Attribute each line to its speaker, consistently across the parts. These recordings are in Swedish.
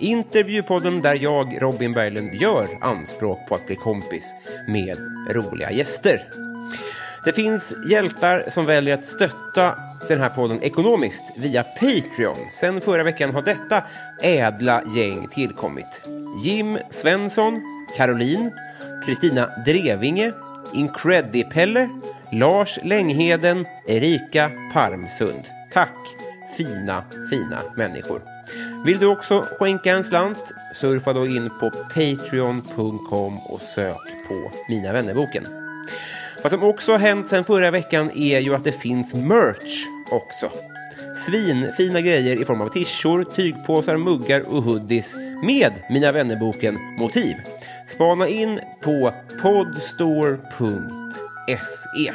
Speaker 1: Intervjupodden där jag, Robin Berglund, gör anspråk på att bli kompis med roliga gäster. Det finns hjältar som väljer att stötta den här podden ekonomiskt via Patreon. Sen förra veckan har detta ädla gäng tillkommit. Jim Svensson, Caroline, Kristina Drevinge, Incredipelle, Lars Längheden, Erika Parmsund. Tack, fina, fina människor. Vill du också skänka en slant? Surfa då in på patreon.com och sök på Mina vännerboken. Vad som också har hänt sedan förra veckan är ju att det finns merch också. Svinfina grejer i form av tishor, tygpåsar, muggar och hoodies med Mina vännerboken motiv. Spana in på podstore.se.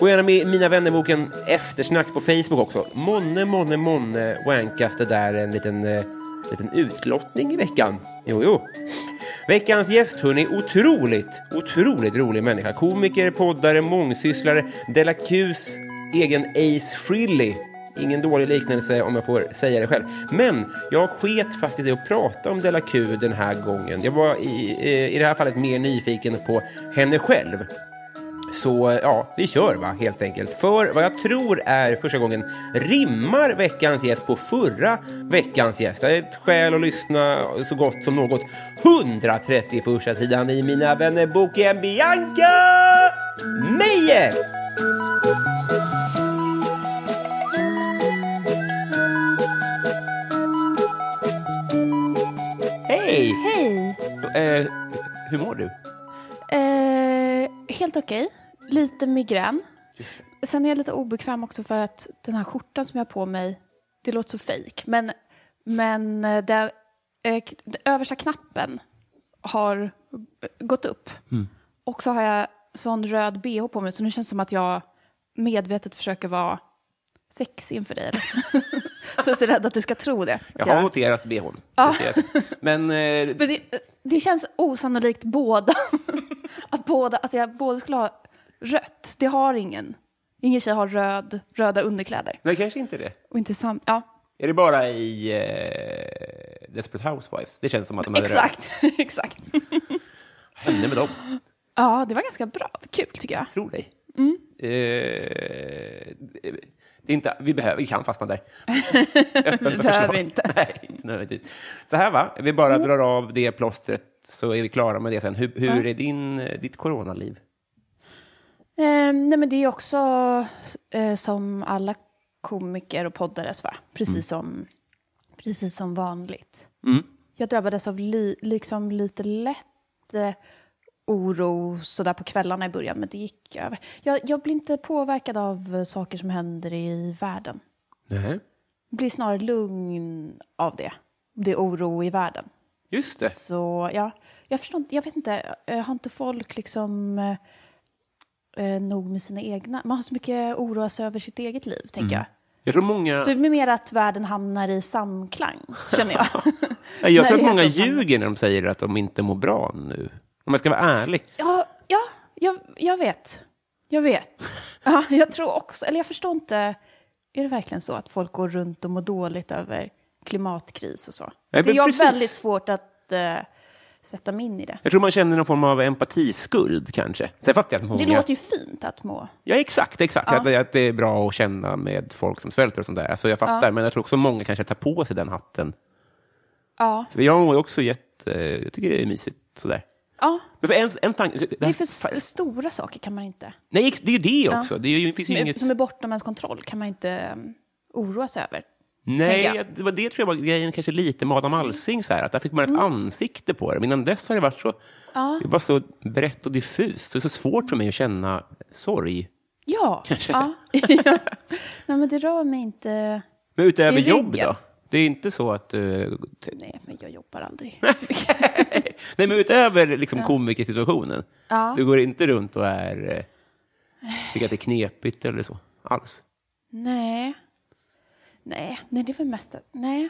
Speaker 1: Gå gärna med i Mina vännerboken Eftersnack på Facebook också. Månne, månne, månne wankas det där en liten, eh, liten utlottning i veckan. Jo, jo. Veckans gäst, hörni, otroligt, otroligt rolig människa. Komiker, poddare, mångsysslare, Della Qs egen Ace Frehley. Ingen dålig liknelse om jag får säga det själv. Men jag sket faktiskt i att prata om Della Q den här gången. Jag var i, eh, i det här fallet mer nyfiken på henne själv. Så ja, vi kör va, helt enkelt. För vad jag tror är första gången rimmar veckans gäst på förra veckans gäst. Det är ett skäl att lyssna så gott som något. 130 första sidan i Mina vänner-boken Bianca Meijer! Hej!
Speaker 2: Hej!
Speaker 1: Så, eh, hur mår du?
Speaker 2: Eh, helt okej. Lite migrän. Sen är jag lite obekväm också för att den här skjortan som jag har på mig, det låter så fejk, men, men eh, den, eh, k- den översta knappen har eh, gått upp. Och så har jag sån röd bh på mig, så nu känns det som att jag medvetet försöker vara sexig inför dig. eller så. så jag är så rädd att du ska tro det.
Speaker 1: Jag
Speaker 2: Att
Speaker 1: har
Speaker 2: jag-
Speaker 1: noterat bhn.
Speaker 2: Ja.
Speaker 1: Men eh,
Speaker 2: Men det, det känns osannolikt båda. att båda, att jag både skulle ha rött, det har ingen. Ingen tjej har röd, röda underkläder.
Speaker 1: nej, kanske inte det.
Speaker 2: Och inte sam... Ja,
Speaker 1: Är det bara i eh, Desperate Housewives? Det känns som att de hade
Speaker 2: exakt. exakt.
Speaker 1: Vad hände med dem?
Speaker 2: Ja, det var ganska bra. Kul tycker jag.
Speaker 1: Tror dig.
Speaker 2: Mm.
Speaker 1: Eh, det är inte, vi, behöver, vi kan fastna där.
Speaker 2: Vi behöver inte. Mm.
Speaker 1: Nej, inte nödvändigtvis. Så här va, vi bara drar av det plåstret så är vi klara med det sen. Hur, hur är din, eh, ditt coronaliv?
Speaker 2: Ehm, nej, men det är också eh, som alla komiker och poddares, va? Precis, som, precis som vanligt. Jag drabbades av li, liksom lite lätt eh, oro sådär på kvällarna i början, men det gick över. Jag, jag blir inte påverkad av eh, saker som händer i världen.
Speaker 1: Nej.
Speaker 2: Jag blir snarare lugn av det. Det är oro i världen.
Speaker 1: Just det.
Speaker 2: Så ja, jag förstår inte, jag vet inte, eh, har inte folk liksom eh, eh, nog med sina egna. Man har så mycket oroa sig över sitt eget liv, tänker
Speaker 1: Mm.
Speaker 2: jag.
Speaker 1: Jag tror många,
Speaker 2: Så det blir mer att världen hamnar i samklang, känner jag.
Speaker 1: Nej, jag tror
Speaker 2: Nej,
Speaker 1: att många
Speaker 2: jag är så fan-
Speaker 1: ljuger när de säger att de inte mår bra nu. Om jag ska vara ärlig.
Speaker 2: ja, ja jag, jag vet. Jag vet. Ja, jag tror också, eller jag förstår inte. Är det verkligen så att folk går runt och mår dåligt över klimatkris och så?
Speaker 1: men
Speaker 2: det är jag
Speaker 1: precis.
Speaker 2: väldigt svårt att eh, sätta mig in i det.
Speaker 1: Jag tror man känner någon form av empatiskuld kanske. Sen fattar jag att många...
Speaker 2: Det låter ju fint att må.
Speaker 1: Ja, exakt. exakt. Att, att det är bra att känna med folk som svälter och sånt där. Alltså, jag fattar, men jag tror också många kanske tar på sig den hatten.
Speaker 2: Ja,
Speaker 1: För jag mår ju också jätte... Jag tycker det är mysigt sådär.
Speaker 2: ja
Speaker 1: Men för en, en tanke...
Speaker 2: det är för st- stora saker kan man inte.
Speaker 1: Nej, ex- det är ju det också. Det är ju, finns ju
Speaker 2: Som är-
Speaker 1: inget...
Speaker 2: Som är bortom ens kontroll kan man inte um, oroa sig över.
Speaker 1: Nej,
Speaker 2: tänker jag. Mm.
Speaker 1: jag- det var det tror jag var grejen kanske lite med Adam Alsing, så här, att där fick man ett ansikte på det. Men innan dess har det varit så, det var så brett och diffust. Det är så svårt för mig att känna sorg.
Speaker 2: Ja.
Speaker 1: Kanske.
Speaker 2: Ja. ja. Nej, men det rör mig inte.
Speaker 1: Men utöver
Speaker 2: I ryggen.
Speaker 1: jobb då? Det är inte så att du... t-
Speaker 2: Nej, men jag jobbar aldrig.
Speaker 1: Nej, men utöver liksom, komikersituationen. Du går inte runt och är... eh, Tycker att det är knepigt eller så. Alls.
Speaker 2: Nej. Nej, nej, det var mest... Nej.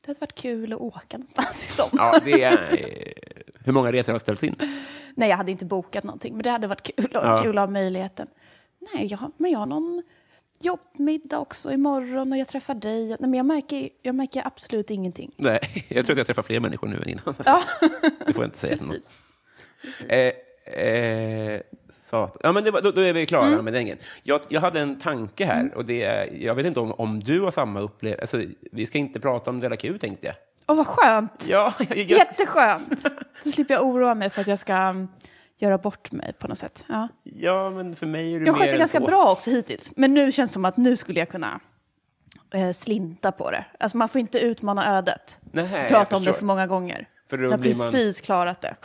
Speaker 2: Det hade varit kul att åka någonstans i sommar.
Speaker 1: Ja, det är... eh, Hur många resor har ställts in?
Speaker 2: Nej, jag hade inte bokat någonting, men det hade varit kul, och,
Speaker 1: Ja.
Speaker 2: kul att ha möjligheten. Nej, jag, har- men jag har någon jobbmiddag också imorgon och jag träffar dig. Nej, men jag märker, jag märker absolut ingenting.
Speaker 1: Nej, jag tror att jag träffar fler människor nu än innan.
Speaker 2: Ja.
Speaker 1: Det får jag inte säga till någon.
Speaker 2: Precis.
Speaker 1: Eh, eh, satan. Ja, men det, var- då, då är vi klara
Speaker 2: Mm.
Speaker 1: med den grejen. Jag, jag hade en tanke här. Och det är, jag vet inte om, om du har samma upplevelse. Alltså, vi ska inte prata om Della Q, tänkte jag.
Speaker 2: Åh, vad skönt!
Speaker 1: Ja, jag, jag,
Speaker 2: Jätteskönt! Då slipper jag oroa mig för att jag ska mm, göra bort mig på något sätt. Ja.
Speaker 1: ja, men för mig är det
Speaker 2: Jag har
Speaker 1: mer
Speaker 2: skött det
Speaker 1: än
Speaker 2: ganska
Speaker 1: så.
Speaker 2: bra också hittills, men nu känns det som att nu skulle jag kunna eh, slinta på det. Alltså man får inte utmana ödet.
Speaker 1: Nej, jag
Speaker 2: Prata om det
Speaker 1: förstår.
Speaker 2: för många gånger.
Speaker 1: För då
Speaker 2: jag har
Speaker 1: blir man-
Speaker 2: precis klarat det.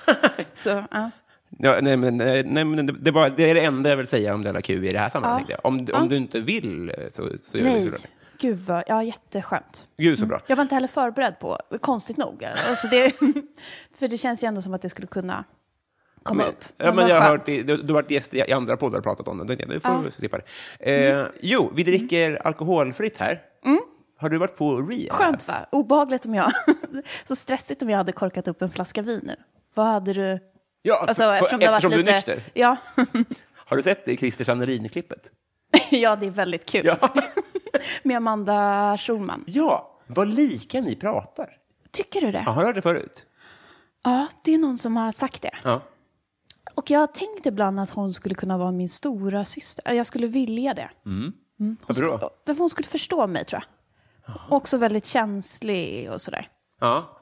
Speaker 2: Så, ja.
Speaker 1: Ja, nej, men, nej, nej, men det, det, var, det är det enda jag vill säga om Della Q i det här sammanhanget. tänkte jag. Om, du- om du inte vill eh, så, så gör
Speaker 2: Nej, Mm.
Speaker 1: vi så.
Speaker 2: gud vad, ja jätteskönt.
Speaker 1: Gud, så bra.
Speaker 2: Jag var inte heller förberedd på, konstigt nog. Alltså det, för det känns ju ändå som att det skulle kunna komma upp.
Speaker 1: Ja, men
Speaker 2: vad
Speaker 1: jag har
Speaker 2: skönt.
Speaker 1: hört, i- du, du har varit gäst i i andra poddar och pratat om det. Då- Nu får du slippa det. Eh,
Speaker 2: Mm.
Speaker 1: Jo, vi dricker alkoholfritt här. Har du varit på Ria?
Speaker 2: Skönt va? Obehagligt om jag... så stressigt om jag hade korkat upp en flaska vin nu. Vad hade du...
Speaker 1: Ja,
Speaker 2: Alltså,
Speaker 1: för, eftersom,
Speaker 2: eftersom det har varit
Speaker 1: du är
Speaker 2: lite...
Speaker 1: nykter.
Speaker 2: Ja.
Speaker 1: Har du sett det Christer Sannerin-klippet?
Speaker 2: ja, det är väldigt kul.
Speaker 1: Ja.
Speaker 2: Med Amanda Schulman.
Speaker 1: ja, vad lika ni pratar.
Speaker 2: Tycker du det?
Speaker 1: Ja,
Speaker 2: Ja.
Speaker 1: har du hört det förut?
Speaker 2: det är någon som har sagt det.
Speaker 1: Ja.
Speaker 2: Och jag tänkte ibland att hon skulle kunna vara min stora syster. Jag skulle vilja det.
Speaker 1: Mm. Varför då?
Speaker 2: Därför hon skulle förstå mig, tror jag. Också väldigt känslig och sådär.
Speaker 1: Ja.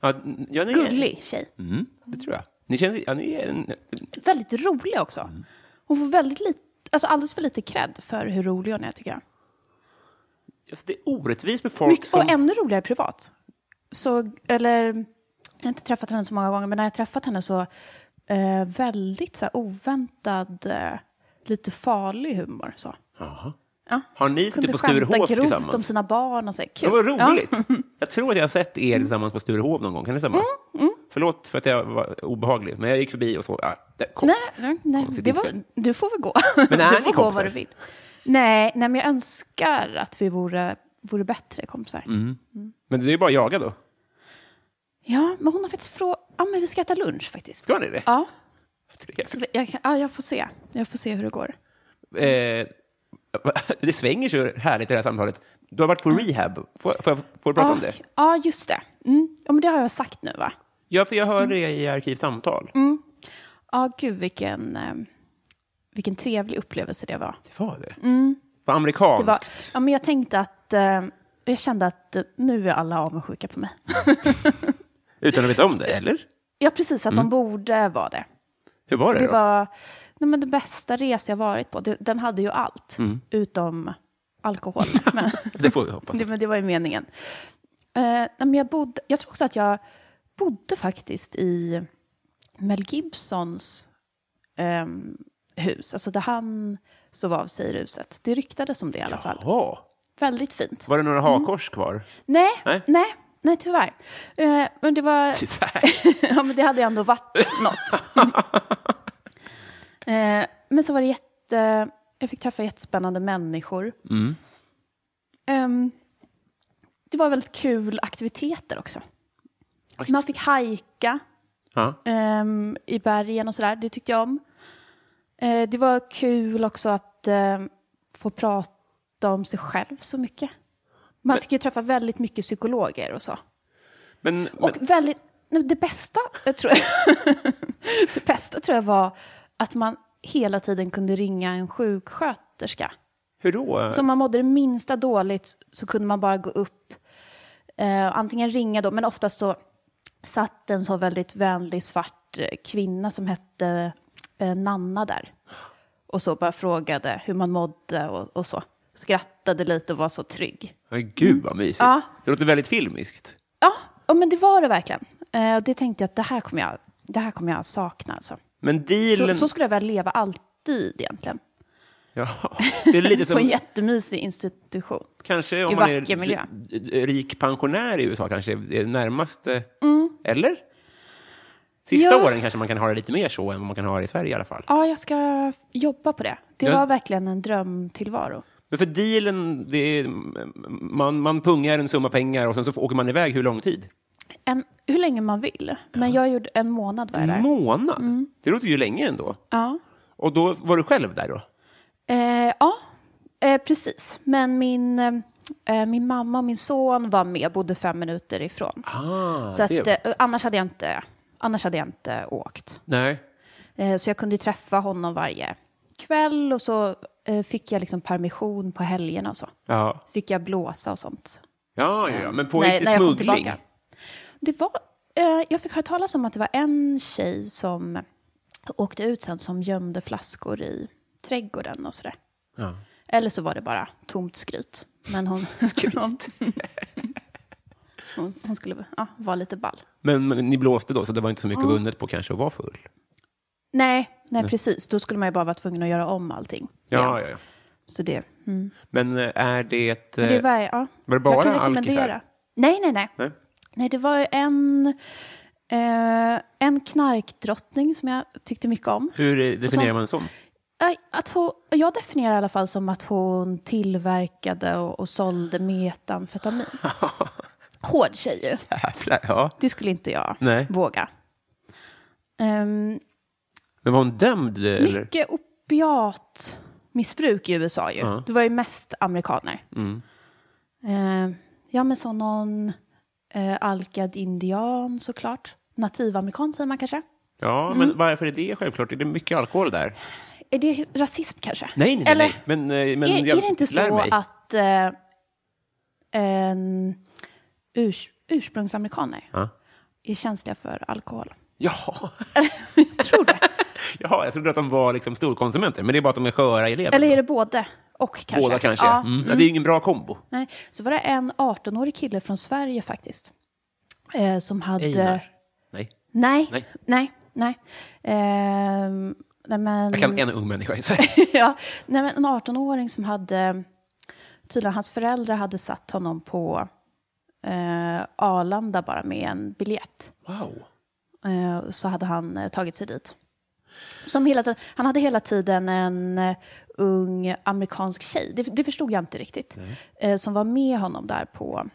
Speaker 1: Ja, n- ja, ni är-
Speaker 2: Mm. Gullig tjej.
Speaker 1: Mm, det tror jag. Ni känner... Ja, ni är en, alltså,
Speaker 2: Väldigt rolig också.
Speaker 1: Mm.
Speaker 2: Hon får väldigt lite, alltså alldeles för lite cred för hur rolig hon är, tycker jag.
Speaker 1: alltså, det är orättvist med folk
Speaker 2: Mycket,
Speaker 1: som...
Speaker 2: Och ännu roligare privat. Så, eller, jag har inte träffat henne så många gånger, men när jag har träffat henne så eh, väldigt så här, oväntad, eh, lite farlig humor. Så.
Speaker 1: Jaha.
Speaker 2: Ja.
Speaker 1: Har ni suttit på Sturehof
Speaker 2: grovt
Speaker 1: tillsammans?
Speaker 2: om sina barn och så. här,
Speaker 1: Det
Speaker 2: Kul.
Speaker 1: var roligt. Jag tror att jag har sett
Speaker 2: Mm.
Speaker 1: er tillsammans på Sturehov någon gång. Kan det stämma? Förlåt för att jag var obehaglig, men jag gick förbi och så. Ja, där, kom.
Speaker 2: Ja. Nej, nej
Speaker 1: Konstigt
Speaker 2: det var,
Speaker 1: inspel.
Speaker 2: du får väl gå.
Speaker 1: Men är
Speaker 2: du
Speaker 1: ni
Speaker 2: får gå
Speaker 1: kompisar?
Speaker 2: vad du vill. Nej, nej, men jag önskar att vi vore, vore bättre kompisar.
Speaker 1: Mm. Men du är ju bara jaga då.
Speaker 2: Ja, men hon har faktiskt frågat... Ja, men vi ska äta lunch faktiskt.
Speaker 1: Ska ni det?
Speaker 2: Ja,
Speaker 1: Trevligt.
Speaker 2: så vi- jag, kan- ja, jag får se. Jag får se hur det går.
Speaker 1: Eh, det svänger så härligt i det här samtalet. Du har varit på rehab. Får, får, jag- får du prata
Speaker 2: Mm. ja,
Speaker 1: om det?
Speaker 2: Ja, just det. Mm. Ja, men det har jag sagt nu, va?
Speaker 1: Ja, för jag hör det i arkivsamtal.
Speaker 2: Mm. Ja, gud vilken, eh, vilken trevlig upplevelse det var.
Speaker 1: Det var det. På amerikanskt.
Speaker 2: Mm. Det var ja, men jag tänkte att... Eh, jag kände att eh, nu är alla avundsjuka på mig.
Speaker 1: Utan att veta om det, eller?
Speaker 2: Ja, precis. Att
Speaker 1: Mm.
Speaker 2: de borde vara det.
Speaker 1: Hur var det,
Speaker 2: Det
Speaker 1: då?
Speaker 2: var nej, men det bästa resa jag varit på. Det, den hade ju allt,
Speaker 1: Mm.
Speaker 2: utom alkohol. men,
Speaker 1: Det får vi hoppas.
Speaker 2: det, men det var ju meningen. Eh, nej, men jag, bodde, jag tror också att jag bodde faktiskt i Mel Gibsons ehm, hus. Alltså där han sov av sig i ruset. Det ryktades om det i alla fall. Mm.
Speaker 1: Jaha.
Speaker 2: Väldigt fint.
Speaker 1: Var det några hakors kvar?
Speaker 2: Nej,
Speaker 1: Nej.
Speaker 2: nej, nej, tyvärr. Eh, men det var...
Speaker 1: Tyvärr.
Speaker 2: ja, men det hade ändå varit något. eh, men så var det jätte... jätte, jag fick träffa jättespännande människor. Ehm, det var väldigt kul aktiviteter också. Man fick hajka
Speaker 1: Ja.
Speaker 2: ehm, i bergen och sådär. Det tyckte jag om. Eh, det var kul också att ehm, få prata om sig själv så mycket. Man fick ju träffa väldigt mycket psykologer och så.
Speaker 1: Men, men
Speaker 2: Och väldigt, nej, det bästa, jag tror det bästa tror jag var att man hela tiden kunde ringa en sjuksköterska.
Speaker 1: hur då?
Speaker 2: Så om man mådde det minsta dåligt så kunde man bara gå upp, eh, antingen ringa då, men oftast så satt en så väldigt vänlig svart eh, kvinna som hette eh, Nanna där. Och så bara frågade hur man mådde och, och så. Skrattade lite och var så trygg.
Speaker 1: Men gud vad mysigt.
Speaker 2: Mm. Ja.
Speaker 1: Det låter väldigt filmiskt.
Speaker 2: Ja, ja, men det var det verkligen. Eh, och det tänkte jag att det här kommer jag, det här kommer jag sakna. Alltså.
Speaker 1: Men
Speaker 2: Så,
Speaker 1: dealen...
Speaker 2: så skulle jag väl leva alltid egentligen.
Speaker 1: Ja, det är lite
Speaker 2: På en
Speaker 1: som
Speaker 2: jättemysig institution.
Speaker 1: kanske om
Speaker 2: i
Speaker 1: man är
Speaker 2: vacker miljö.
Speaker 1: ri- rik pensionär i USA kanske det är det närmaste. Eller? Sista
Speaker 2: Mm. Ja.
Speaker 1: åren kanske man kan ha det lite mer så än vad man kan ha det i Sverige i alla fall.
Speaker 2: Ja, jag ska jobba på det. Det
Speaker 1: Ja.
Speaker 2: var verkligen en drömtillvaro.
Speaker 1: Men för dealen, det är, man, man pungar en summa pengar och sen så åker man iväg hur lång tid?
Speaker 2: En, hur länge man vill. Men jag gjorde en månad var jag
Speaker 1: En
Speaker 2: där. Mm.
Speaker 1: månad? Det låter ju länge ändå.
Speaker 2: Ja,
Speaker 1: Och då var du själv där då?
Speaker 2: eh, ja. Eh, precis. Men min, eh, min mamma och min son var med, bodde fem minuter ifrån.
Speaker 1: Ah,
Speaker 2: så att,
Speaker 1: det-
Speaker 2: eh, annars, hade jag inte, annars hade jag inte åkt.
Speaker 1: Nej.
Speaker 2: Eh, Så jag kunde ju träffa honom varje kväll och så eh, fick jag liksom permission på helgerna och så.
Speaker 1: Ja.
Speaker 2: Fick jag blåsa och sånt.
Speaker 1: Ja, ja, ja. men pågick
Speaker 2: När-
Speaker 1: det
Speaker 2: när jag kom
Speaker 1: smuggling?
Speaker 2: tillbaka. Det var, eh, jag fick höra talas om att det var en tjej som åkte ut sen som gömde flaskor i trädgården och sådär.
Speaker 1: Ja.
Speaker 2: Eller så var det bara tomt skryt. Men hon, skryt. hon, hon skulle ja, vara lite ball.
Speaker 1: Men, men ni blåste då, så det var inte så mycket vunnet på kanske att vara full?
Speaker 2: Nej, nej, precis. Då skulle man ju bara vara tvungen att göra om allting.
Speaker 1: Ja, ja, ja.
Speaker 2: Så det, mm.
Speaker 1: Men eh, är det...
Speaker 2: Men det var, ja.
Speaker 1: Var det bara
Speaker 2: jag kan
Speaker 1: alkisar?
Speaker 2: rekommendera. Nej, nej, nej.
Speaker 1: Nej.
Speaker 2: Nej, det var en, eh, en knarkdrottning som jag tyckte mycket om.
Speaker 1: Hur eh, definierar
Speaker 2: som-
Speaker 1: man det som?
Speaker 2: Eh, Att hon, jag definierar i alla fall som att hon tillverkade och, och sålde metamfetamin. Hård tjej ju.
Speaker 1: Jävlar, ja.
Speaker 2: Det skulle inte jag
Speaker 1: Nej.
Speaker 2: våga. Ehm,
Speaker 1: Men var hon dömd? Eller?
Speaker 2: mycket opiatmissbruk i USA ju. Det var ju mest amerikaner.
Speaker 1: Mm.
Speaker 2: Eh, ja, men så någon eh, alkad indian såklart. Nativamerikan säger man kanske.
Speaker 1: Ja,
Speaker 2: Mm.
Speaker 1: men varför är det självklart? Är det mycket alkohol där?
Speaker 2: Är det rasism kanske?
Speaker 1: Nej, nej, nej.
Speaker 2: Eller,
Speaker 1: nej. Men, eh, men
Speaker 2: är,
Speaker 1: jag
Speaker 2: är det inte
Speaker 1: lär
Speaker 2: så
Speaker 1: mig.
Speaker 2: att eh, en urs, ursprungsamerikaner
Speaker 1: Ja.
Speaker 2: är känsliga för alkohol?
Speaker 1: Ja.
Speaker 2: jag tror det.
Speaker 1: Jaha, jag trodde att de var liksom storkonsumenter, men det är bara att de är sköra elever.
Speaker 2: Eller är det både och kanske?
Speaker 1: Båda kanske.
Speaker 2: Ja.
Speaker 1: Mm. Ja, det är ju ingen bra kombo.
Speaker 2: Nej, så var det en 18-årig kille från Sverige faktiskt. Eh, som hade...
Speaker 1: Einar. Nej.
Speaker 2: Nej,
Speaker 1: Nej.
Speaker 2: nej, nej. nej. Ehm, nej men,
Speaker 1: Jag kan en ung människa i Sverige.
Speaker 2: ja, nej men en 18-åring som hade... Tydligen hans föräldrar hade satt honom på eh, Arlanda bara med en biljett.
Speaker 1: Wow.
Speaker 2: Eh, och så hade han eh, tagit sig dit. Som hela tiden, han hade hela tiden en eh, ung amerikansk tjej, det, det förstod jag inte riktigt, eh, som var med honom där på,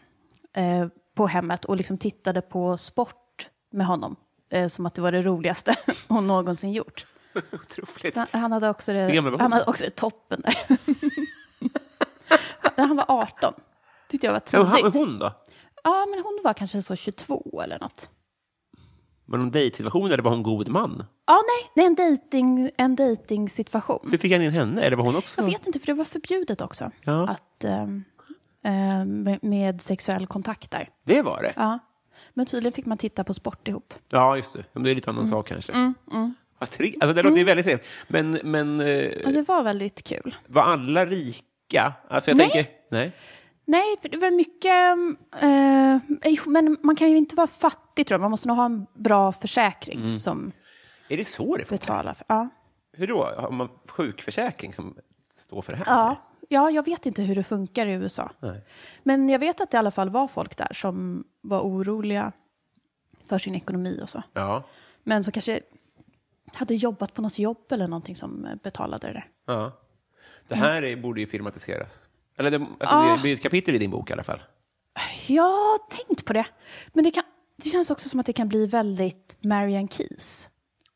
Speaker 2: eh, på hemmet och liksom tittade på sport med honom eh, som att det var det roligaste hon någonsin gjort.
Speaker 1: Otroligt.
Speaker 2: Så han, han hade också det,
Speaker 1: gammal var hon?
Speaker 2: han hade också det toppen där. han, han var 18, tyckte jag var
Speaker 1: Ja, han-
Speaker 2: tidigt.
Speaker 1: hon då?
Speaker 2: Ja, men hon var kanske så 22 eller något.
Speaker 1: Var det någon dejtsituation eller var hon god man?
Speaker 2: Ja, nej, nej en dating, en datingsituation.
Speaker 1: Hur fick han in henne? Eller var hon också...
Speaker 2: Jag vet inte, för det var förbjudet också
Speaker 1: Ja.
Speaker 2: att, ehm, eh, med, med sexuell kontakt där.
Speaker 1: Det var det?
Speaker 2: Ja. Men tydligen fick man titta på sport ihop.
Speaker 1: Ja, just det. Men det är lite
Speaker 2: Mm.
Speaker 1: annan sak kanske. Vad tre... Alltså, det låter ju väldigt trevligt. Men, men eh,
Speaker 2: Ja, det var väldigt kul.
Speaker 1: var alla rika? Alltså, jag
Speaker 2: Nej.
Speaker 1: tänker... Nej.
Speaker 2: Nej, för det var mycket... ehm, eh, jo, men man kan ju inte vara fattig, tror jag. Man måste nog ha en bra försäkring
Speaker 1: Mm.
Speaker 2: som
Speaker 1: Är det så det funkar?
Speaker 2: betalar för... Ja.
Speaker 1: Hur då? Har man sjukförsäkring som står för det här?
Speaker 2: Ja. ja, jag vet inte hur det funkar i USA.
Speaker 1: Nej.
Speaker 2: Men jag vet att det i alla fall var folk där som var oroliga för sin ekonomi och så.
Speaker 1: Ja.
Speaker 2: Men som kanske hade jobbat på något jobb eller någonting som betalade det.
Speaker 1: Ja. Det här är, borde ju filmatiseras. Eller det, alltså,
Speaker 2: Mm. Ah.
Speaker 1: det blir ett kapitel i din bok i alla fall.
Speaker 2: Jag har tänkt på det. Men det, kan, det känns också som att det kan bli väldigt Marianne Keys.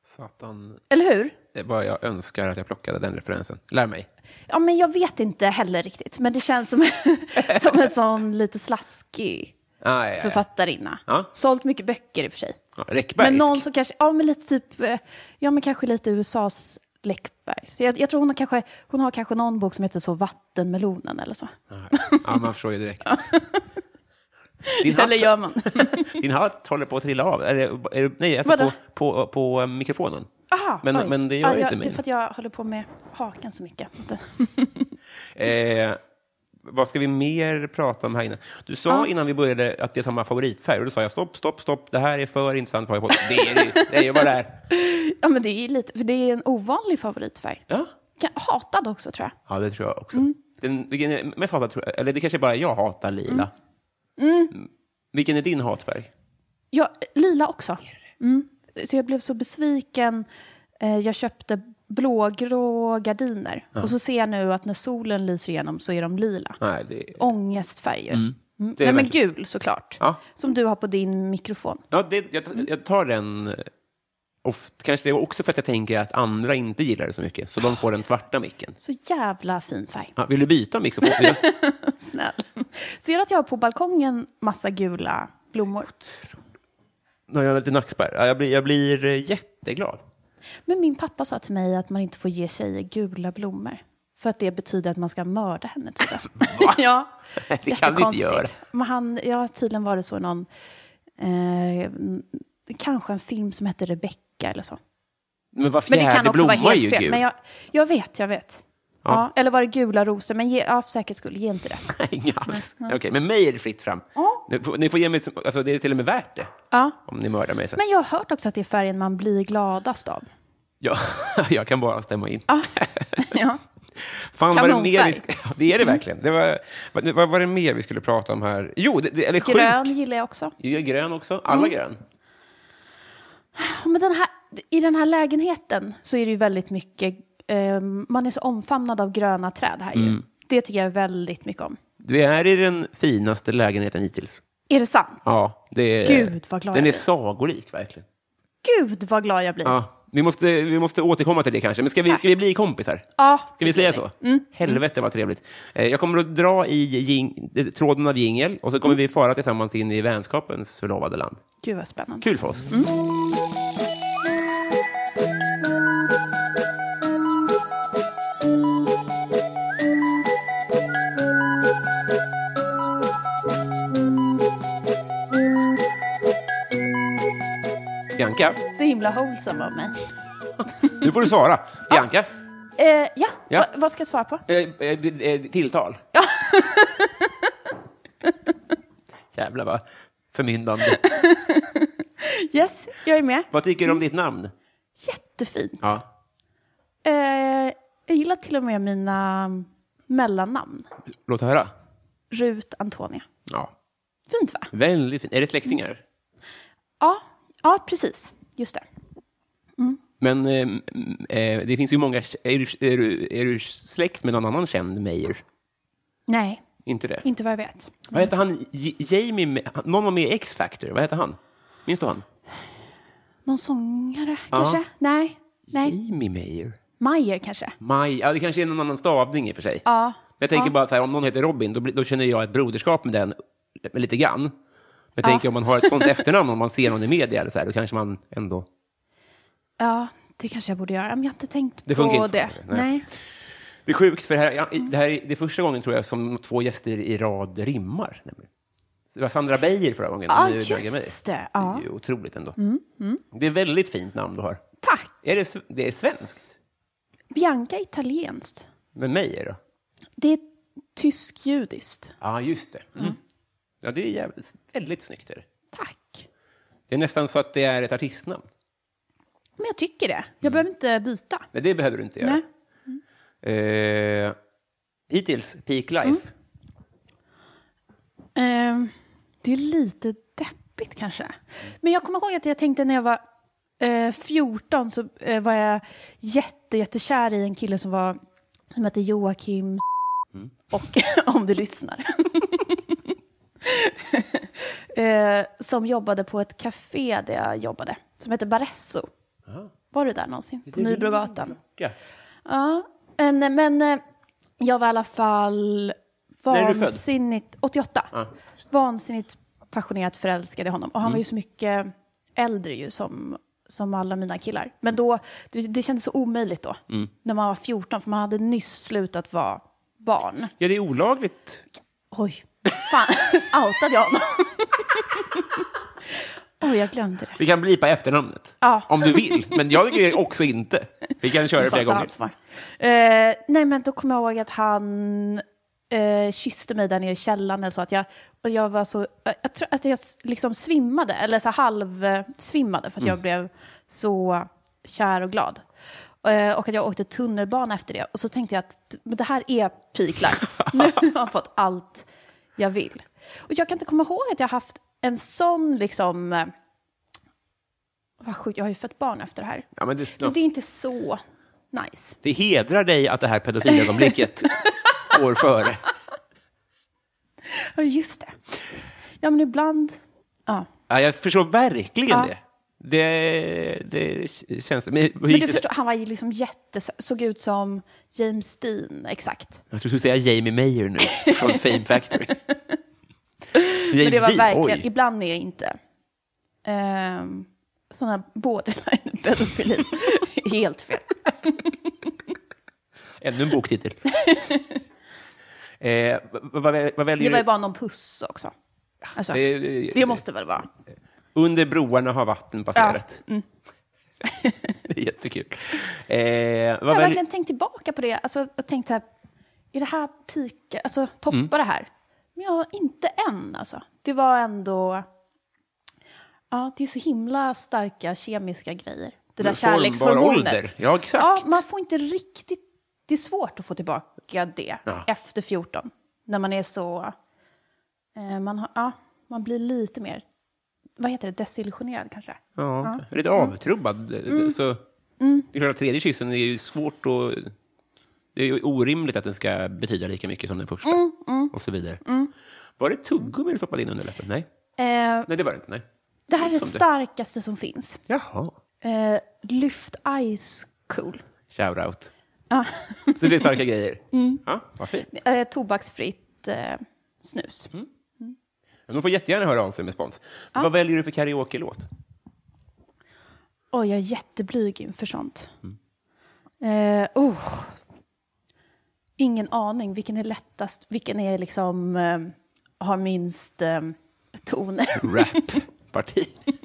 Speaker 1: Satan.
Speaker 2: Eller hur?
Speaker 1: Det var jag önskar att jag plockade den referensen. Lär mig.
Speaker 2: Ja, men jag vet inte heller riktigt. Men det känns som, som en sån lite slaskig
Speaker 1: Ah, ja, ja, ja.
Speaker 2: författarinna.
Speaker 1: Ja.
Speaker 2: Sålt mycket böcker i och för sig.
Speaker 1: Ja, Räckbergsk.
Speaker 2: Men någon som kanske, ja men lite typ, eh, ja men kanske lite USAs Läckbergs. Jag, jag tror hon har, kanske, hon har kanske någon bok som heter så Vattenmelonen eller så.
Speaker 1: Ah, Ja, man förstår ju direkt. Din hatt,
Speaker 2: Eller gör man?
Speaker 1: din hatt håller på att trilla av. Är det, är det, nej, alltså på,
Speaker 2: Vadå?
Speaker 1: på, på eh, mikrofonen.
Speaker 2: Aha,
Speaker 1: Men-
Speaker 2: oj.
Speaker 1: men det gör
Speaker 2: Ja,
Speaker 1: ju
Speaker 2: jag,
Speaker 1: inte
Speaker 2: Det är
Speaker 1: mig.
Speaker 2: för att jag håller på med hakan så mycket.
Speaker 1: Eh, vad ska vi mer prata om här inne? Du sa innan vi började att vi har samma favoritfärg. Och då sa jag stopp, stopp, stopp. Det här är för intressant. För jag på. Det är det ju. Det är ju bara det här.
Speaker 2: Ja men det är ju lite, för det är en ovanlig favoritfärg.
Speaker 1: Ja.
Speaker 2: Kan- Hatad också tror jag.
Speaker 1: Ja, det tror jag också.
Speaker 2: Mm.
Speaker 1: Den, vilken är mest hatad, tror jag, eller det kanske är bara jag hatar lila. Mm. Vilken är din hatfärg?
Speaker 2: Ja, lila också. Mm. Så jag blev så besviken. Eh, Jag köpte blågrå gardiner. Och så ser jag nu att när solen lyser igenom så är de lila.
Speaker 1: Nej, det,
Speaker 2: Ångestfärger. Mm.
Speaker 1: Det är
Speaker 2: Nej, men
Speaker 1: verkligen-
Speaker 2: gul såklart.
Speaker 1: Ja.
Speaker 2: Som du har på din mikrofon.
Speaker 1: ja, det, jag, jag tar den eh, oft. Kanske det är också för att jag tänker att andra inte gillar det så mycket, så de får den svarta micken.
Speaker 2: Så jävla fin färg.
Speaker 1: Ja, vill du byta mick så får du.
Speaker 2: Snäll. Ser du att jag har på balkongen massa gula blommor?
Speaker 1: Nu har jag lite nackspärr. Ja, Jag blir, jag blir eh, jätteglad.
Speaker 2: Men min pappa sa till mig att man inte får ge tjejer gula blommor. För att det betyder att man ska mörda henne tydligen. ja,
Speaker 1: Det kan vi inte
Speaker 2: jättekonstigt.
Speaker 1: göra.
Speaker 2: Men han, ja, tydligen var det så i någon, eh, kanske en film som hette Rebecca eller så.
Speaker 1: Men var
Speaker 2: Men det kan
Speaker 1: fjärde
Speaker 2: också
Speaker 1: blomma
Speaker 2: vara
Speaker 1: är ju
Speaker 2: helt fel.
Speaker 1: gul.
Speaker 2: Men jag, jag vet, jag vet. Ja. eller var det gula rosor? Men ge, ja, för säkerhets skull, ge inte det.
Speaker 1: Nej, inga alls.
Speaker 2: Mm,
Speaker 1: Okej, men mig är det fritt fram. Ni, får, ni får ge mig, som- alltså, det är till och med värt det.
Speaker 2: Ja.
Speaker 1: Om ni mördar mig sen.
Speaker 2: Men jag har hört också att det är färgen man blir gladast av.
Speaker 1: Ja, jag kan bara stämma in.
Speaker 2: Ja. ja.
Speaker 1: Fan, var det, mer vi,
Speaker 2: Kanonfärg.
Speaker 1: sk- ja, det är det verkligen. Det var, vad, vad var det mer vi skulle prata om här? Jo, det, det, eller sjuk.
Speaker 2: Grön Mm. gillar jag också.
Speaker 1: Ja, grön också. Alla grön.
Speaker 2: Ja, men den här, I den här lägenheten så är det ju väldigt mycket, eh, man är så omfamnad av gröna träd här ju.
Speaker 1: Mm.
Speaker 2: Det tycker jag väldigt mycket om.
Speaker 1: Du är i den finaste lägenheten hittills.
Speaker 2: Är det sant?
Speaker 1: Ja, det är,
Speaker 2: Gud, vad glad
Speaker 1: Den
Speaker 2: jag
Speaker 1: är
Speaker 2: blir.
Speaker 1: sagolik, verkligen.
Speaker 2: Gud vad glad jag blir.
Speaker 1: Ja, vi, måste, vi måste återkomma till det kanske. Men ska vi, ska vi bli kompisar?
Speaker 2: Ja,
Speaker 1: Ska vi
Speaker 2: det
Speaker 1: säga
Speaker 2: blir Mm.
Speaker 1: så? Helvete vad trevligt. Eh, Jag kommer att dra i jing, eh, tråden av jingel och så kommer
Speaker 2: Mm.
Speaker 1: vi fara tillsammans in i vänskapens förlovade land.
Speaker 2: Gud vad spännande.
Speaker 1: Kul för oss. Bianca,
Speaker 2: Så himla wholesome av mig.
Speaker 1: nu får du svara. Bianca,
Speaker 2: Eh, ja,
Speaker 1: Ja.
Speaker 2: Va, vad ska jag svara på?
Speaker 1: eh, eh, eh, tilltal. Jävlar vad förmyndande.
Speaker 2: Yes, jag är med.
Speaker 1: Vad tycker du om ditt namn?
Speaker 2: Jättefint.
Speaker 1: Ja.
Speaker 2: Eh, jag gillar till och med mina mellannamn.
Speaker 1: Låt höra.
Speaker 2: Rut Antonia.
Speaker 1: Ja.
Speaker 2: Fint va?
Speaker 1: Väldigt fint. Är det släktingar?
Speaker 2: Ja, ja precis. Just det.
Speaker 1: Men eh, mm, eh, det finns ju många... Är du, är, du, är du släkt med någon annan känd Meyer?
Speaker 2: Nej,
Speaker 1: Inte det?
Speaker 2: inte vad jag vet.
Speaker 1: Vad heter han? J- Jamie... Ma- Någon var med i X-Factor. Vad heter han? Minns du han?
Speaker 2: Någon sångare kanske? Nej. Nej.
Speaker 1: Jamie Meyer?
Speaker 2: Majer kanske?
Speaker 1: Maj... Ja, det kanske är någon annan stavning i och för sig.
Speaker 2: Ja.
Speaker 1: Jag tänker bara så här, om någon heter Robin, då, blir- då känner jag ett broderskap med den eh, lite grann. Men jag tänker om man har ett sånt efternamn, om man ser någon i media, eller så här, då kanske man ändå...
Speaker 2: Ja, det kanske jag borde göra. Men jag har inte tänkt
Speaker 1: Det funkar
Speaker 2: på
Speaker 1: inte så
Speaker 2: det.
Speaker 1: mycket, nej.
Speaker 2: Nej.
Speaker 1: Det är sjukt, för det här, ja, i- det här är, det är första gången tror jag som två gäster i rad rimmar. nämligen. Det var Sandra Beijer förra gången.
Speaker 2: Ja,
Speaker 1: och nu är det Bianca Meijer.
Speaker 2: just det. Ja. Mm,
Speaker 1: Det är ju otroligt ändå. Det är ett väldigt fint namn du har.
Speaker 2: Tack.
Speaker 1: Är det, sv- det är svenskt?
Speaker 2: Bianca är italienskt.
Speaker 1: Men Meijer då?
Speaker 2: Det är tysk-judiskt.
Speaker 1: Ja, just det. Mm. Ja, det är jävligt, väldigt snyggt. Är det.
Speaker 2: Tack.
Speaker 1: det är nästan så att det är ett artistnamn.
Speaker 2: Men jag tycker det.
Speaker 1: Mm.
Speaker 2: Jag behöver inte byta.
Speaker 1: Men det behöver du inte göra.
Speaker 2: Nej.
Speaker 1: Eh, hittills, Peak Life.
Speaker 2: Mm. Ehm, det är lite deppigt kanske. Men jag kommer ihåg att jag tänkte när jag var eh, 14 så eh, var jag jätte, jättekär i en kille som var som heter Joakim och om du lyssnar. eh, som jobbade på ett café där jag jobbade, som heter Barresso. Var du där någonsin? På Nybrogatan?
Speaker 1: Ja.
Speaker 2: Ja, men, men eh, jag var i alla fall
Speaker 1: är du född?
Speaker 2: vansinnigt, 88,
Speaker 1: Ja. Mm.
Speaker 2: vansinnigt passionerat förälskad i honom. Och han var ju så mycket äldre ju som, som alla mina killar. Men då, det, det kändes så omöjligt då,
Speaker 1: Mm.
Speaker 2: när man var 14, för man hade nyss slutat vara barn.
Speaker 1: ja, det är olagligt.
Speaker 2: Oj, fan, outade jag honom? Oj, jag glömde det.
Speaker 1: Vi kan blipa efternamnet.
Speaker 2: Ja.
Speaker 1: Om du vill. Men jag tycker också inte. Vi kan köra det flera
Speaker 2: Jag
Speaker 1: gånger.
Speaker 2: fattar alls var. Eh, nej, men då kommer jag ihåg att han eh, kysste mig där nere i källaren. eller Så att jag, och jag var så... eh, Jag tror att jag s- liksom svimmade, eller så halvsvimmade, för att
Speaker 1: Mm.
Speaker 2: jag blev så kär och glad. Eh, Och att jag åkte tunnelbana efter det. Och så tänkte jag att men det här är peak life. Nu har jag fått allt jag vill. Och jag kan inte komma ihåg att jag haft en sån liksom... eh, Vad sjukt, jag har ju fött barn efter det här.
Speaker 1: Ja, men det,
Speaker 2: Men det är inte så nice.
Speaker 1: det hedrar dig att det här pedofilögonblicket går före.
Speaker 2: Ja, just det. Ja, men ibland... Ja.
Speaker 1: Ja, jag förstår verkligen
Speaker 2: Ja.
Speaker 1: det. Det, det k- känns... Men, hur
Speaker 2: Men
Speaker 1: gick
Speaker 2: du
Speaker 1: det-
Speaker 2: förstår, han var ju liksom jättes... Såg ut som James Dean, exakt.
Speaker 1: Jag tror du skulle säga Jamie Mayer nu, från Fame Factory.
Speaker 2: Men det var verkligen...
Speaker 1: Oj.
Speaker 2: Ibland är jag inte... Um, sådana borderline pedofili. Helt fel.
Speaker 1: Ännu en boktitel. eh, vad, vad, vad väljer
Speaker 2: Det var ju
Speaker 1: du?
Speaker 2: bara någon puss också. Alltså,
Speaker 1: Det- det-
Speaker 2: det måste väl vara...
Speaker 1: Under broarna har vatten passerat. det är jättekul. Eh,
Speaker 2: Jag
Speaker 1: vad
Speaker 2: har
Speaker 1: väljer,
Speaker 2: verkligen tänkt tillbaka på det. Alltså, jag tänkte så här, är det här pika, alltså toppa
Speaker 1: Mm.
Speaker 2: det här? Men jag inte än alltså. Det var ändå, ja det är så himla starka kemiska grejer. Det där
Speaker 1: Men formbar Mm, ålder.
Speaker 2: kärlekshormonet.
Speaker 1: Ja, exakt.
Speaker 2: Ja, man får inte riktigt, det är svårt att få tillbaka det
Speaker 1: Ja.
Speaker 2: efter 14. När man är så, eh, man, har, ja, man blir lite mer, vad heter det, desillusionerad kanske? Eh,
Speaker 1: ja, Lite
Speaker 2: Mm.
Speaker 1: avtrubbad. Så, Det är klart att tredje kyssen är ju svårt att... Det är ju orimligt att den ska betyda lika mycket som den första.
Speaker 2: Mm,
Speaker 1: Och så vidare. Var det tuggummi du stoppade in under läppen? Nej.
Speaker 2: Eh,
Speaker 1: Nej, det var det inte. Nej.
Speaker 2: det här är det
Speaker 1: Som det.
Speaker 2: starkaste som finns.
Speaker 1: Jaha.
Speaker 2: Eh, lyft Ice Cool.
Speaker 1: Shoutout. så det är starka grejer.
Speaker 2: Mm.
Speaker 1: Ja, vad fint.
Speaker 2: Eh, tobaksfritt eh, snus.
Speaker 1: Mm. Men De får jättegärna höra av sig med spons. Vad väljer du för karaoke-låt?
Speaker 2: Oj, jag är jätteblyg inför sånt.
Speaker 1: Mm.
Speaker 2: Eh, oh. Ingen aning. Vilken är lättast? Vilken är liksom, eh, har minst eh, toner?
Speaker 1: Rap-parti?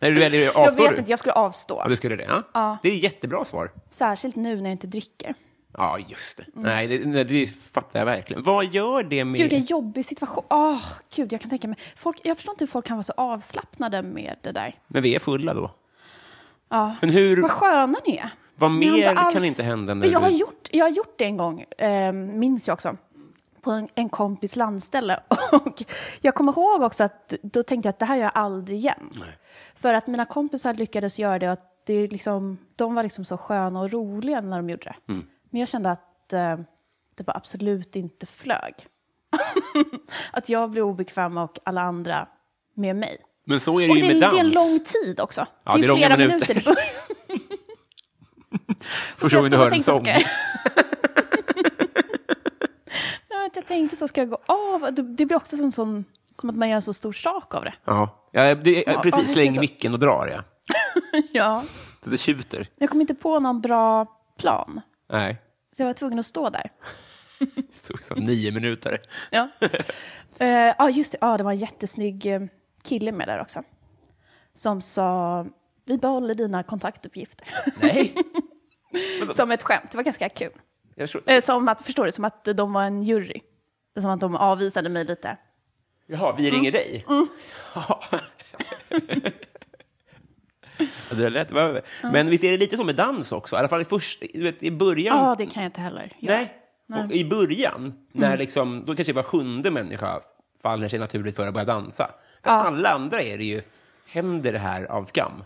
Speaker 1: Nej, du väljer avstår
Speaker 2: jag vet
Speaker 1: du?
Speaker 2: inte, jag skulle
Speaker 1: Ja,
Speaker 2: avstå.
Speaker 1: du skulle det? Ja. Det är jättebra svar.
Speaker 2: Särskilt nu när jag inte dricker.
Speaker 1: Ja, just det. Nej, det, nej, det fattar jag verkligen. Vad gör det med...
Speaker 2: Gud, vilken jobbig situation. Oh, gud, jag kan tänka mig. Folk, jag förstår inte hur folk kan vara så avslappnade med det där.
Speaker 1: Men vi är fulla då. Men hur...
Speaker 2: Vad sköna ni är.
Speaker 1: Vad
Speaker 2: Ni har
Speaker 1: mer
Speaker 2: alls-
Speaker 1: kan inte hända när
Speaker 2: Men jag,
Speaker 1: du-
Speaker 2: har gjort, jag har gjort det en gång, eh, minns jag också, på en, en kompis landställe. Och jag kommer ihåg också att då tänkte jag att det här gör jag aldrig igen. För att mina kompisar lyckades göra det och att det är liksom, de var liksom så sköna och roliga när de gjorde det.
Speaker 1: Mm.
Speaker 2: Men jag kände att eh, det bara absolut inte flög. att jag blev obekväm och alla andra med mig.
Speaker 1: Men så är det
Speaker 2: Och
Speaker 1: ju
Speaker 2: det,
Speaker 1: med
Speaker 2: är-
Speaker 1: dans.
Speaker 2: det är en lång tid också.
Speaker 1: Ja, det är långa
Speaker 2: flera
Speaker 1: minuter.
Speaker 2: minuter. i början.
Speaker 1: Första gången du
Speaker 2: Jag
Speaker 1: hör en
Speaker 2: stod och
Speaker 1: sång.
Speaker 2: tänkte, ska jag- Ja, att jag tänkte så, ska jag gå av? Det, det blir också som, som, som att man gör en så stor sak av det.
Speaker 1: Ja, ja, det, ja,
Speaker 2: Ja,
Speaker 1: precis.
Speaker 2: ja,
Speaker 1: Släng
Speaker 2: så-
Speaker 1: micken och drar, ja.
Speaker 2: Ja.
Speaker 1: Så det tjuter.
Speaker 2: Jag kom inte på någon bra plan,
Speaker 1: Nej.
Speaker 2: så jag var tvungen att stå där.
Speaker 1: Så, så, nio minuter.
Speaker 2: Ja, Eh, ja, just det. Ja, det var en jättesnygg eh, kille med där också. Som sa, vi behåller dina kontaktuppgifter.
Speaker 1: Nej.
Speaker 2: som ett skämt. Det var ganska kul.
Speaker 1: Jag tror...
Speaker 2: Eh, Som att, förstår du, som att de var en jury. Som att de avvisade mig lite.
Speaker 1: Jaha, vi ringer dig?
Speaker 2: Mm.
Speaker 1: Ja. Ja, det lät, men, men visst är det lite så med dans också? I alla fall i, först, du vet, i början.
Speaker 2: Ja, Mm. det kan jag inte heller göra.
Speaker 1: nej. Och I början, när liksom, då kanske var sjunde människa faller sig naturligt för att börja dansa. För alla andra är det ju, händer det här av skam?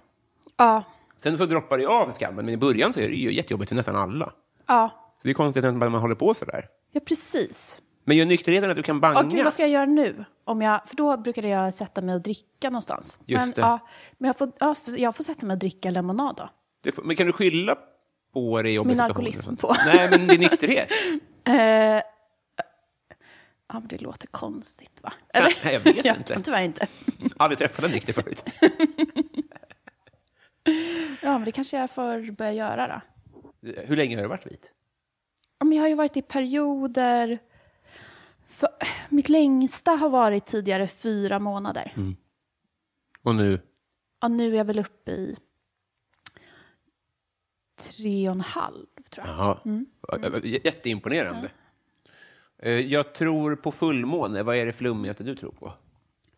Speaker 2: Ja,
Speaker 1: Sen så droppar det ju av skammen, men i början så är det ju jättejobbigt för nästan alla.
Speaker 2: ja.
Speaker 1: Så det är konstigt att man håller på sådär.
Speaker 2: Ja, precis.
Speaker 1: Men gör nykterheten att du kan banga?
Speaker 2: Åh, gud, vad ska jag göra nu? Om jag, för då brukade jag sätta mig och dricka någonstans.
Speaker 1: Just
Speaker 2: men
Speaker 1: det.
Speaker 2: Ja, men jag får, ja, för- jag får sätta mig och dricka lemonad då.
Speaker 1: Du får- Men kan du skylla på det i jobbiga
Speaker 2: Min
Speaker 1: situationer och
Speaker 2: alkoholism
Speaker 1: sånt?
Speaker 2: på.
Speaker 1: Nej, men din nykterhet.
Speaker 2: Eh, ja, men det låter konstigt, va?
Speaker 1: Nej, jag vet
Speaker 2: jag
Speaker 1: inte.
Speaker 2: kan Tyvärr inte.
Speaker 1: Aldrig träffat en nykter förut.
Speaker 2: Ja, men det kanske jag får börja göra då.
Speaker 1: Hur länge har du varit vit?
Speaker 2: Ja, men jag har ju varit i perioder. För, mitt längsta har varit tidigare fyra månader.
Speaker 1: Och nu?
Speaker 2: Ja, nu är jag väl uppe i tre och en halv, tror jag.
Speaker 1: Jaha. J- Jätteimponerande. Eh, Jag tror på fullmåne. Vad är det flummigaste du tror på?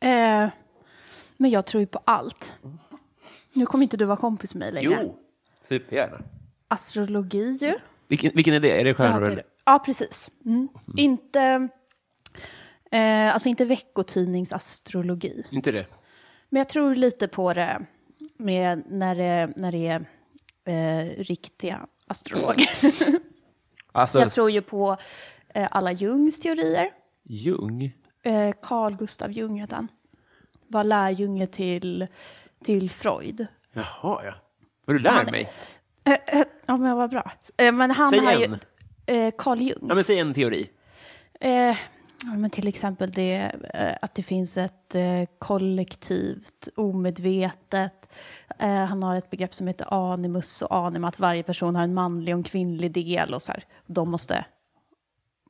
Speaker 2: Eh, men jag tror ju på allt. Nu kommer inte du vara kompis med mig längre.
Speaker 1: Jo, supergärna.
Speaker 2: Astrologi ju.
Speaker 1: Vilken, vilken är det? Är det
Speaker 2: Ja,
Speaker 1: stjärnor?
Speaker 2: det är
Speaker 1: eller?
Speaker 2: det. ja precis. Mm. Inte, eh, alltså inte veckotidningsastrologi.
Speaker 1: Inte det?
Speaker 2: Men jag tror lite på det med när det, när det är eh, riktiga astrologer.
Speaker 1: Alltså,
Speaker 2: jag tror ju på eh, alla Jungs teorier.
Speaker 1: Jung?
Speaker 2: Eh, Carl Gustav Jung hette han. Var lärjunge till, till Freud.
Speaker 1: Jaha, ja. Vad du lär mig.
Speaker 2: Eh, eh, ja, men vad bra. Eh, men han
Speaker 1: Säg
Speaker 2: har
Speaker 1: en.
Speaker 2: ju... Eh, Carl Jung.
Speaker 1: Ja, men säg en teori.
Speaker 2: Eh, ja, men till exempel det, eh, att det finns ett eh, kollektivt, omedvetet. Eh, han har ett begrepp som heter animus och anima, att varje person har en manlig och en kvinnlig del och så här. De måste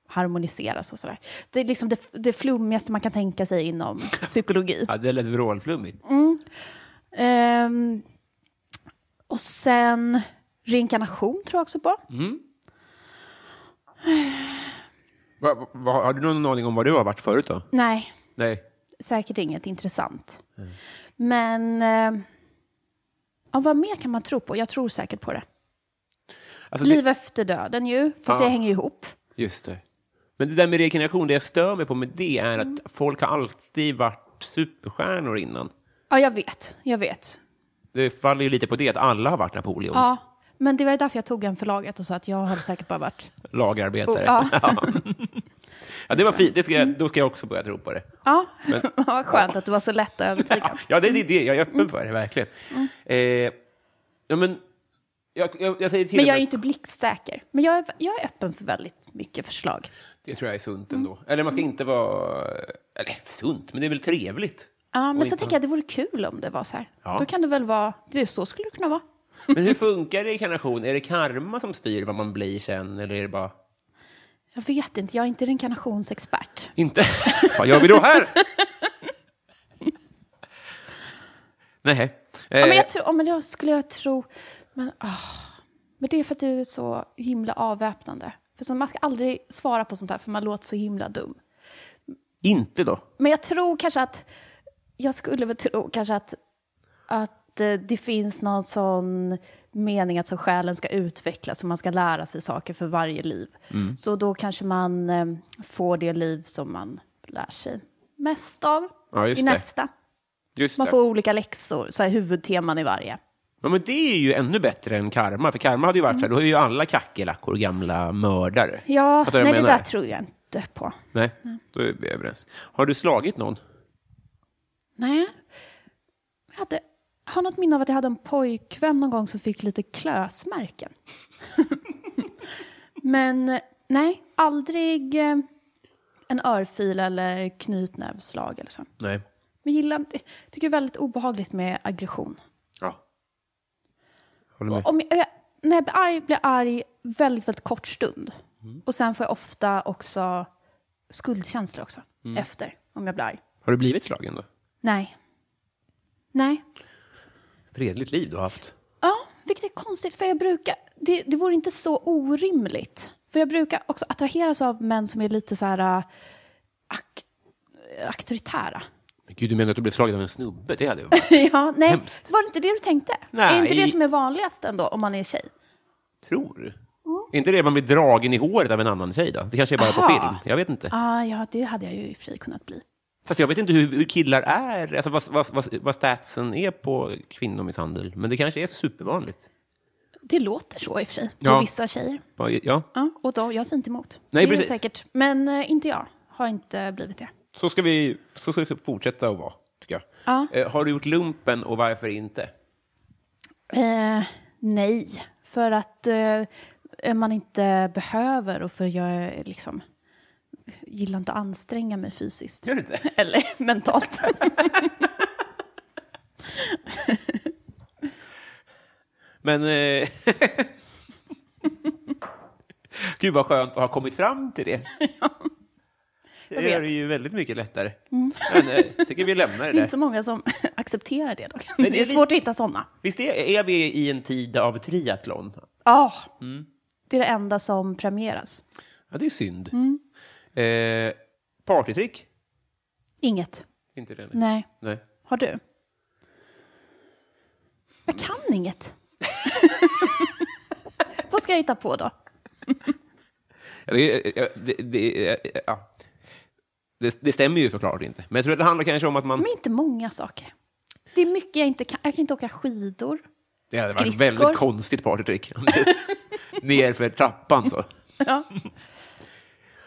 Speaker 2: harmoniseras och sådär. Det är liksom det, det flummigaste man kan tänka sig inom psykologi.
Speaker 1: Ja, det lät vrålflummigt.
Speaker 2: Ehm, och sen reinkarnation tror jag också på.
Speaker 1: Mm. Va, va, va- har du någon aning om vad du har varit förut då?
Speaker 2: Nej,
Speaker 1: Nej.
Speaker 2: säkert inget intressant.
Speaker 1: Mm.
Speaker 2: Men eh, ja, vad mer kan man tro på? Jag tror säkert på det.
Speaker 1: Alltså, det-
Speaker 2: Liv efter döden ju, fast
Speaker 1: Ja.
Speaker 2: det hänger ju ihop.
Speaker 1: Just det. Men det där med reinkarnation, det jag stör mig på med det är att folk har alltid varit superstjärnor innan.
Speaker 2: Ja, jag vet. Jag vet.
Speaker 1: Mm. Det faller ju lite på det att alla har varit Napoleon,
Speaker 2: Ja, men det var ju därför jag tog en förlaget och sa att jag har säkert bara varit...
Speaker 1: lagerarbetare.
Speaker 2: Oh, Ja.
Speaker 1: Ja, det var fint. Det ska jag, då ska jag också börja tro på det.
Speaker 2: Ja, vad skönt att du var så lätt att övertyga.
Speaker 1: Ja, det är det- det. Jag är öppen för det, verkligen.
Speaker 2: Mm.
Speaker 1: Eh, ja, men, jag, jag, jag säger till
Speaker 2: Men
Speaker 1: och
Speaker 2: jag är
Speaker 1: med-
Speaker 2: ju inte blixtsäker. Men jag är, jag är öppen för väldigt mycket förslag.
Speaker 1: Det tror jag är sunt ändå.
Speaker 2: Mm.
Speaker 1: Eller man ska inte vara... Eller sunt, men det är väl trevligt.
Speaker 2: Ja,
Speaker 1: Och
Speaker 2: men så
Speaker 1: inte-
Speaker 2: tänker jag det vore kul om det var så här.
Speaker 1: Ja.
Speaker 2: Då kan det väl vara... Det, så skulle det kunna vara.
Speaker 1: Men hur funkar reinkarnation? Är det karma som styr vad man blir sen, eller är det bara...
Speaker 2: Jag vet inte, jag är inte reinkarnationsexpert.
Speaker 1: Inte? Vad gör vi då här? Nej.
Speaker 2: Ja, men
Speaker 1: Eh,
Speaker 2: jag tror, ja, men jag skulle jag tro, men, ah. men det är för att du är så himla avväpnande. För så, man ska aldrig svara på sånt här för man låter så himla dum.
Speaker 1: Inte då?
Speaker 2: Men jag tror kanske att, jag skulle väl tro kanske att, att eh, det finns någon sån mening att så själen ska utvecklas och man ska lära sig saker för varje liv.
Speaker 1: Mm.
Speaker 2: Så då kanske man eh, får det liv som man lär sig mest av
Speaker 1: Ja, just
Speaker 2: i
Speaker 1: det.
Speaker 2: nästa.
Speaker 1: Just
Speaker 2: Man
Speaker 1: det.
Speaker 2: får olika läxor, så här huvudteman i varje.
Speaker 1: Ja, men det är ju ännu bättre än karma, för karma hade ju
Speaker 2: Mm.
Speaker 1: varit så här, då är ju alla kackerlackor gamla mördare.
Speaker 2: Ja,
Speaker 1: Fattar du vad
Speaker 2: nej,
Speaker 1: jag
Speaker 2: det
Speaker 1: menar?
Speaker 2: där tror jag inte på.
Speaker 1: Nej, då är vi överens. Har du slagit någon?
Speaker 2: Nej. Jag hade, jag har något minne av att jag hade en pojkvän någon gång som fick lite klösmärken. Men nej, aldrig eh, en örfil eller knytnävsslag eller så.
Speaker 1: Nej.
Speaker 2: Men gillar inte, jag tycker det är väldigt obehagligt med aggression.
Speaker 1: Ja. Håller med.
Speaker 2: Om jag, jag- när jag blir arg blir jag arg väldigt, väldigt kort stund. Och sen får jag ofta också skuldkänslor också efter, om jag blir arg.
Speaker 1: Har du blivit slagen då?
Speaker 2: Nej. Nej.
Speaker 1: Fredligt liv du har haft.
Speaker 2: Ja, vilket är konstigt, för jag brukar... Det, det vore inte så orimligt. För jag brukar också attraheras av män som är lite så här... äh, Ak, auktoritära.
Speaker 1: Men gud, du menar att du blev slagen av en snubbe? Det hade jag varit.
Speaker 2: Ja, nej.
Speaker 1: Hemskt.
Speaker 2: Var det inte det du tänkte?
Speaker 1: Nej.
Speaker 2: Är inte det som är vanligast ändå, om man är tjej?
Speaker 1: Tror du? Är inte det man blir dragen i håret av en annan tjej då? Det kanske är bara på
Speaker 2: Mm. Aha.
Speaker 1: film. Jag vet inte.
Speaker 2: Ah, ja, det hade jag ju i och för sig kunnat bli.
Speaker 1: Fast jag vet inte hur, hur killar är, alltså vad, vad, vad, vad statsen är på kvinnomisshandel. Men det kanske är supervanligt.
Speaker 2: Det låter så i och för sig, på
Speaker 1: Ja.
Speaker 2: vissa tjejer.
Speaker 1: Ja, Ja,
Speaker 2: Ja, och då, jag säger inte emot.
Speaker 1: Nej,
Speaker 2: det är det
Speaker 1: precis.
Speaker 2: säkert. Men eh, inte jag. Har inte blivit det.
Speaker 1: så ska vi, så ska vi fortsätta att vara, tycker jag.
Speaker 2: Ja.
Speaker 1: Eh, har du gjort lumpen och varför inte?
Speaker 2: Eh, nej, för att eh, man inte behöver och för jag är liksom gillar inte att anstränga mig fysiskt.
Speaker 1: Gör du inte?
Speaker 2: Eller mentalt.
Speaker 1: Men... Eh, Gud vad skönt att ha kommit fram till det. det gör det
Speaker 2: vet.
Speaker 1: ju väldigt mycket lättare. Men eh, jag tycker vi lämnar det
Speaker 2: Det är
Speaker 1: där.
Speaker 2: inte så många som accepterar det dock.
Speaker 1: det är
Speaker 2: det är
Speaker 1: li-
Speaker 2: svårt att hitta sådana.
Speaker 1: Visst är, är vi i en tid av triathlon?
Speaker 2: Ja,
Speaker 1: Mm.
Speaker 2: det är det enda som premieras.
Speaker 1: Ja, det är synd.
Speaker 2: Mm.
Speaker 1: Eh, partytrick?
Speaker 2: Inget.
Speaker 1: Inte det? Nej.
Speaker 2: Nej.
Speaker 1: Nej.
Speaker 2: Har du? Jag kan inget. Vad ska jag hitta på då?
Speaker 1: Ja, det, eh, ja, det, det, eh, ja. det, det stämmer ju såklart inte. Men jag tror att det handlar kanske om att man...
Speaker 2: Men inte många saker. Det är mycket jag inte kan. Jag kan inte åka skidor.
Speaker 1: Det hade varit ett
Speaker 2: Skridskor.
Speaker 1: väldigt konstigt partytrick. Ner för trappan så.
Speaker 2: Ja,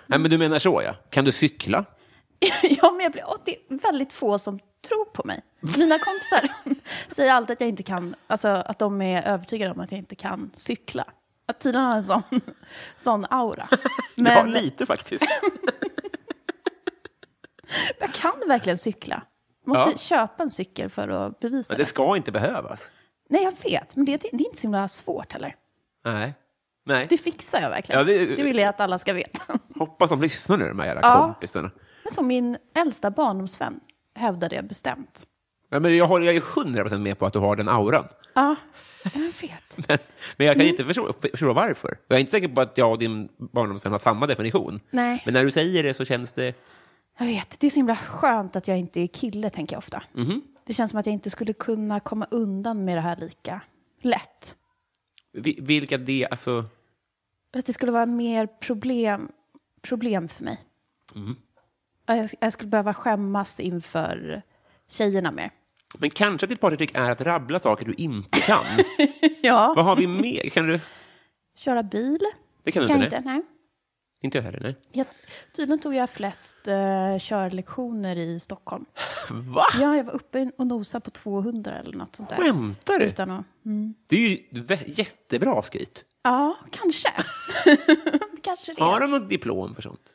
Speaker 1: Nej, men du menar så, ja. Kan du cykla?
Speaker 2: ja men jag blir, åh, det är väldigt få som tror på mig. Mina kompisar säger alltid att jag inte kan, alltså att de är övertygade om att jag inte kan cykla. Att tydligen har jag en sån, sån aura. Men
Speaker 1: Ja, lite faktiskt.
Speaker 2: jag kan verkligen cykla. Måste
Speaker 1: Ja.
Speaker 2: köpa en cykel för att bevisa
Speaker 1: Men
Speaker 2: det.
Speaker 1: det ska inte behövas.
Speaker 2: Nej, jag vet, men det, det är inte så himla svårt heller.
Speaker 1: Nej. Nej.
Speaker 2: Det fixar jag verkligen.
Speaker 1: Ja, det-
Speaker 2: det... vill jag att alla ska veta.
Speaker 1: Hoppas de lyssnar nu, de här jävla
Speaker 2: Ja.
Speaker 1: kompisarna.
Speaker 2: Men som min äldsta barndomsvän hävdade jag bestämt.
Speaker 1: Ja, men jag håller jag är hundra procent med på att du har den auran.
Speaker 2: Ja, jag
Speaker 1: Men,
Speaker 2: vet.
Speaker 1: men
Speaker 2: Mm.
Speaker 1: jag kan inte förstå, förstå varför. Jag är inte säker på att jag och din barndomsvän har samma definition.
Speaker 2: Nej.
Speaker 1: Men när du säger det så känns det...
Speaker 2: Jag vet, det är så himla skönt att jag inte är kille, tänker jag ofta.
Speaker 1: Mhm.
Speaker 2: Det känns som att jag inte skulle kunna komma undan med det här lika lätt.
Speaker 1: vi- Vilka det... Alltså,
Speaker 2: Att det skulle vara mer problem, problem för mig.
Speaker 1: Mhm.
Speaker 2: Att Jag, jag skulle behöva skämmas inför tjejerna mer.
Speaker 1: men kanske att ditt partytrick är att rabbla saker du inte kan.
Speaker 2: Ja.
Speaker 1: Vad har vi mer? Kan du...
Speaker 2: Köra bil?
Speaker 1: Det kan du
Speaker 2: jag
Speaker 1: inte.
Speaker 2: inte.
Speaker 1: Nej.
Speaker 2: Nej.
Speaker 1: Inte jag heller, nej.
Speaker 2: Jag, tydligen tog jag flest eh, körlektioner i Stockholm.
Speaker 1: Va?
Speaker 2: Ja, jag var uppe och nosade på 200 eller något sånt där.
Speaker 1: Skämtar du?
Speaker 2: Utan att, mm.
Speaker 1: Det är ju vä- jättebra skryt.
Speaker 2: Ja, kanske. kanske det.
Speaker 1: Har de något diplom för sånt?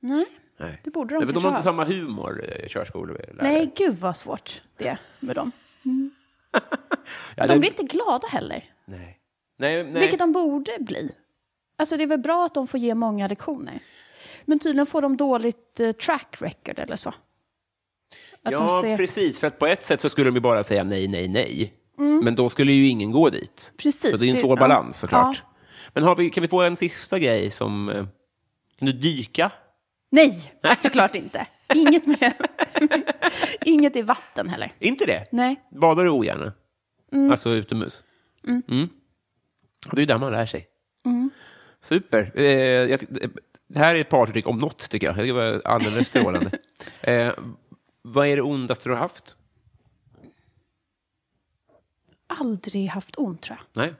Speaker 2: Nej,
Speaker 1: Nej.
Speaker 2: det borde de
Speaker 1: De, de
Speaker 2: kanske
Speaker 1: har inte
Speaker 2: ha.
Speaker 1: samma humor, eh, körskolelärare.
Speaker 2: Nej, gud vad svårt det är med dem.
Speaker 1: Ja,
Speaker 2: De
Speaker 1: det-
Speaker 2: blir inte glada heller,
Speaker 1: Nej. Nej, nej.
Speaker 2: vilket de borde bli. Alltså det är väl bra att de får ge många lektioner. Men tydligen får de dåligt eh, track record eller så. Att
Speaker 1: ja,
Speaker 2: de ser...
Speaker 1: precis. För att på ett sätt så skulle de ju bara säga nej, nej, nej. Men då skulle ju ingen gå dit.
Speaker 2: Mm. Precis,
Speaker 1: Så det är en
Speaker 2: det-
Speaker 1: svår
Speaker 2: ja.
Speaker 1: balans såklart. Men har vi, kan vi få en sista grej som... eh, Kan du dyka?
Speaker 2: Nej, såklart inte. Inget med... Inget i vatten heller.
Speaker 1: Inte det?
Speaker 2: Nej.
Speaker 1: Badar du ogärna? Alltså utomhus? Mm. Det är ju där man lär sig.
Speaker 2: Mm.
Speaker 1: Super. Eh, jag, tyck- det här är ett partytrick om något, tycker jag. Det var alldeles strålande. eh, vad är det ondaste du har haft?
Speaker 2: Aldrig haft ont tror jag.
Speaker 1: Nej.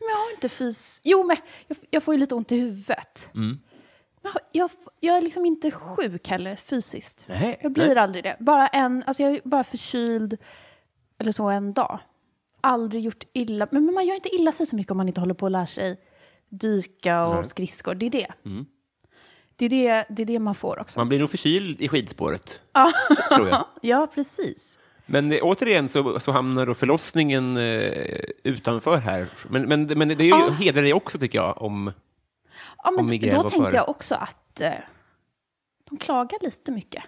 Speaker 2: Men jag har inte fys... Jo, men jag, jag får ju lite ont i huvudet.
Speaker 1: Mm.
Speaker 2: Men jag, jag, jag är liksom inte sjuk heller fysiskt.
Speaker 1: Nej,
Speaker 2: jag blir
Speaker 1: nej.
Speaker 2: aldrig det. Bara en, alltså jag är bara förkyld eller så en dag. Aldrig gjort illa. Men, men man gör inte illa sig så mycket om man inte håller på att lära sig dyka och skridskor. Det är det.
Speaker 1: Mm.
Speaker 2: Det, är det. det är det man får också.
Speaker 1: Man blir nog förkyld i skidspåret. tror jag.
Speaker 2: Ja, precis.
Speaker 1: Men eh, återigen så, så hamnar då förlossningen eh, utanför här. Men, men, men det är ju, hedrar dig också, tycker jag. Om,
Speaker 2: Ja, men
Speaker 1: Om migrän
Speaker 2: då
Speaker 1: var
Speaker 2: tänkte
Speaker 1: före.
Speaker 2: jag också att eh, de klagar lite mycket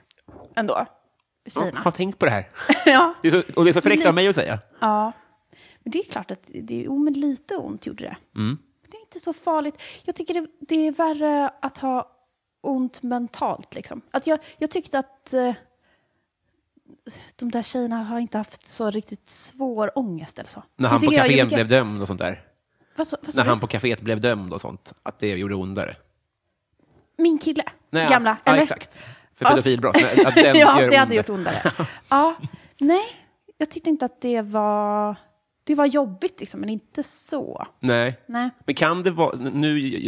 Speaker 2: ändå,
Speaker 1: ja,
Speaker 2: tjejerna.
Speaker 1: har tänkt på det här.
Speaker 2: ja.
Speaker 1: Det är så, och det är så fräckt
Speaker 2: Lite.
Speaker 1: av mig att säga.
Speaker 2: Ja. Men det är klart att det, jo, men lite ont gjorde det.
Speaker 1: Mm.
Speaker 2: Det är inte så farligt. Jag tycker det, det är värre att ha ont mentalt. Liksom. Att jag, jag tyckte att eh, de där tjejerna har inte haft så riktigt svår ångest eller så.
Speaker 1: När
Speaker 2: Det
Speaker 1: han på
Speaker 2: tycker jag är
Speaker 1: kaféet
Speaker 2: mycket-
Speaker 1: blev dömd och sånt där.
Speaker 2: Vad, så- vad,
Speaker 1: När han
Speaker 2: han...
Speaker 1: på kaféet blev dömd och sånt. Att det gjorde ondare.
Speaker 2: Min kille,
Speaker 1: Nej,
Speaker 2: gamla,
Speaker 1: ja,
Speaker 2: eller?
Speaker 1: exakt. För pedofilbrott. Nej, Att den
Speaker 2: ja,
Speaker 1: gör
Speaker 2: det hade
Speaker 1: ondare.
Speaker 2: gjort ondare. ja, nej, jag tyckte inte att det var... Det var jobbigt, liksom, men inte så.
Speaker 1: Nej.
Speaker 2: Nej.
Speaker 1: Men kan det vara... Nu...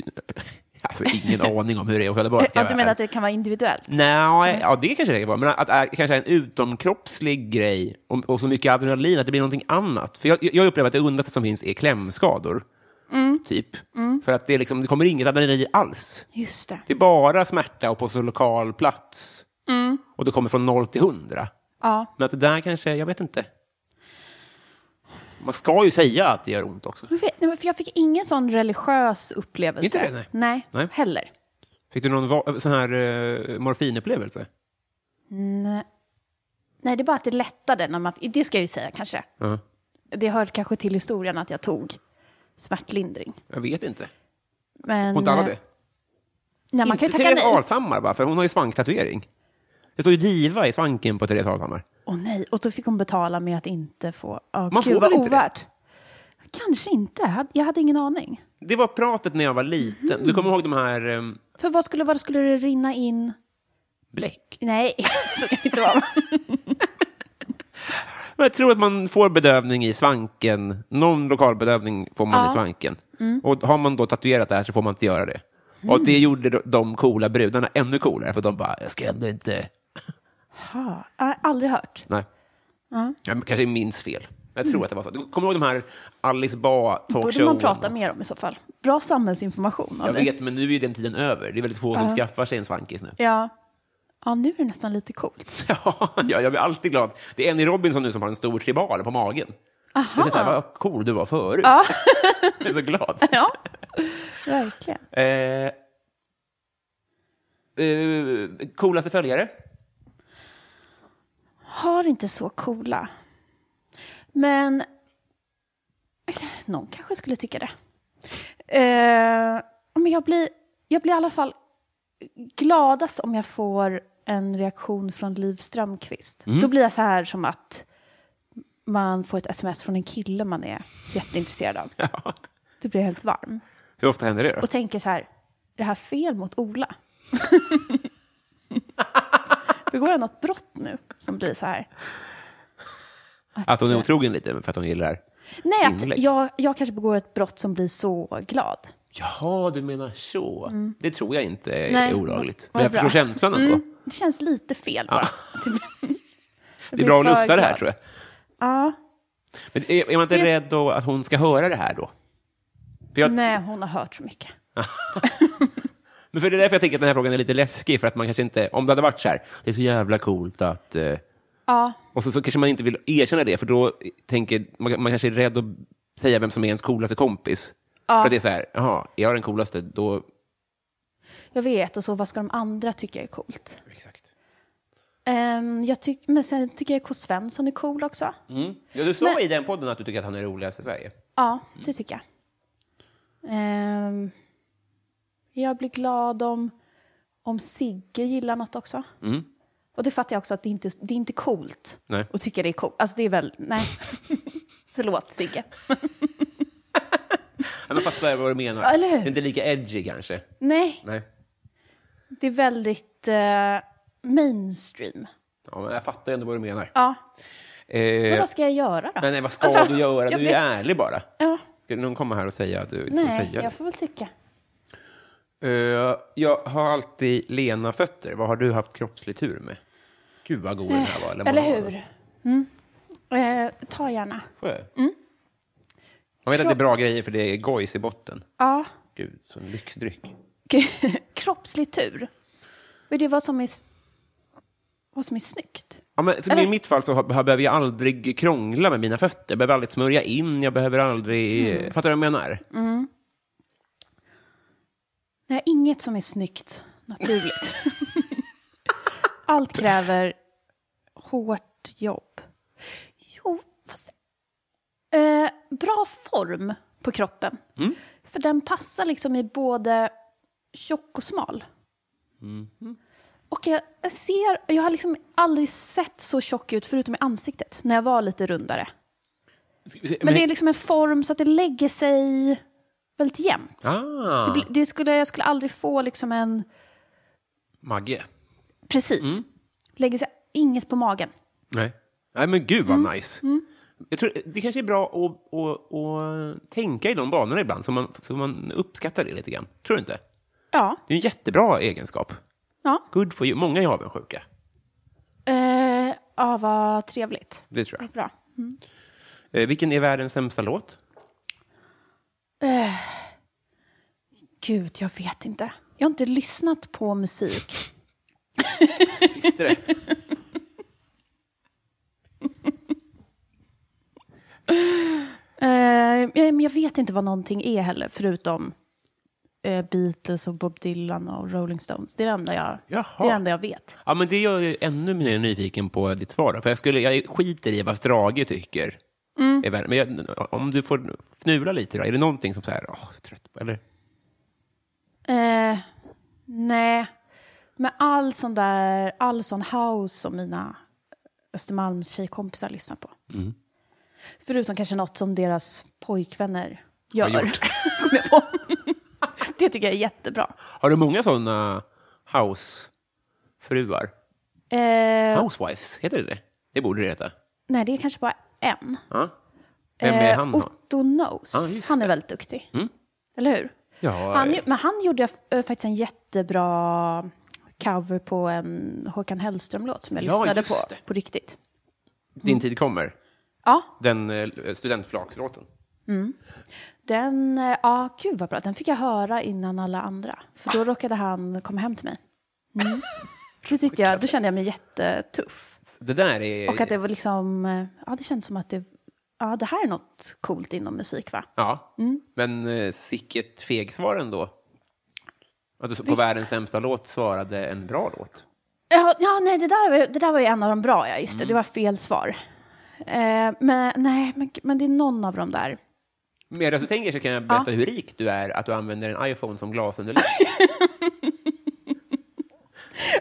Speaker 1: Alltså, ingen aning om hur det Mm. är att föda barn.
Speaker 2: Att du menar att det Mm. kan vara individuellt?
Speaker 1: Nej, ja, det kanske det kan vara. Men att det är kanske en utomkroppslig grej och, och så mycket adrenalin att det blir någonting annat. För jag, jag upplever att det ondaste som finns är klämskador.
Speaker 2: Mm.
Speaker 1: Typ. För att det, är liksom, det kommer inget adrenalin alls.
Speaker 2: Just det.
Speaker 1: Det är bara smärta och på så lokal plats.
Speaker 2: Mm.
Speaker 1: Och det kommer från noll till hundra.
Speaker 2: Ja.
Speaker 1: Men att det där kanske, jag vet inte. Man ska ju säga att det gör ont också.
Speaker 2: Men för, nej, men för jag fick ingen sån religiös upplevelse.
Speaker 1: Inte det, nej. Nej.
Speaker 2: heller.
Speaker 1: Fick du någon va- sån här eh, morfinupplevelse?
Speaker 2: Nej. eh, nej, det är bara att det lättade. När man, det ska jag ju säga kanske.
Speaker 1: Ja.
Speaker 2: Det hör kanske till historien att jag tog smärtlindring.
Speaker 1: Jag vet inte.
Speaker 2: Men, eh,
Speaker 1: Får inte alla det?
Speaker 2: Nej, man
Speaker 1: inte
Speaker 2: kan ju tacka
Speaker 1: Therese
Speaker 2: nej.
Speaker 1: Alshammar, va? för hon har ju svanktatuering. Det står ju diva i svanken på Therese Alshammar.
Speaker 2: Åh nej, och då fick hon betala med att inte få... Oh,
Speaker 1: Man
Speaker 2: gud,
Speaker 1: får
Speaker 2: vad
Speaker 1: väl inte det?
Speaker 2: ovärt. Kanske inte. Had- Jag hade ingen aning.
Speaker 1: Det var pratet när jag var liten. Du kommer ihåg de här um,
Speaker 2: För vad skulle, vad skulle det rinna in?
Speaker 1: bläck?
Speaker 2: Nej, så kan det inte vara.
Speaker 1: Men jag tror att man får bedövning i svanken. Någon lokalbedövning får man i svanken.
Speaker 2: Mm.
Speaker 1: Och har man då tatuerat det här så får man inte göra det. Och det gjorde de- de coola brudarna ännu coolare, för de bara, jag ska ändå inte...
Speaker 2: Ha, jag har aldrig hört.
Speaker 1: Nej. Jag kanske minns fel. Jag tror att det var så. Du kommer ihåg de här Alice Bah talkshowen?
Speaker 2: Mm. borde man prata mer om i så fall. Bra samhällsinformation av
Speaker 1: Jag
Speaker 2: dig.
Speaker 1: vet, men nu är ju den tiden över. Det är väldigt få som skaffar sig en svankis nu.
Speaker 2: Ja. ja, nu är det nästan lite coolt.
Speaker 1: Ja, jag, jag blir alltid glad. Det är Annie Robinson nu som har en stor tribal på magen. Aha. Jag säger så här, vad cool du var förut. jag är så glad.
Speaker 2: Ja, verkligen.
Speaker 1: Eh, eh, coolaste följare?
Speaker 2: Har inte så coola. Men någon kanske skulle tycka det. Eh, men jag blir, jag blir i alla fall gladast om jag får en reaktion från Liv Strömquist. Då blir jag så här som att man får ett sms från en kille man är jätteintresserad av.
Speaker 1: Ja.
Speaker 2: Du blir jag helt varm.
Speaker 1: Hur ofta händer det då?
Speaker 2: och tänker så här, är det här fel mot Ola? Begår jag något brott nu som blir så här?
Speaker 1: Att hon är otrogen lite för att hon gillar...
Speaker 2: Nej, att
Speaker 1: Inlägg.
Speaker 2: jag, jag kanske begår ett brott som blir så glad.
Speaker 1: Jaha, du menar så. Det tror jag inte är
Speaker 2: Mm. Nej,
Speaker 1: olagligt.
Speaker 2: vad
Speaker 1: Men jag
Speaker 2: bra.
Speaker 1: förstår känslan ändå.
Speaker 2: Mm, det känns lite fel bara.
Speaker 1: Det är bra att lufta det här, tror jag.
Speaker 2: Ja,
Speaker 1: Men är, är man inte
Speaker 2: Det-
Speaker 1: rädd då att hon ska höra det här då? För jag,
Speaker 2: nej, hon har hört så mycket.
Speaker 1: Men för det är därför jag tänker att den här frågan är lite läskig, för att man kanske inte, om det hade varit så här, det är så jävla coolt att... eh,
Speaker 2: Ja,
Speaker 1: och så, så kanske man inte vill erkänna det, för då tänker man, man kanske är rädd att säga vem som är ens coolaste kompis. För att det är så här, jaha, är jag den coolaste, då...
Speaker 2: jag vet. Och så, vad ska de andra tycka är coolt?
Speaker 1: Exakt.
Speaker 2: Ehm, jag tyck, men sen tycker jag K. Svensson är cool också.
Speaker 1: Mm. Ja, du sa
Speaker 2: Men-
Speaker 1: i den podden att du tycker att han är roligast i Sverige.
Speaker 2: Ja, det tycker jag. Ehm, jag blir glad om, om Sigge gillar något också. Och det fattar jag också att det inte det är inte coolt
Speaker 1: Mm. Nej.
Speaker 2: att tycka det är coolt. Alltså det är väl, nej. Förlåt Sigge.
Speaker 1: Ja, men fattar jag vad du menar.
Speaker 2: Ja, eller hur?
Speaker 1: Det är inte lika edgy kanske.
Speaker 2: Nej,
Speaker 1: Nej.
Speaker 2: det är väldigt eh, mainstream.
Speaker 1: Ja, men jag fattar ändå vad du menar.
Speaker 2: Ja, men
Speaker 1: Eh,
Speaker 2: vad ska jag göra då?
Speaker 1: nej, nej, vad ska
Speaker 2: Alltså,
Speaker 1: du göra? Du
Speaker 2: jag
Speaker 1: är
Speaker 2: blir-
Speaker 1: ärlig bara.
Speaker 2: Ja,
Speaker 1: Ska någon komma här och säga att du inte får
Speaker 2: nej,
Speaker 1: säga det?
Speaker 2: jag får väl tycka.
Speaker 1: Eh, jag har alltid lena fötter. Vad har du haft kroppslig tur med? Gud vad god den här var.
Speaker 2: Eh, Eller
Speaker 1: lemonaden.
Speaker 2: hur? Mm. Eh, ta gärna.
Speaker 1: Får jag?
Speaker 2: Mm.
Speaker 1: Man vet att det är bra grejer för det är gojs i botten.
Speaker 2: Ja.
Speaker 1: Gud, sån lyxdryck.
Speaker 2: kroppslig tur. Och det är vad som är, s- vad som är snyggt.
Speaker 1: Ja, men, som I
Speaker 2: Eller-
Speaker 1: mitt fall så har, har, behöver jag aldrig krångla med mina fötter. Jag behöver aldrig smörja in, jag behöver aldrig...
Speaker 2: Mm.
Speaker 1: Fattar du vad jag menar?
Speaker 2: Nej, inget som är snyggt naturligt. Allt kräver hårt jobb. Jo, fast... Eh, bra form på kroppen. För den passar liksom i både tjock och smal. Och jag jag ser, jag har liksom aldrig sett så tjock ut förutom i ansiktet när jag var lite rundare.
Speaker 1: Ska vi se,
Speaker 2: Men det är liksom en form så att det lägger sig väldigt jämnt.
Speaker 1: Ah,
Speaker 2: Det bli- Det skulle, jag skulle aldrig få liksom en...
Speaker 1: Magge. Mm.
Speaker 2: Precis. Lägger sig inget på magen.
Speaker 1: Nej. Nej, men gud vad nice. Jag tror, det kanske är bra att, att, att tänka i de banorna ibland, så man, så man uppskattar det lite grann. Tror du inte?
Speaker 2: Ja.
Speaker 1: Det är en jättebra egenskap.
Speaker 2: Ja,
Speaker 1: Good for you. Många är avundsjuka.
Speaker 2: eh, ja vad trevligt.
Speaker 1: Det tror jag.
Speaker 2: Bra.
Speaker 1: Eh, vilken är världens sämsta låt?
Speaker 2: Eh, gud, jag vet inte. Jag har inte lyssnat på musik.
Speaker 1: Visste det.
Speaker 2: Eh, ja, men jag vet inte vad någonting är heller, förutom eh, Beatles och Bob Dylan och Rolling Stones. Det är det enda jag,
Speaker 1: Jaha.
Speaker 2: det är det enda jag vet.
Speaker 1: Ja, men det gör jag ju ännu mer nyfiken på ditt svar. då. För jag, skulle, jag skiter i vad Strage tycker. är värre. Men jag, om du får fnula lite, då, är det någonting som så här, åh, trött på, eller?
Speaker 2: Eh, nej, men all sån där, all sån house som mina Östermalms tjejkompisar lyssnar på.
Speaker 1: Mm.
Speaker 2: Förutom kanske något som deras pojkvänner gör.
Speaker 1: Har gjort.
Speaker 2: Kom jag på. det tycker jag är jättebra.
Speaker 1: Har du många sådana housefruar?
Speaker 2: Eh,
Speaker 1: Housewives, heter det det? Det borde det heta.
Speaker 2: Nej, det är kanske bara en.
Speaker 1: Ja. Vem är
Speaker 2: Eh,
Speaker 1: han? då?
Speaker 2: Otto Knows.
Speaker 1: Ja, just
Speaker 2: han är
Speaker 1: det. Mm.
Speaker 2: väldigt duktig. Eller hur?
Speaker 1: Ja,
Speaker 2: han,
Speaker 1: eh.
Speaker 2: ju- Men han gjorde eh, faktiskt en jättebra cover på en Håkan Hellström-låt som jag
Speaker 1: Ja,
Speaker 2: lyssnade
Speaker 1: just
Speaker 2: på,
Speaker 1: det.
Speaker 2: på riktigt.
Speaker 1: Din tid kommer.
Speaker 2: Ja,
Speaker 1: Den eh, studentflakslåten.
Speaker 2: den, eh, ja, gud vad bra. Den fick jag höra innan alla andra. För då råkade han komma hem till mig. Mm. Det tyckte jag, då kände jag mig jättetuff.
Speaker 1: Det där är...
Speaker 2: Och att det var liksom, eh, ja det kändes som att det, ja det här är något coolt inom musik va?
Speaker 1: Ja.
Speaker 2: Mm.
Speaker 1: Men eh, sicket fegsvar ändå. Att du så- på världens sämsta låt svarade en bra låt.
Speaker 2: Ja, ja nej, det där, var- det där var ju en av de bra, ja. Just det,
Speaker 1: Mm.
Speaker 2: det var fel svar. Eh, men nej, men, men det är någon av de där.
Speaker 1: Medan du tänker så kan jag berätta hur rik du är att du använder en iPhone som glasunderlag.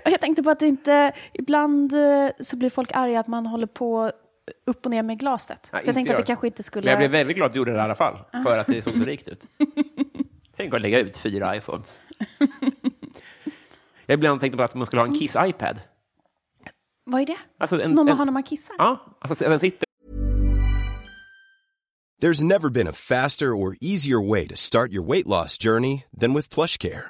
Speaker 2: Och Jag tänkte på att det inte, ibland eh, så blir folk arga att man håller på upp och ner med glaset.
Speaker 1: Nej,
Speaker 2: så jag
Speaker 1: inte
Speaker 2: tänkte att
Speaker 1: jag.
Speaker 2: det kanske inte skulle... Ah.
Speaker 1: Men jag blev väldigt glad att du gjorde det i alla fall, för att det såg så rikt ut. Tänk att lägga ut fyra iPhones. Jag ibland tänkte på att man skulle ha en Kiss-iPad.
Speaker 2: Vad är det?
Speaker 1: Alltså en,
Speaker 2: Någon man
Speaker 1: en,
Speaker 2: har när man kissar?
Speaker 1: ja, alltså den sitter
Speaker 3: There's never been a faster or easier way to start your weight loss journey than with PlushCare.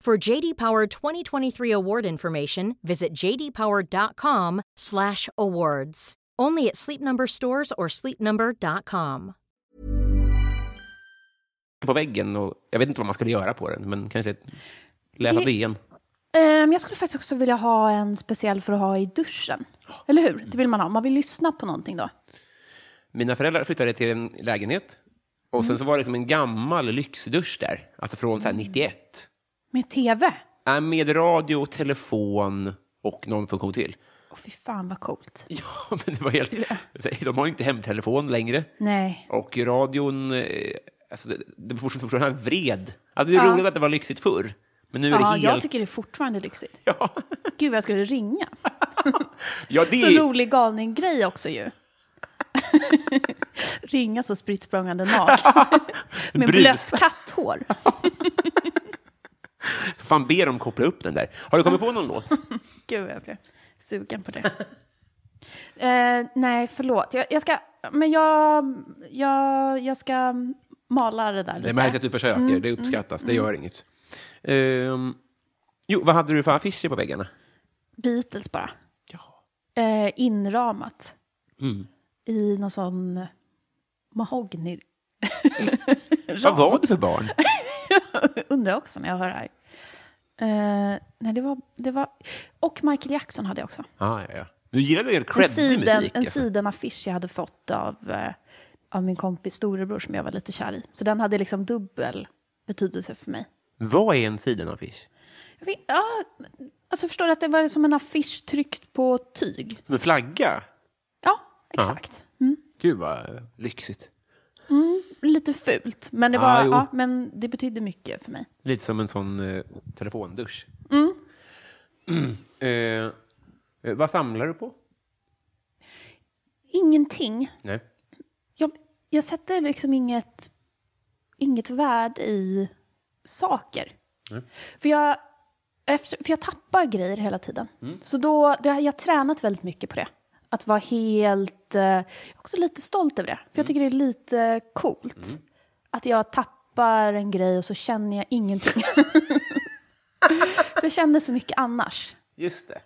Speaker 4: For JD Power 2023 award information, visit jdpower.com/awards. Only at Sleep Number stores or sleepnumber.com.
Speaker 1: på väggen och jag vet inte vad man skulle göra på den, men kanske läsa
Speaker 2: Det-
Speaker 1: DN.
Speaker 2: Ehm, jag skulle faktiskt också vilja ha en speciell för att ha i duschen. Eller hur?
Speaker 1: Mm.
Speaker 2: Det vill man ha. Man vill lyssna på någonting då.
Speaker 1: Mina föräldrar flyttade till en lägenhet och
Speaker 2: Mm.
Speaker 1: sen så var det liksom en gammal lyxdusch där, alltså från så här 91.
Speaker 2: Med tv.
Speaker 1: Äh, Med radio, telefon och någon funktion till.
Speaker 2: Åh, fy fan vad coolt.
Speaker 1: Ja, men det var helt... De har ju inte hemtelefon längre.
Speaker 2: Nej.
Speaker 1: Och radion, eh, alltså det, det var fortfarande den här vred. Alltså det är roligt att det var lyxigt förr, men nu är det
Speaker 2: Ja,
Speaker 1: helt...
Speaker 2: jag tycker det är fortfarande lyxigt.
Speaker 1: Ja,
Speaker 2: Gud, jag skulle ringa.
Speaker 1: ja det
Speaker 2: Så
Speaker 1: är...
Speaker 2: rolig galning-grej också ju. Ringa så spritt språngande naken. Med
Speaker 1: Brus.
Speaker 2: blött katthår.
Speaker 1: Fan, be dem koppla upp den där. Har du kommit på någon låt?
Speaker 2: Gud, jag blev sugen på det. Eh, nej, förlåt. Jag, jag ska... Men jag, jag, jag ska mala det där
Speaker 1: Det
Speaker 2: lite. Mm.
Speaker 1: märks att du försöker, det uppskattas, det gör inget. Ehm, jo, vad hade du för affischer på väggarna?
Speaker 2: Beatles bara.
Speaker 1: Ja.
Speaker 2: Eh, inramat.
Speaker 1: Mm.
Speaker 2: I någon sån mahogny.
Speaker 1: Vad var du för barn?
Speaker 2: Undrar också när jag hör det här. Eh, nej, det var, det var... Och Michael Jackson hade jag också.
Speaker 1: Ah, ja, ja. Du gillade ju
Speaker 2: En,
Speaker 1: creddig
Speaker 2: siden,
Speaker 1: musik.
Speaker 2: en
Speaker 1: alltså.
Speaker 2: sidenaffisch jag hade fått av, eh, av min kompis storebror som jag var lite kär i. Så den hade liksom dubbel betydelse för mig.
Speaker 1: Vad är en sidenaffisch?
Speaker 2: Jag vet, ja, alltså förstår du att det var som en affisch tryckt på tyg?
Speaker 1: Som en flagga?
Speaker 2: Ja, exakt. Mm,
Speaker 1: Gud, vad lyxigt.
Speaker 2: Lite fult, men det, var,
Speaker 1: Ah, jo.
Speaker 2: ja, men det betydde mycket för mig.
Speaker 1: Lite som en sån eh, telefondusch.
Speaker 2: Mm.
Speaker 1: eh, eh, vad samlar du på?
Speaker 2: Ingenting.
Speaker 1: Nej.
Speaker 2: Jag, jag sätter liksom inget, inget värde i saker. För, jag, efter, för jag tappar grejer hela tiden. Så då, det, har- jag har tränat väldigt mycket på det. Att vara helt... eh, Jag är också lite stolt över det. För jag tycker det är lite coolt. Att jag tappar en grej och så känner jag ingenting. för jag känner så mycket annars.
Speaker 1: Just det.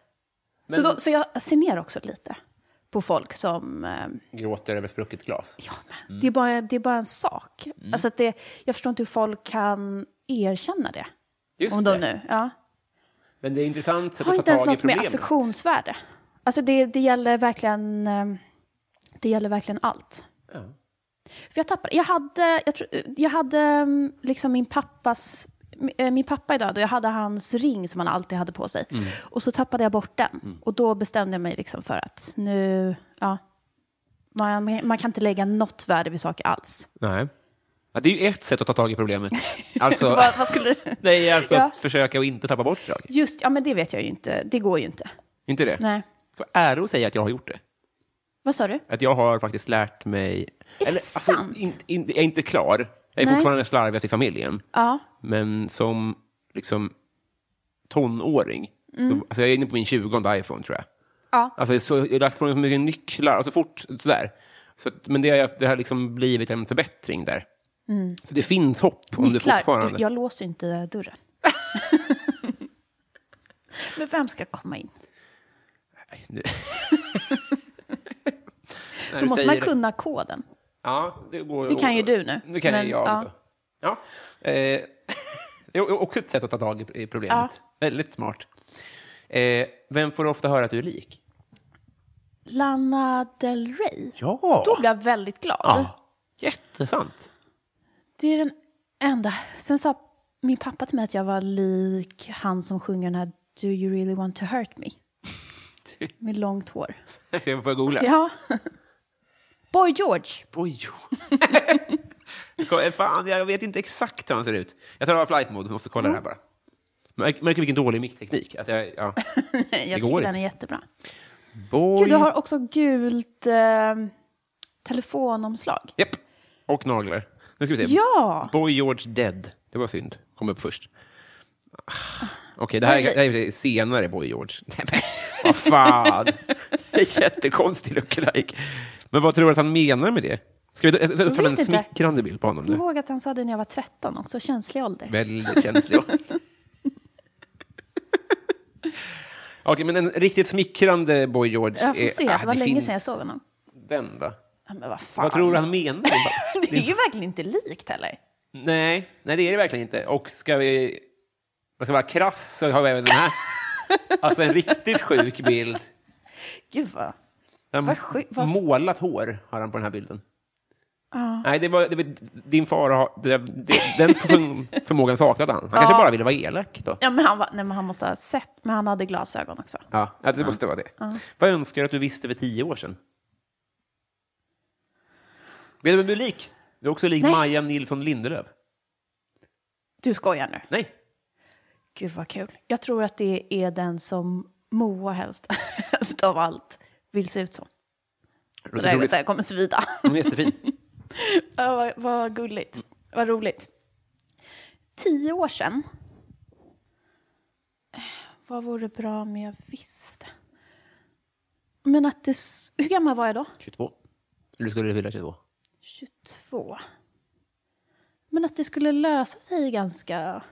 Speaker 2: Så, då, så jag ser ner också lite på folk som... eh,
Speaker 1: Gråter över sprucket glas.
Speaker 2: Ja, men
Speaker 1: Mm.
Speaker 2: det, är bara, det är bara en sak. Alltså att det, jag förstår inte hur folk kan erkänna det.
Speaker 1: Just
Speaker 2: om de
Speaker 1: det.
Speaker 2: nu, ja.
Speaker 1: Men det är intressant sätt
Speaker 2: har
Speaker 1: att
Speaker 2: inte
Speaker 1: ta
Speaker 2: ens
Speaker 1: tag i
Speaker 2: något med
Speaker 1: problemet.
Speaker 2: affektionsvärde. Alltså det, det, gäller verkligen, eh, det gäller verkligen allt.
Speaker 1: Ja.
Speaker 2: För jag, tappade, jag hade, jag, tror- jag hade mm, liksom min pappas... mi- eh, Min pappa idag, då jag hade hans ring som han alltid hade på sig.
Speaker 1: Mm.
Speaker 2: Och så tappade jag bort den. Och då bestämde jag mig liksom för att nu... Ja, man, man kan inte lägga något värde vid saker alls.
Speaker 1: Nej. Ja, det är ju ett sätt att ta tag i problemet. Alltså,
Speaker 2: vad, vad skulle du...
Speaker 1: nej, alltså
Speaker 2: Ja.
Speaker 1: att försöka och inte tappa bort saker.
Speaker 2: Just, ja men det vet jag ju inte. Det går ju inte.
Speaker 1: Inte det?
Speaker 2: Nej.
Speaker 1: Får ära att säga att jag har gjort det.
Speaker 2: Vad sa du?
Speaker 1: Att jag har faktiskt lärt mig... alltså,
Speaker 2: det sant?
Speaker 1: in, in, jag är inte klar. Jag är
Speaker 2: Nej.
Speaker 1: fortfarande slarvigast i familjen.
Speaker 2: Ja.
Speaker 1: Men som liksom, tonåring, så, alltså jag är inne på min 20 iPhone tror jag.
Speaker 2: Mm. Ja.
Speaker 1: Alltså, jag är så, jag har lagt från mig så mycket nycklar och så fort sådär. Så, att- men det, har jag- det har liksom blivit en förbättring där. Så det finns hopp om du
Speaker 2: Mm. Nycklar.
Speaker 1: fortfarande...
Speaker 2: Du, jag låser ju inte dörren. men vem ska komma in?
Speaker 1: Nu- När
Speaker 2: Då
Speaker 1: du
Speaker 2: måste man
Speaker 1: säger det-
Speaker 2: kunna koden.
Speaker 1: Ja, det, går,
Speaker 2: Det kan ju du nu.
Speaker 1: Nu kan
Speaker 2: Men,
Speaker 1: ju jag.
Speaker 2: ja.
Speaker 1: Ja. Ja. Eh, det är också ett sätt att ta tag i- i problemet.
Speaker 2: Ja.
Speaker 1: Väldigt smart. Eh, vem får ofta höra att du är lik?
Speaker 2: Lana Del Rey.
Speaker 1: Ja!
Speaker 2: Då blir jag väldigt glad.
Speaker 1: ja. Jättesant.
Speaker 2: Det är den enda. Sen sa min pappa till mig att jag var lik han som sjunger den här Do you really want to hurt me? Med långt hår.
Speaker 1: Jag ser- får jag googla?
Speaker 2: Ja. Boy George.
Speaker 1: Oj, jo. Ska- Fan, jag vet inte exakt hur han ser ut. Jag tar av flight mode, måste kolla
Speaker 2: Mm.
Speaker 1: det här bara. Märk- Märker vilken dålig mickteknik. Att jag, ja.
Speaker 2: Jag
Speaker 1: går
Speaker 2: tycker
Speaker 1: inte.
Speaker 2: den är jättebra.
Speaker 1: Boy.
Speaker 2: Gud, du har också gult eh, telefonomslag.
Speaker 1: Japp. Och naglar. Nu ska vi se.
Speaker 2: Ja!
Speaker 1: Boy George Dead. Det var synd. Kom upp först. Ah, Okej, det här är- det här är senare Boy George. Nej, men vad fan. Det är jättekonstig lookalike. Men vad tror du att han menar med det? Ska vi ta- ta upp
Speaker 2: vet
Speaker 1: en
Speaker 2: inte.
Speaker 1: smickrande bild på honom
Speaker 2: Kom
Speaker 1: nu?
Speaker 2: ihåg att han sa det när jag var 13 också, känslig ålder.
Speaker 1: Väldigt känslig. Okej, men en riktigt smickrande Boy George.
Speaker 2: Jag får
Speaker 1: är-
Speaker 2: se,
Speaker 1: ah,
Speaker 2: det var länge
Speaker 1: finns
Speaker 2: sedan jag såg honom.
Speaker 1: Den, va?
Speaker 2: Ja, men vad fan.
Speaker 1: Vad tror du han menar?
Speaker 2: Det är ju verkligen inte likt heller.
Speaker 1: Nej, nej det är det verkligen inte. Och ska vi, jag ska vara krass så har vi även den här. Alltså en riktigt sjuk bild.
Speaker 2: Gud vad...
Speaker 1: Han
Speaker 2: Vad sjuk- vad-
Speaker 1: Målat hår har han på den här bilden. Nej, det var, det var, din far har, det, det, den för- förmågan saknade han. Han kanske bara ville vara elak då.
Speaker 2: Ja, men han, var, nej, men han måste ha sett, men han hade glasögon också.
Speaker 1: Ja, ja det måste vara det. Vad önskar du att du visste för tio år sedan? Vet du vem du är lik? Du är också lik
Speaker 2: Nej.
Speaker 1: Maja Nilsson Lindelöf.
Speaker 2: Du skojar nu?
Speaker 1: Nej,
Speaker 2: Gud vad kul. Jag tror att det är den som Moa helst, helst av allt vill se ut som. Så det,
Speaker 1: låter
Speaker 2: här,
Speaker 1: roligt.
Speaker 2: det här kommer svida.
Speaker 1: Hon är jättefin.
Speaker 2: Ja, vad, vad gulligt. Vad roligt. Tio år sedan. Eh, Vad vore bra om jag visste? Men att det... s- Hur gammal var jag då?
Speaker 1: 22. Eller skulle du fylla 22?
Speaker 2: 22. Men att det skulle lösa sig ganska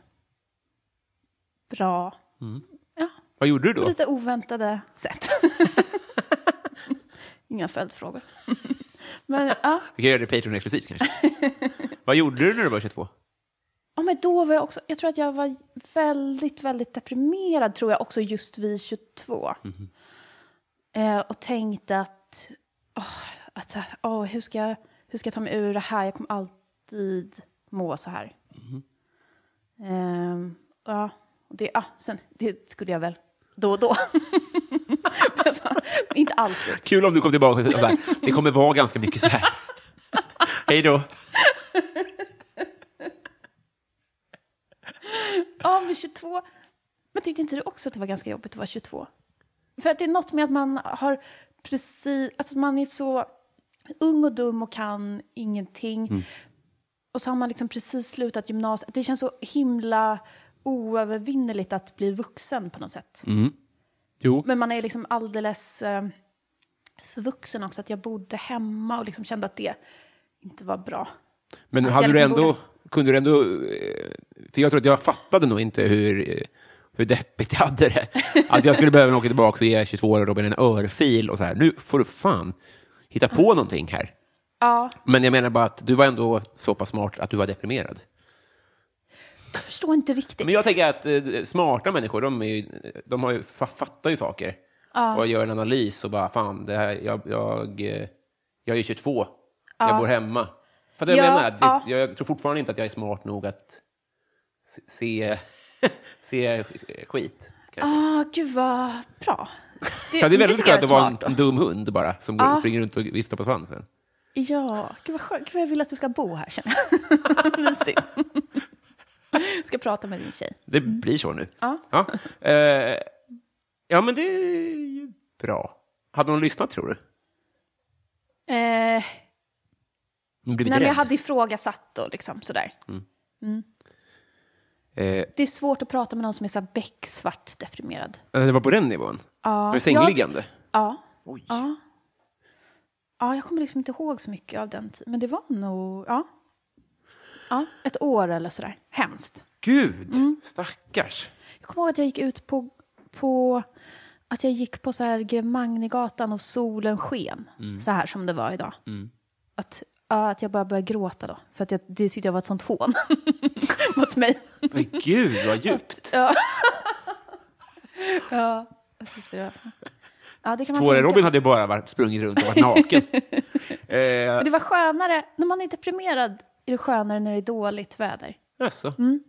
Speaker 2: bra.
Speaker 1: Vad gjorde du
Speaker 2: På
Speaker 1: då?
Speaker 2: lite oväntade sätt. Inga följdfrågor. Men ja,
Speaker 1: Vi kan göra det Patreon-exklusivt kanske. Vad gjorde du när du var 22?
Speaker 2: Ja, men då var jag också, jag tror att jag var väldigt, väldigt deprimerad tror jag också just vid 22. Eh, och tänkte att, åh, att åh, hur, ska jag, hur ska jag ta mig ur det här? Jag kommer alltid må så här. Ehm, ja, och det, ja, sen, det skulle jag väl då och då. Men så, inte alltid.
Speaker 1: Kul om du kom tillbaka och sa det kommer vara ganska mycket så här. Hej då.
Speaker 2: Ja, men 22. Men tyckte inte du också att det var ganska jobbigt att vara 22? För att det är något med att man har precis, alltså att man är så ung och dum och kan ingenting.
Speaker 1: Mm.
Speaker 2: Och så har man liksom precis slutat gymnasiet. Det känns så himla oövervinneligt att bli vuxen på något sätt.
Speaker 1: Mm. Jo.
Speaker 2: Men man är liksom alldeles eh, förvuxen också. Att jag bodde hemma och liksom kände att det inte var bra.
Speaker 1: Men
Speaker 2: Att
Speaker 1: hade
Speaker 2: jag
Speaker 1: du
Speaker 2: liksom
Speaker 1: ändå,
Speaker 2: borde-
Speaker 1: kunde du ändå, eh, för jag tror att jag fattade nog inte hur, eh, hur deppigt jag hade det. Att jag skulle behöva åka tillbaka och ge 22-åriga Robin en örfil och så här, nu får du fan hitta på någonting här.
Speaker 2: Ja,
Speaker 1: Men jag menar bara att du var ändå så pass smart att du var deprimerad.
Speaker 2: jag förstår inte riktigt.
Speaker 1: Men jag tänker att eh, smarta människor, de, är ju, de har ju, fa- fattar ju saker. Och gör en analys och bara, fan, det här, jag, jag, eh, jag är 22, jag bor hemma. För det jag
Speaker 2: Ja,
Speaker 1: menar, det,
Speaker 2: ja.
Speaker 1: jag, jag tror fortfarande inte att jag är smart nog att se, se, se skit. Kanske.
Speaker 2: Ah, gud vad bra.
Speaker 1: ja, det är väldigt
Speaker 2: tycker jag
Speaker 1: skönt att vara en,
Speaker 2: smart.
Speaker 1: en dum hund bara, som går, springer runt och viftar på svansen.
Speaker 2: Ja, gud vad skönt. Gud vad jag vill att du ska bo här känner jag. Mysigt. Ska prata med din tjej.
Speaker 1: Det blir så nu.
Speaker 2: Mm. Ja.
Speaker 1: Ja, eh, ja men det är ju bra. Hade hon lyssnat, tror du?
Speaker 2: Eh, nej,
Speaker 1: Hon blev
Speaker 2: men
Speaker 1: rädd.
Speaker 2: jag hade ifrågasatt och liksom sådär.
Speaker 1: Eh,
Speaker 2: Det är svårt att prata med någon som är så här becksvart deprimerad.
Speaker 1: Ja, Eh, Det var på den nivån? Var det sängliggande?
Speaker 2: Ja.
Speaker 1: Oj.
Speaker 2: Ja. ja, jag kommer liksom inte ihåg så mycket av den tiden. Men det var nog, ja. Ja, ett år eller sådär. Hemskt.
Speaker 1: Gud,
Speaker 2: Mm.
Speaker 1: stackars.
Speaker 2: Jag kommer ihåg att jag gick ut på, på att jag gick på så här Grev Magnegatan och solen sken. Så här som det var idag. Att, ja, att jag bara började gråta då. För att jag, det tyckte jag var ett sånt hån mot mig.
Speaker 1: Men gud, vad djupt.
Speaker 2: Ja, jag tyckte det var så. Ja, det kan man tänka
Speaker 1: Tvåårige-Robin
Speaker 2: på.
Speaker 1: hade ju bara varit, sprungit runt och varit naken. eh,
Speaker 2: Men Det var skönare, när man är deprimerad är det skönare när det är dåligt väder.
Speaker 1: alltså. Men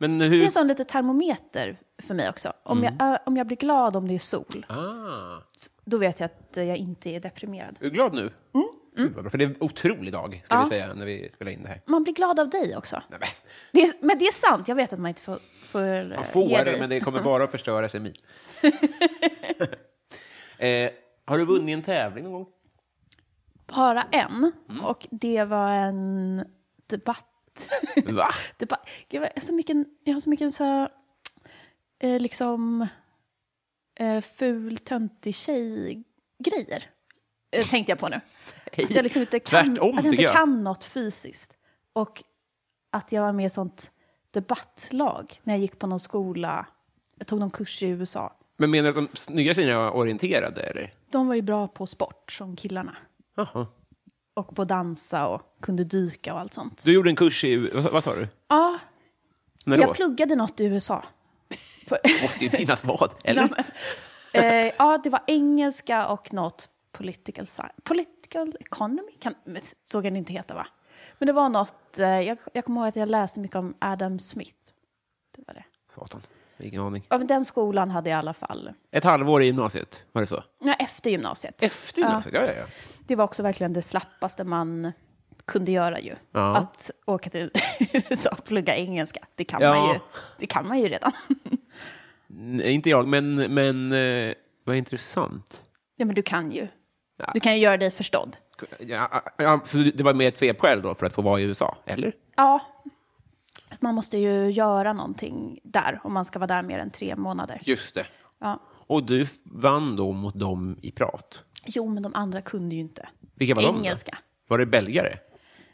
Speaker 2: Mm. Det är
Speaker 1: hur...
Speaker 2: en sån liten termometer för mig också. Om, jag, äh, om jag blir glad om det är sol,
Speaker 1: Ah,
Speaker 2: då vet jag att eh, jag inte är deprimerad.
Speaker 1: är du glad nu? Mm. Gud, vad bra, för det är en otrolig dag, ska vi säga, när vi spelar in det här.
Speaker 2: Man blir glad av dig också.
Speaker 1: Nej, men,
Speaker 2: Det är, men det är sant, jag vet att man inte får, får,
Speaker 1: man
Speaker 2: eh, ge
Speaker 1: får,
Speaker 2: dig.
Speaker 1: men det kommer bara att förstöra kemin. eh, har du vunnit en tävling någon gång?
Speaker 2: Bara en,
Speaker 1: Mm.
Speaker 2: och det var en debatt.
Speaker 1: Va?
Speaker 2: debatt. Gud, vad- jag, har så mycket, jag har så mycket så här, eh, liksom eh, ful, töntig tjej-grejer, eh, tänkte jag på nu. Att jag liksom inte kan,
Speaker 1: Tvärtom,
Speaker 2: att jag inte
Speaker 1: tycker jag.
Speaker 2: kan något fysiskt. Och att jag var med i sånt debattlag när jag gick på någon skola. Jag tog någon kurs i USA.
Speaker 1: Men menar du att de snygga tjejerna var orienterade, eller?
Speaker 2: De var ju bra på sport som killarna.
Speaker 1: Jaha.
Speaker 2: Och på att dansa och kunde dyka och allt sånt.
Speaker 1: Du gjorde en kurs i... Vad, vad sa du?
Speaker 2: Ja,
Speaker 1: När då?
Speaker 2: jag pluggade något i USA. På,
Speaker 1: måste ju finnas vad, eller?
Speaker 2: Ja, men- eh, ja, det var engelska och något political science. Political economy? Kan, men så kan det inte heta, va? Men det var något... Eh, jag, jag kommer ihåg att jag läste mycket om Adam Smith. Det var det.
Speaker 1: Satan, ingen aning.
Speaker 2: Ja, men den skolan hade jag i alla fall.
Speaker 1: Ett halvår i gymnasiet, var det så?
Speaker 2: Ja, efter gymnasiet.
Speaker 1: Efter gymnasiet, ja, ja, ja.
Speaker 2: Det var också verkligen det slappaste man kunde göra ju.
Speaker 1: Ja.
Speaker 2: Att åka till USA och plugga engelska. Det kan,
Speaker 1: Ja.
Speaker 2: man, ju, det kan man ju redan.
Speaker 1: Nej, inte jag, men, men eh, vad intressant.
Speaker 2: ja, men du kan ju. Du kan ju göra dig förstådd.
Speaker 1: Ja, ja, så det var med ett svepskäl då för att få vara i USA, eller?
Speaker 2: Ja. Att Man måste ju göra någonting där om man ska vara där mer än tre månader.
Speaker 1: Just det.
Speaker 2: Ja.
Speaker 1: Och du f- vann då mot dem i prat.
Speaker 2: Jo, men de andra kunde ju inte.
Speaker 1: Vilka var
Speaker 2: Engelska.
Speaker 1: de då? Var det belgare?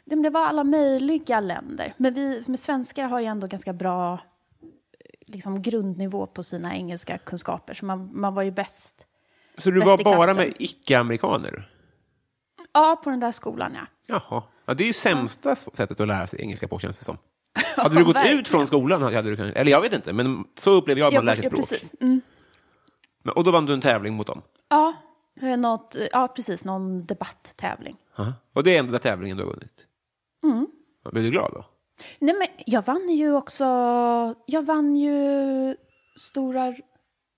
Speaker 2: Det, men det var alla möjliga länder. Men vi men svenskar har ju ändå ganska bra eh, liksom, grundnivå på sina engelska kunskaper. Så man, man var ju bäst.
Speaker 1: Så du
Speaker 2: Bäst
Speaker 1: var
Speaker 2: i
Speaker 1: bara
Speaker 2: klassen.
Speaker 1: med icke-amerikaner?
Speaker 2: Ja, på den där skolan ja.
Speaker 1: Jaha. Ja, det är ju sämsta s- sättet att lära sig engelska på, känns det som. Hade du gått
Speaker 2: verkligen.
Speaker 1: ut från skolan, hade du kanske, eller jag vet inte, men så upplever jag att man lär sig
Speaker 2: ja,
Speaker 1: språk.
Speaker 2: precis. Mm.
Speaker 1: Men- Och då vann du en tävling mot dem.
Speaker 2: Ja, eh, något, ja, precis. Någon debatttävling.
Speaker 1: Aha. Och det är enda tävlingen du har vunnit. Mm. Blev du glad då?
Speaker 2: Nej, men jag vann ju också... Jag vann ju Stora...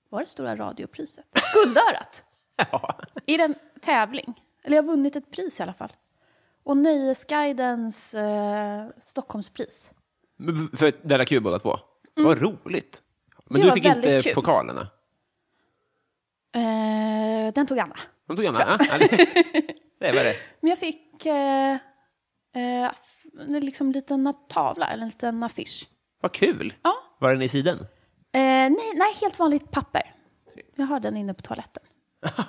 Speaker 2: Var det Stora radiopriset? Guldörat! I den tävling. Eller jag har vunnit ett pris i alla fall. Och Nöjesguidens eh, Stockholmspris.
Speaker 1: Men f- För det där kul båda två. Vad roligt. Men
Speaker 2: Mm. Det
Speaker 1: du
Speaker 2: var
Speaker 1: fick inte
Speaker 2: väldigt kul.
Speaker 1: pokalerna?
Speaker 2: Eh, den tog Anna.
Speaker 1: De tog gärna. Ja. ja, det- det var det.
Speaker 2: Men jag fick eh, eh, aff- en liksom liten tavla, eller en liten affisch.
Speaker 1: Vad kul.
Speaker 2: Ja.
Speaker 1: Var den i sidan?
Speaker 2: Eh, nej, nej, helt vanligt papper.
Speaker 1: Typ.
Speaker 2: Jag har den inne på toaletten.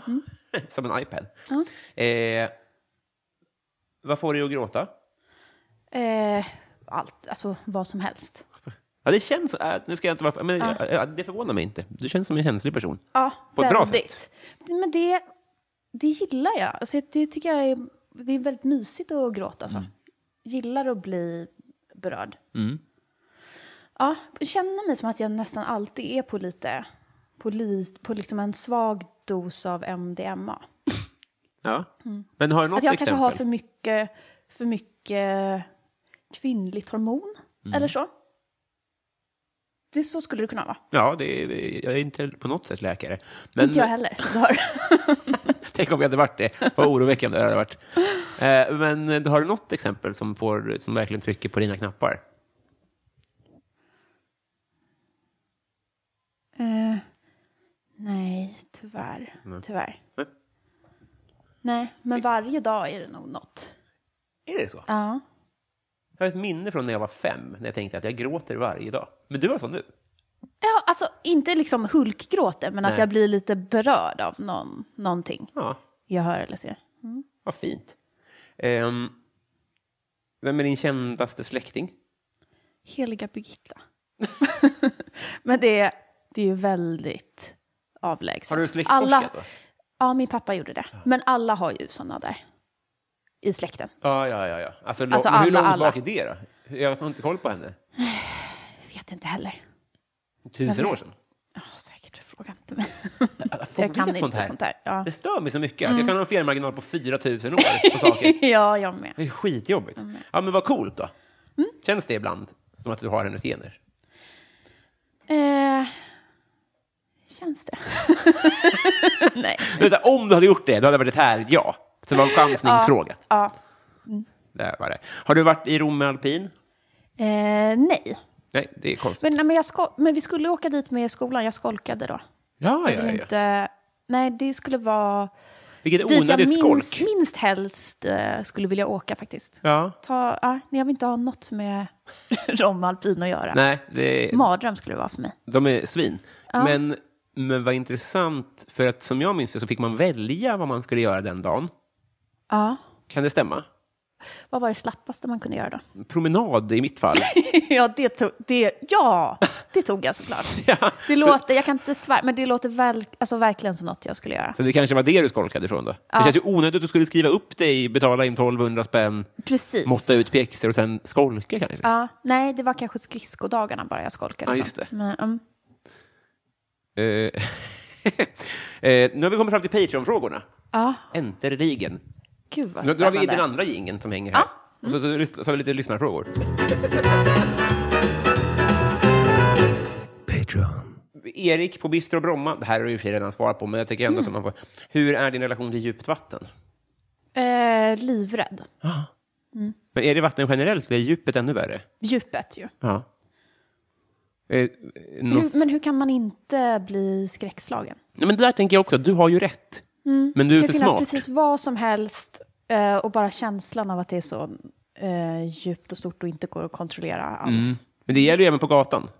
Speaker 1: Som en iPad.
Speaker 2: Ja.
Speaker 1: Eh, vad får dig att gråta?
Speaker 2: Eh, allt, alltså vad som helst.
Speaker 1: Ja, det känns... Äh, nu ska jag inte vara... Men, ja, det förvånar mig inte. Du känns som en känslig person.
Speaker 2: Ja,
Speaker 1: På ett bra
Speaker 2: väldigt. Men det, det gillar jag. Alltså, det tycker jag är, det är väldigt mysigt att gråta.
Speaker 1: Mm.
Speaker 2: Så. Gillar att bli berörd. Ja, jag känner mig som att jag nästan alltid är på lite, på, li, på liksom en svag dos av MDMA.
Speaker 1: Ja. Men har du något
Speaker 2: Att Mm. Alltså, jag
Speaker 1: exempel?
Speaker 2: kanske har för mycket, för mycket kvinnligt hormon
Speaker 1: Mm.
Speaker 2: eller så. Det, så skulle det kunna vara.
Speaker 1: Ja, det är, jag är inte på något sätt läkare. Men
Speaker 2: Inte jag heller, som du hör.
Speaker 1: tänk om jag hade varit det. Vad oroväckande det hade varit. Eh, men har du något exempel som, får, som verkligen trycker på dina knappar?
Speaker 2: Eh, nej, tyvärr. Tyvärr.
Speaker 1: Nej.
Speaker 2: Nej, men varje dag är det nog något.
Speaker 1: Är det så?
Speaker 2: Ja.
Speaker 1: Jag har ett minne från när jag var fem, när jag tänkte att jag gråter varje dag. Men du var så nu?
Speaker 2: ja alltså, inte liksom hulkgråten, men att
Speaker 1: Nej.
Speaker 2: jag blir lite berörd av någon, någonting
Speaker 1: Ja,
Speaker 2: jag hör eller ser.
Speaker 1: vad fint. Ehm, vem är din kändaste släkting?
Speaker 2: Heliga Birgitta. men det, är- det är ju väldigt avlägset.
Speaker 1: Har du släktforskat
Speaker 2: Alla-
Speaker 1: då?
Speaker 2: Ja, min pappa gjorde det. Men alla har ju sådana där i släkten.
Speaker 1: Ja, ja, ja. ja. Alltså,
Speaker 2: Alltså,
Speaker 1: lo- hur
Speaker 2: alla,
Speaker 1: långt
Speaker 2: alla.
Speaker 1: bak är det då? Jag har inte koll på henne.
Speaker 2: Jag vet inte heller.
Speaker 1: Tusen
Speaker 2: vet.
Speaker 1: år sedan?
Speaker 2: Ja, säkert. Fråga inte mig.
Speaker 1: Får
Speaker 2: Jag
Speaker 1: vi
Speaker 2: kan
Speaker 1: ett
Speaker 2: inte sånt Mm. här. ja.
Speaker 1: Det stör mig så mycket att jag kan ha en felmarginal på 4 000 år på saker.
Speaker 2: ja, jag med.
Speaker 1: Det är skitjobbigt.
Speaker 2: Mm.
Speaker 1: Ja, men vad coolt då. Känns det ibland som att du har hennes gener?
Speaker 2: Eh, känns det? Nej.
Speaker 1: Vänta, om du hade gjort det, då hade det varit ett härligt ja. Så det var en chansningsfråga.
Speaker 2: Ja.
Speaker 1: Där var det. Har du varit i Rom med alpin?
Speaker 2: Eh, nej.
Speaker 1: Nej, det är konstigt.
Speaker 2: Men, nej, men, jag sko- men vi skulle åka dit med skolan. Jag skolkade då.
Speaker 1: Ja,
Speaker 2: Jag
Speaker 1: ja,
Speaker 2: vill
Speaker 1: ja.
Speaker 2: Inte, nej, det skulle vara
Speaker 1: Vilket
Speaker 2: dit jag
Speaker 1: onödigt
Speaker 2: minst,
Speaker 1: skolk.
Speaker 2: minst helst eh, skulle vilja åka faktiskt.
Speaker 1: Ja.
Speaker 2: Ta, ja, nej, jag vill inte ha något med Rom alpin att göra.
Speaker 1: Nej, det,
Speaker 2: Mardröm skulle det vara för mig.
Speaker 1: de är svin. Men, men vad intressant, för att som jag minns det så fick man välja vad man skulle göra den dagen.
Speaker 2: Ja.
Speaker 1: Kan det stämma?
Speaker 2: Vad var det slappaste man kunde göra då?
Speaker 1: Promenad i mitt fall.
Speaker 2: Ja, det tog, det, ja, det tog jag såklart.
Speaker 1: Ja.
Speaker 2: Det låter, jag kan inte svära, men det låter väl, alltså verkligen som något jag skulle göra.
Speaker 1: Så det kanske var det du skolkade ifrån då? Det känns ju onödigt att du skulle skriva upp dig, betala in 1200 spänn,
Speaker 2: Precis.
Speaker 1: måtta ut pjäxor och sen skolka kanske?
Speaker 2: Ja, nej, det var kanske skridskodagarna bara jag skolkade.
Speaker 1: Ja,
Speaker 2: från.
Speaker 1: just det.
Speaker 2: Men, mm.
Speaker 1: Eh, eh, nu har vi kommit fram till Patreon-frågorna.
Speaker 2: ja,
Speaker 1: Äntligen.
Speaker 2: gud vad
Speaker 1: Nu nu har Alltså, vi den
Speaker 2: spännande.
Speaker 1: andra jingeln som hänger här.
Speaker 2: Mm.
Speaker 1: Och så, så, lys- så har vi lite lyssnarfrågor.
Speaker 5: Patreon.
Speaker 1: Erik på Bistro Bromma, det här har du i och för sig redan svarat på, men jag tycker ändå att
Speaker 2: Mm.
Speaker 1: man får... Hur är din relation till djupt vatten?
Speaker 2: Eh, livrädd.
Speaker 1: Men är det vatten generellt eller är djupet ännu värre?
Speaker 2: Djupet ju.
Speaker 1: Ja. Eh, nå-
Speaker 2: Hur, men hur kan man inte bli skräckslagen?
Speaker 1: Nej, men det där tänker jag också, du har ju rätt. Men du
Speaker 2: Mm. Det
Speaker 1: är
Speaker 2: kan
Speaker 1: för
Speaker 2: finnas
Speaker 1: smart.
Speaker 2: precis vad som helst eh, och bara känslan av att det är så eh, djupt och stort och inte går att kontrollera alls.
Speaker 1: Men det gäller ju även på gatan.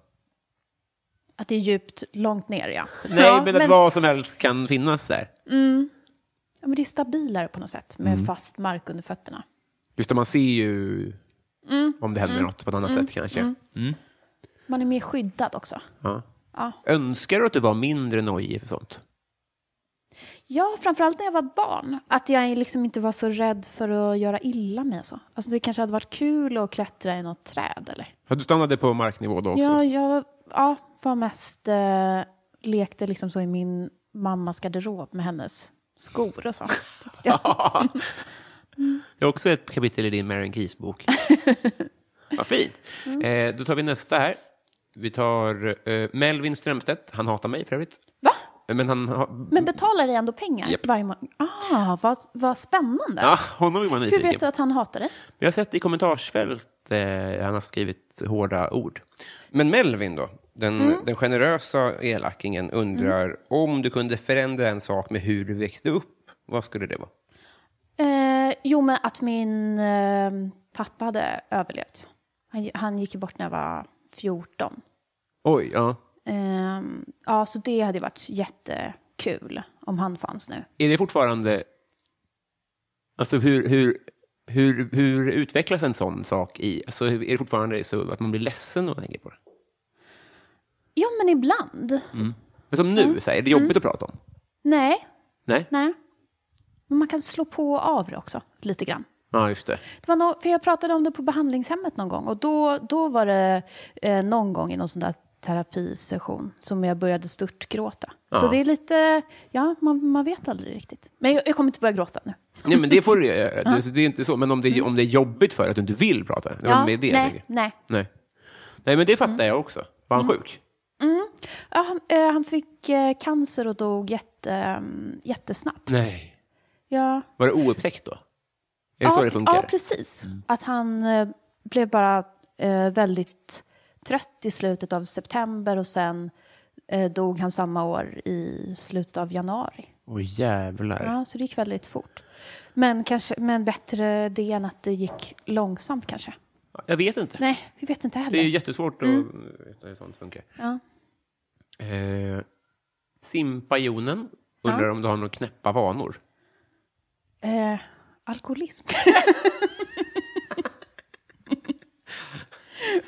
Speaker 2: Att det är djupt långt ner, ja.
Speaker 1: Nej,
Speaker 2: ja,
Speaker 1: men att vad som helst kan finnas där.
Speaker 2: Ja, men det är stabilare på något sätt med
Speaker 1: Mm.
Speaker 2: fast mark under fötterna.
Speaker 1: Just det, man ser ju
Speaker 2: Mm.
Speaker 1: om det händer något på ett annat sätt kanske.
Speaker 2: Man är mer skyddad också.
Speaker 1: Ja.
Speaker 2: Ja.
Speaker 1: Önskar du att du var mindre nojig för sånt?
Speaker 2: Ja, framförallt när jag var barn. Att jag liksom inte var så rädd för att göra illa mig och så. Alltså det kanske hade varit kul att klättra i något träd eller?
Speaker 1: Ja, Du stannade på marknivå då också?
Speaker 2: Ja, jag ja, var mest, eh, lekte liksom så i min mammas garderob med hennes skor och så. Tyckte jag.
Speaker 1: Det är också ett kapitel i din Marion Keys bok. Vad fint.
Speaker 2: Mm.
Speaker 1: Eh, då tar vi nästa här. Vi tar eh, Melvin Strömstedt. Han hatar mig för övrigt.
Speaker 2: Va?
Speaker 1: Men han ha...
Speaker 2: Men betalar dig ändå pengar
Speaker 1: Japp.
Speaker 2: varje månad? Ah, vad, vad spännande.
Speaker 1: ja, ah, honom vill man
Speaker 2: Hur
Speaker 1: nyfiken
Speaker 2: vet du
Speaker 1: på.
Speaker 2: att han hatar dig?
Speaker 1: Jag har sett i kommentarsfält eh, han har skrivit hårda ord.
Speaker 6: Men Melvin då, den,
Speaker 2: Mm.
Speaker 6: den generösa elakingen, undrar om du kunde förändra en sak med hur du växte upp, vad skulle det vara?
Speaker 2: Eh, jo, men att min eh, pappa hade överlevt. Han, han gick ju bort när jag var 14.
Speaker 1: Oj, ja.
Speaker 2: Eh, ja, så det hade ju varit jättekul om han fanns nu.
Speaker 1: Är det fortfarande... Alltså hur, hur, hur, hur utvecklas en sån sak i... Alltså hur- är det fortfarande så att man blir ledsen när man tänker på det?
Speaker 2: Ja, men ibland.
Speaker 1: Mm. Men som nu, så här, är det jobbigt
Speaker 2: Mm.
Speaker 1: att prata om?
Speaker 2: Nej,
Speaker 1: Nej?
Speaker 2: nej. Men man kan slå på och av det också, lite grann.
Speaker 1: Ja, just det.
Speaker 2: Det var nå- för jag pratade om det på behandlingshemmet någon gång och då, då var det eh, någon gång i någon sån där terapisession som jag började störtgråta. Så det är lite, ja, man, man vet aldrig riktigt. Men jag, jag kommer inte börja gråta nu.
Speaker 1: Nej, men det får du göra. Det, så det är inte så. Men om det, om det är jobbigt för att du inte vill prata. Det var
Speaker 2: Mm. Ja,
Speaker 1: med det, jag
Speaker 2: nej, Mm.
Speaker 1: tänker.
Speaker 2: nej.
Speaker 1: nej. Nej, men det fattar jag också. Var han sjuk?
Speaker 2: Ja, han, eh, han fick eh, cancer och dog jätte, ehm, jättesnabbt.
Speaker 1: Nej.
Speaker 2: Ja,
Speaker 1: Var det oupptäckt då? Är det så
Speaker 2: ja,
Speaker 1: det funkar? Mm.
Speaker 2: ja, precis. Att han eh, blev bara eh, väldigt trött i slutet av september och sen eh, dog han samma år i slutet av januari.
Speaker 1: Åh, jävlar.
Speaker 2: Ja, så det gick väldigt fort. Men, kanske, men bättre det än att det gick långsamt kanske.
Speaker 1: Jag vet inte.
Speaker 2: Nej, vi vet inte
Speaker 1: Det är ju
Speaker 2: heller.
Speaker 1: jättesvårt att veta hur sånt funkar.
Speaker 2: Mm. Ja.
Speaker 1: Eh, Simpajonen undrar om du har några knäppa vanor.
Speaker 2: Eh, alkoholism.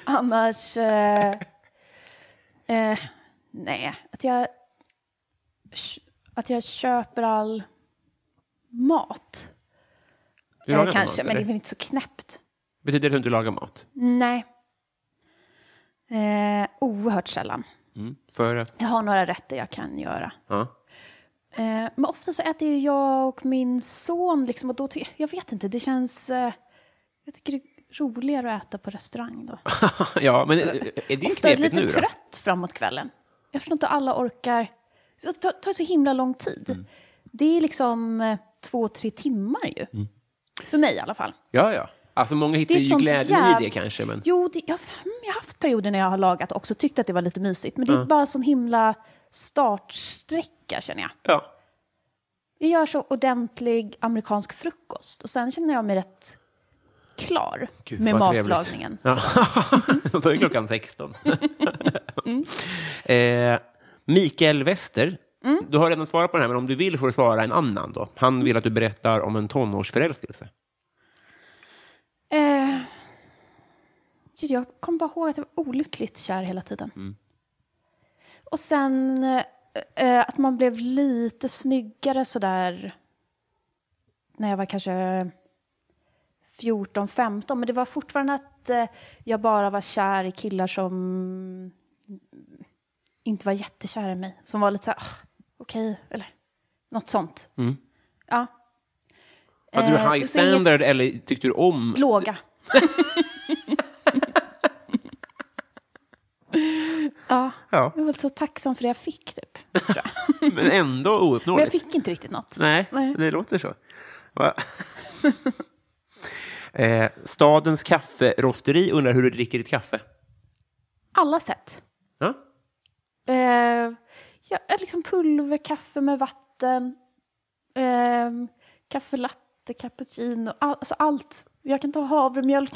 Speaker 2: Annars... Eh, eh, nej, att jag, att jag köper all mat.
Speaker 1: Du
Speaker 2: Eh,
Speaker 1: lagar inte
Speaker 2: kanske,
Speaker 1: mat,
Speaker 2: men det är
Speaker 1: eller?
Speaker 2: väl inte så knäppt.
Speaker 1: Betyder det att du inte lagar mat?
Speaker 2: Nej. Eh, oerhört sällan.
Speaker 1: För att...
Speaker 2: Jag har några rätter jag kan göra.
Speaker 1: Ja.
Speaker 2: Eh, men ofta så äter ju jag och min son, liksom, och då ty- jag vet inte, det känns... Eh, jag tycker det är roligare att äta på restaurang då.
Speaker 1: ja, men eh, är är det
Speaker 2: ofta är jag
Speaker 1: knepigt
Speaker 2: lite
Speaker 1: nu då?
Speaker 2: trött framåt kvällen. Jag förstår inte hur alla orkar. Det tar- tar så himla lång tid.
Speaker 1: Mm.
Speaker 2: Det är liksom eh, två, tre timmar ju.
Speaker 1: Mm.
Speaker 2: För mig i alla fall.
Speaker 1: Ja, ja. Alltså många hittar
Speaker 2: Det är ett
Speaker 1: ju
Speaker 2: sånt
Speaker 1: glädjen
Speaker 2: jäv-
Speaker 1: i det kanske, men...
Speaker 2: Jo, det, jag, mm, jag har haft perioder när jag har lagat och också tyckt att det var lite mysigt. Men det är bara sån himla startsträcka känner jag.
Speaker 1: Ja.
Speaker 2: Jag gör så ordentlig amerikansk frukost och sen känner jag mig rätt klar
Speaker 1: Gud,
Speaker 2: med
Speaker 1: vad trevligt.
Speaker 2: matlagningen.
Speaker 1: Ja. Då är klockan 16. eh, Mikael Wester,
Speaker 2: Mm.
Speaker 1: du har redan svarat på den här, men om du vill får du svara en annan då. Han vill att du berättar om en tonårsförälskelse.
Speaker 2: Eh, gud, jag kommer bara ihåg att jag var olyckligt kär hela tiden. Och sen eh, eh, att man blev lite snyggare sådär när jag var kanske 14, 15. Men det var fortfarande att eh, jag bara var kär i killar som inte var jättekär i mig. Som var lite såhär, ah, okej, eller något sånt. Ja.
Speaker 1: Hade
Speaker 2: Eh,
Speaker 1: du high
Speaker 2: så inget
Speaker 1: standard eller tyckte du om...
Speaker 2: Låga. ja,
Speaker 1: Ja,
Speaker 2: jag var så tacksam för det jag fick, typ.
Speaker 1: men ändå
Speaker 2: Men jag
Speaker 1: ouppnåeligt.
Speaker 2: fick inte riktigt något.
Speaker 1: Nej,
Speaker 2: Nej.
Speaker 1: det låter så. Va? eh, stadens kafferosteri undrar hur du dricker ditt kaffe.
Speaker 2: Alla sätt.
Speaker 1: Ja?
Speaker 2: Eh, jag, eh, liksom pulverkaffe med vatten, eh, kaffelatte, cappuccino, all, alltså allt. Jag kan ta havremjölk.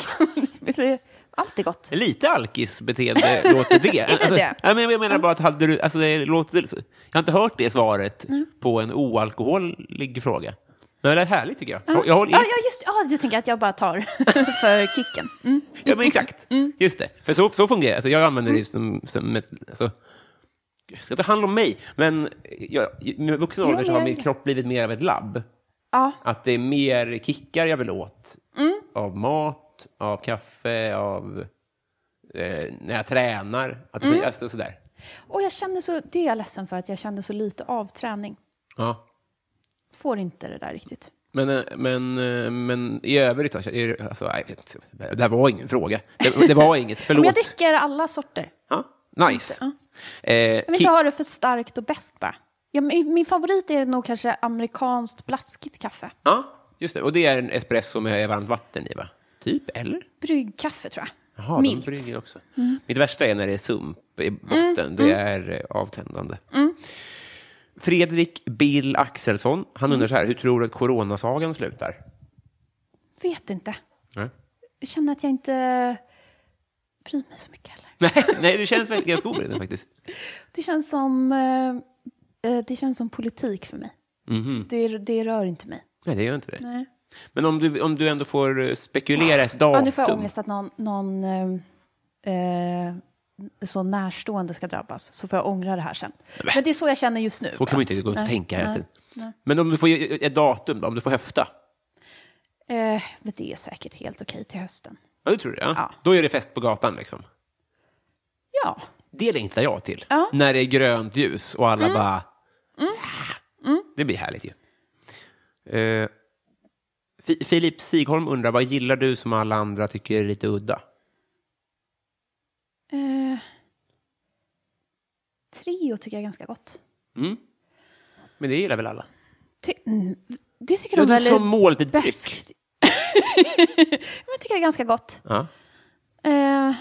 Speaker 2: allt är gott.
Speaker 1: Lite alkisbeteende låter det.
Speaker 2: Är det
Speaker 1: alltså,
Speaker 2: det?
Speaker 1: Ja, men jag menar bara att hade du, alltså, det låter, så- jag har inte hört det svaret på en oalkoholig fråga. Men det är härligt tycker jag. jag håller,
Speaker 2: Ja, ja, just ja, du tänker att jag bara tar för kicken. Mm.
Speaker 1: ja, men exakt. Just det. För så, så fungerar det. Alltså, jag använder det som, som ett, alltså, ska ta hand om mig. Men jag, med vuxna ålder så har
Speaker 2: jag-
Speaker 1: min kropp blivit mer av ett labb.
Speaker 2: Ja. Mm.
Speaker 1: Att det är mer kickar jag vill åt. Av mat, av kaffe, av eh, när jag tränar. Att det,
Speaker 2: Mm.
Speaker 1: alltså, sådär.
Speaker 2: Och jag känner så, det är jag ledsen för, att jag känner så lite av träning.
Speaker 1: Ja.
Speaker 2: Får inte det där riktigt.
Speaker 1: Men, eh, men, eh, men i övrigt, då, är- alltså, nej, det här var ingen fråga. Det, det var inget,
Speaker 2: Men
Speaker 1: förlåt.
Speaker 2: jag dricker alla sorter.
Speaker 1: Ja, nice. Eh,
Speaker 2: Jag vill
Speaker 1: ki-
Speaker 2: inte ha det för starkt och bäst bara. Ja, min, min favorit är nog kanske amerikanskt blaskigt kaffe.
Speaker 1: ja, just det. Och det är en espresso med varmt vatten i, va? Typ, eller?
Speaker 2: Bryggkaffe tror jag.
Speaker 1: Jaha,
Speaker 2: Milt. Mm.
Speaker 1: de brygger också. Mitt värsta är när det är sump i botten. Det är eh, avtändande.
Speaker 2: Mm.
Speaker 1: Fredrik Bill Axelsson, han
Speaker 2: Mm.
Speaker 1: undrar så här, hur tror du att coronasagan slutar?
Speaker 2: Vet inte.
Speaker 1: Nej.
Speaker 2: Jag känner att jag inte bryr mig så mycket heller.
Speaker 1: Nej, nej du känns väldigt ganska god i den faktiskt.
Speaker 2: Det känns som, eh, eh, det känns som politik för mig.
Speaker 1: Mhm.
Speaker 2: Det, det rör inte mig.
Speaker 1: Nej, det gör inte det.
Speaker 2: Nej.
Speaker 1: Men om du, om du ändå får eh, spekulera ett datum.
Speaker 2: Ja, nu får jag ångest att någon, någon eh, eh, så närstående ska drabbas, så får jag ångra det här sen. Men det är så jag känner just nu.
Speaker 1: Så kan man ju
Speaker 2: Att-
Speaker 1: inte gå och
Speaker 2: nej,
Speaker 1: tänka hela
Speaker 2: nej.
Speaker 1: tiden. Men om du får ge ett datum, då, om du får höfta?
Speaker 2: Eh, men det är säkert helt okej till hösten.
Speaker 1: Ja, det tror jag.
Speaker 2: Ja.
Speaker 1: Då är det fest på gatan liksom.
Speaker 2: Ja,
Speaker 1: Det längtar jag till.
Speaker 2: Ja. Mm.
Speaker 1: När det är grönt ljus och alla bara... "Ah." Det blir härligt ju. Eh, Fi- Filip Sigholm undrar, vad gillar du som alla andra tycker är lite udda?
Speaker 2: eh, Trio tycker jag är ganska gott.
Speaker 1: Mm. Men det gillar väl alla?
Speaker 2: Ty- mm, det tycker
Speaker 1: Ja,
Speaker 2: de
Speaker 1: du
Speaker 2: väl
Speaker 1: som
Speaker 2: är
Speaker 1: mål till dryck.
Speaker 2: bäst. jag tycker det är ganska gott.
Speaker 1: Ja.
Speaker 2: Eh,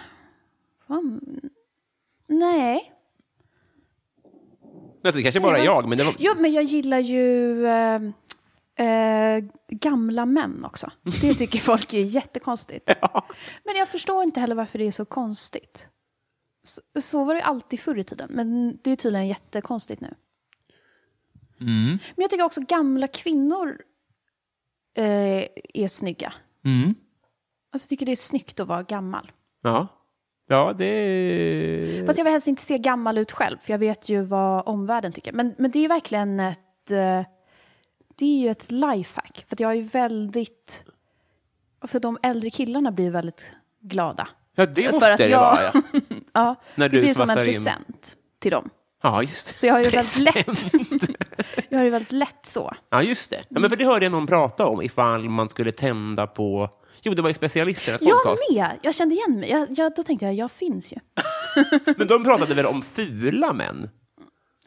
Speaker 2: fan. Nej.
Speaker 1: Men Det kanske bara är
Speaker 2: Nej,
Speaker 1: jag, men det var...
Speaker 2: Jo, men jag gillar ju eh, eh, gamla män också. Det tycker folk är jättekonstigt. Men jag förstår inte heller varför det är så konstigt. Så, så var det ju alltid förr i tiden, men det är tydligen jättekonstigt nu. Men jag tycker också gamla kvinnor eh, är snygga. Alltså, jag tycker det är snyggt att vara gammal.
Speaker 1: Ja. Ja, det...
Speaker 2: Fast jag vill helst inte se gammal ut själv, för jag vet ju vad omvärlden tycker. Men, men det är ju verkligen ett... eh, Det är ju ett lifehack, för att jag är ju väldigt... För de äldre killarna blir väldigt glada.
Speaker 1: Ja, det
Speaker 2: För
Speaker 1: måste
Speaker 2: att
Speaker 1: det
Speaker 2: jag-
Speaker 1: vara, ja.
Speaker 2: Ja,
Speaker 1: När
Speaker 2: det
Speaker 1: du
Speaker 2: blir som en
Speaker 1: svassar in.
Speaker 2: present till dem.
Speaker 1: Ja, just det.
Speaker 2: Så jag har ju väldigt lätt, jag har ju väldigt lätt så.
Speaker 1: Ja, just det. Ja, men för det hörde jag någon prata om ifall man skulle tända på... Jo, det var i specialisternas
Speaker 2: Jag
Speaker 1: podcast.
Speaker 2: med! Jag kände igen mig. Jag, jag, då tänkte jag, jag finns ju.
Speaker 1: Men de pratade väl om fula män?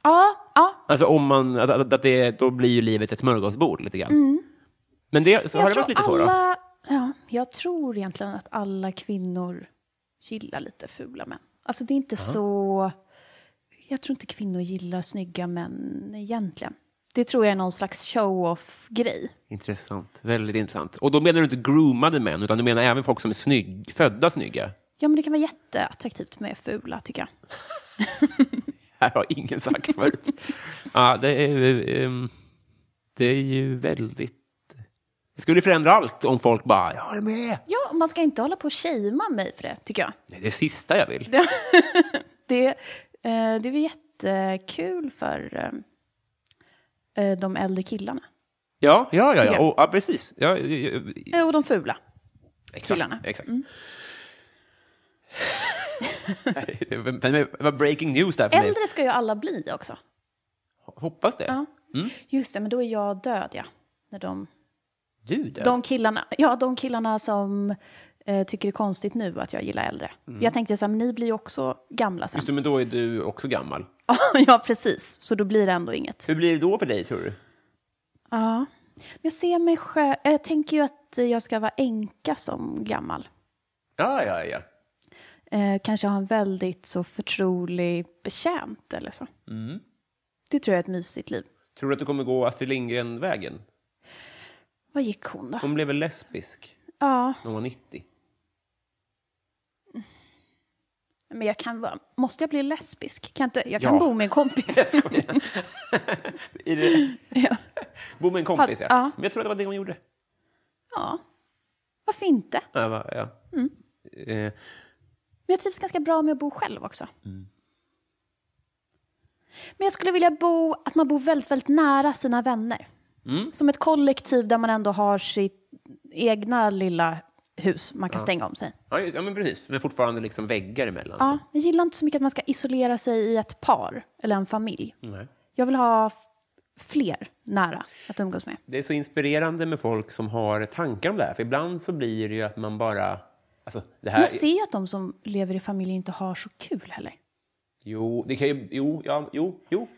Speaker 2: Ja, ja.
Speaker 1: Alltså om man... Att, att, att det, då blir ju livet ett smörgåsbord lite grann. Men det, så har det varit lite så då?
Speaker 2: Mm. alla, ja, jag tror egentligen att alla kvinnor gillar lite fula män. Alltså det är inte så... Jag tror inte kvinnor gillar snygga män egentligen. Det tror jag är någon slags show-off-grej.
Speaker 1: Intressant. Väldigt intressant. Och då menar du inte groomade män, utan du menar även folk som är snygg, födda snygga?
Speaker 2: Ja, men det kan vara jätteattraktivt med fula, tycker jag.
Speaker 1: Här har ingen sagt förut. ja, det är, ju, ehm, det är ju väldigt... Det skulle förändra allt om folk bara, jag håller med.
Speaker 2: Ja, och man ska inte hålla på och shamea mig för det, tycker jag.
Speaker 1: Det är det sista jag vill.
Speaker 2: Det, eh, det är väl jättekul för eh, eh, de äldre killarna.
Speaker 1: Ja, ja, ja,
Speaker 2: Tycker
Speaker 1: ja.
Speaker 2: jag.
Speaker 1: Och, ja precis. Ja, ja, ja,
Speaker 2: Eh, Och de fula.
Speaker 1: exakt.
Speaker 2: killarna.
Speaker 1: exakt. det var- det var breaking news där för mig.
Speaker 2: Äldre ska ju alla bli också.
Speaker 1: Hoppas det.
Speaker 2: Ja. Just det, men då är jag död, ja. När de,
Speaker 1: Du död.
Speaker 2: de, killarna, ja, de killarna som eh, tycker det är konstigt nu att jag gillar äldre. Jag tänkte så här, men ni blir ju också gamla sen.
Speaker 1: Mm. Just det, men då är du också gammal.
Speaker 2: ja, precis. Så då blir det ändå inget.
Speaker 1: Hur blir det då för dig, tror du?
Speaker 2: Ja. Men jag ser mig själv, jag tänker ju att jag ska vara änka som gammal.
Speaker 1: Ja, ja, ja.
Speaker 2: Eh, kanske ha en väldigt så förtrolig betjänt eller så.
Speaker 1: Mm.
Speaker 2: Det tror jag är ett mysigt liv.
Speaker 1: Tror du att du kommer gå Astrid Lindgren-vägen?
Speaker 2: Vad gick hon då?
Speaker 1: Hon blev väl lesbisk
Speaker 2: Ja,
Speaker 1: när hon var 90?
Speaker 2: men jag kan vara, måste jag bli lesbisk? Kan inte, jag
Speaker 1: Ja.
Speaker 2: kan bo med en kompis.
Speaker 1: Jag skojar. Är det...
Speaker 2: Ja.
Speaker 1: Bo med en kompis, ja.
Speaker 2: Har- ja.
Speaker 1: Men jag tror att det var det hon gjorde.
Speaker 2: Ja, varför inte?
Speaker 1: Ja, va- ja.
Speaker 2: Mm.
Speaker 1: Eh, Mm.
Speaker 2: Men jag trivs ganska bra med att bo själv också. Men jag skulle vilja bo, att man bor väldigt, väldigt nära sina vänner.
Speaker 1: Mm.
Speaker 2: Som ett kollektiv där man ändå har sitt egna lilla hus man kan stänga om sig.
Speaker 1: Ja, just, ja men precis. Men fortfarande liksom väggar emellan.
Speaker 2: Ja, jag gillar inte så mycket att man ska isolera sig i ett par eller en familj. Jag vill ha f- fler nära att umgås med.
Speaker 1: Det är så inspirerande med folk som har tankar om det här. För ibland så blir det ju att man bara... Alltså, det här,
Speaker 2: Jag ser ju att de som lever i familj inte har så kul heller.
Speaker 1: Jo, det kan ju... Jo, ja, jo, jo.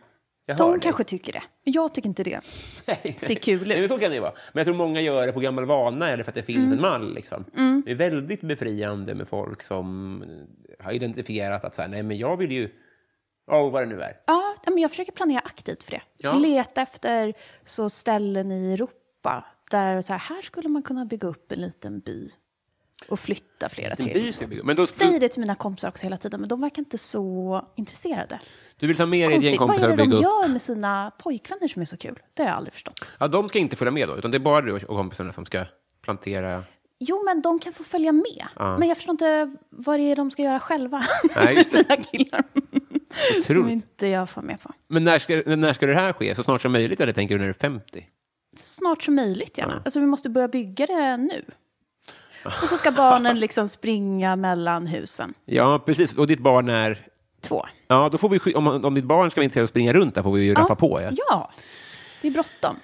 Speaker 1: Jag hör
Speaker 2: De
Speaker 1: dig.
Speaker 2: kanske tycker det. Men Jag tycker inte det. ser kul ut. Mm.
Speaker 1: Nej, men så kan det ju vara. Men jag tror många gör det på gammal vana eller för att det finns en mall. Liksom. Det är väldigt befriande med folk som har identifierat att så här, nej, men jag vill ju... Ja, vad det nu är.
Speaker 2: Ja, ja, men jag försöker planera aktivt för det.
Speaker 1: Ja.
Speaker 2: Leta efter så ställen i Europa där så här, här skulle man kunna bygga upp en liten by och flytta flera
Speaker 1: En
Speaker 2: till.
Speaker 1: by ska jag bygga. Men då,
Speaker 2: Säger det till mina kompisar också hela tiden, men de verkar inte så intresserade.
Speaker 1: du vill ta med dig ett gäng
Speaker 2: Konstigt,
Speaker 1: kompisar
Speaker 2: vad är
Speaker 1: och
Speaker 2: det de
Speaker 1: bygga upp.
Speaker 2: gör med sina pojkvänner som är så kul? Det har jag aldrig förstått.
Speaker 1: Ja, de ska inte följa med då, utan det är bara du och kompisarna som ska plantera...
Speaker 2: Jo, men de kan få följa med. Men jag förstår inte vad det är de ska göra själva
Speaker 1: Nej,
Speaker 2: med
Speaker 1: just det.
Speaker 2: sina killar. Som
Speaker 1: Otroligt.
Speaker 2: inte jag får med på.
Speaker 1: Men när ska, när ska det här ske? Så snart som möjligt, eller tänker du när du är 50?
Speaker 2: så snart som möjligt gärna. Alltså vi måste börja bygga det nu. Och så ska barnen liksom springa mellan husen.
Speaker 1: Ja, precis. Och ditt barn är...
Speaker 2: Två.
Speaker 1: Ja, då får vi, sky- om, om ditt barn ska vara intresserad av att springa runt där får vi ju rappa på. Ja.
Speaker 2: Ja, det är bråttom.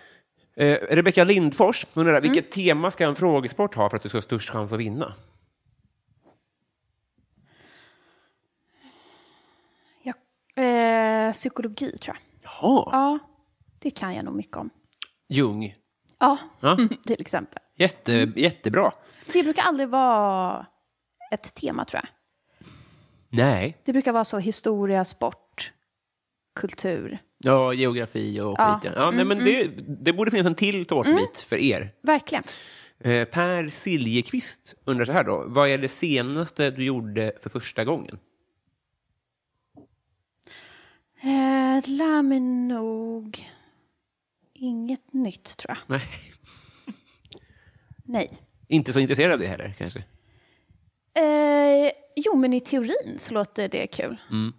Speaker 1: Eh, Rebecka Lindfors undrar, vilket tema ska en frågesport ha för att du ska ha störst chans att vinna?
Speaker 2: Jag, eh, psykologi tror jag.
Speaker 1: Jaha,
Speaker 2: Ja, det kan jag nog mycket om.
Speaker 1: Jung.
Speaker 2: Ja,
Speaker 1: Ja.
Speaker 2: till exempel.
Speaker 1: Jätte, Jättebra.
Speaker 2: Det brukar aldrig vara ett tema tror jag.
Speaker 1: Nej.
Speaker 2: Det brukar vara så historia, sport, kultur.
Speaker 1: Ja, geografi och
Speaker 2: Ja.
Speaker 1: skit. Ja. Ja, nej, men det, det borde finnas en till tårtbit för er.
Speaker 2: Verkligen.
Speaker 1: Eh, per Siljekvist undrar så här då, vad är det senaste du gjorde för första gången?
Speaker 2: Eh, lär mig nog inget nytt tror jag.
Speaker 1: Nej,
Speaker 2: Nej.
Speaker 1: inte så intresserad av det heller kanske.
Speaker 2: Eh, jo, men i teorin så låter det kul.
Speaker 1: Mm.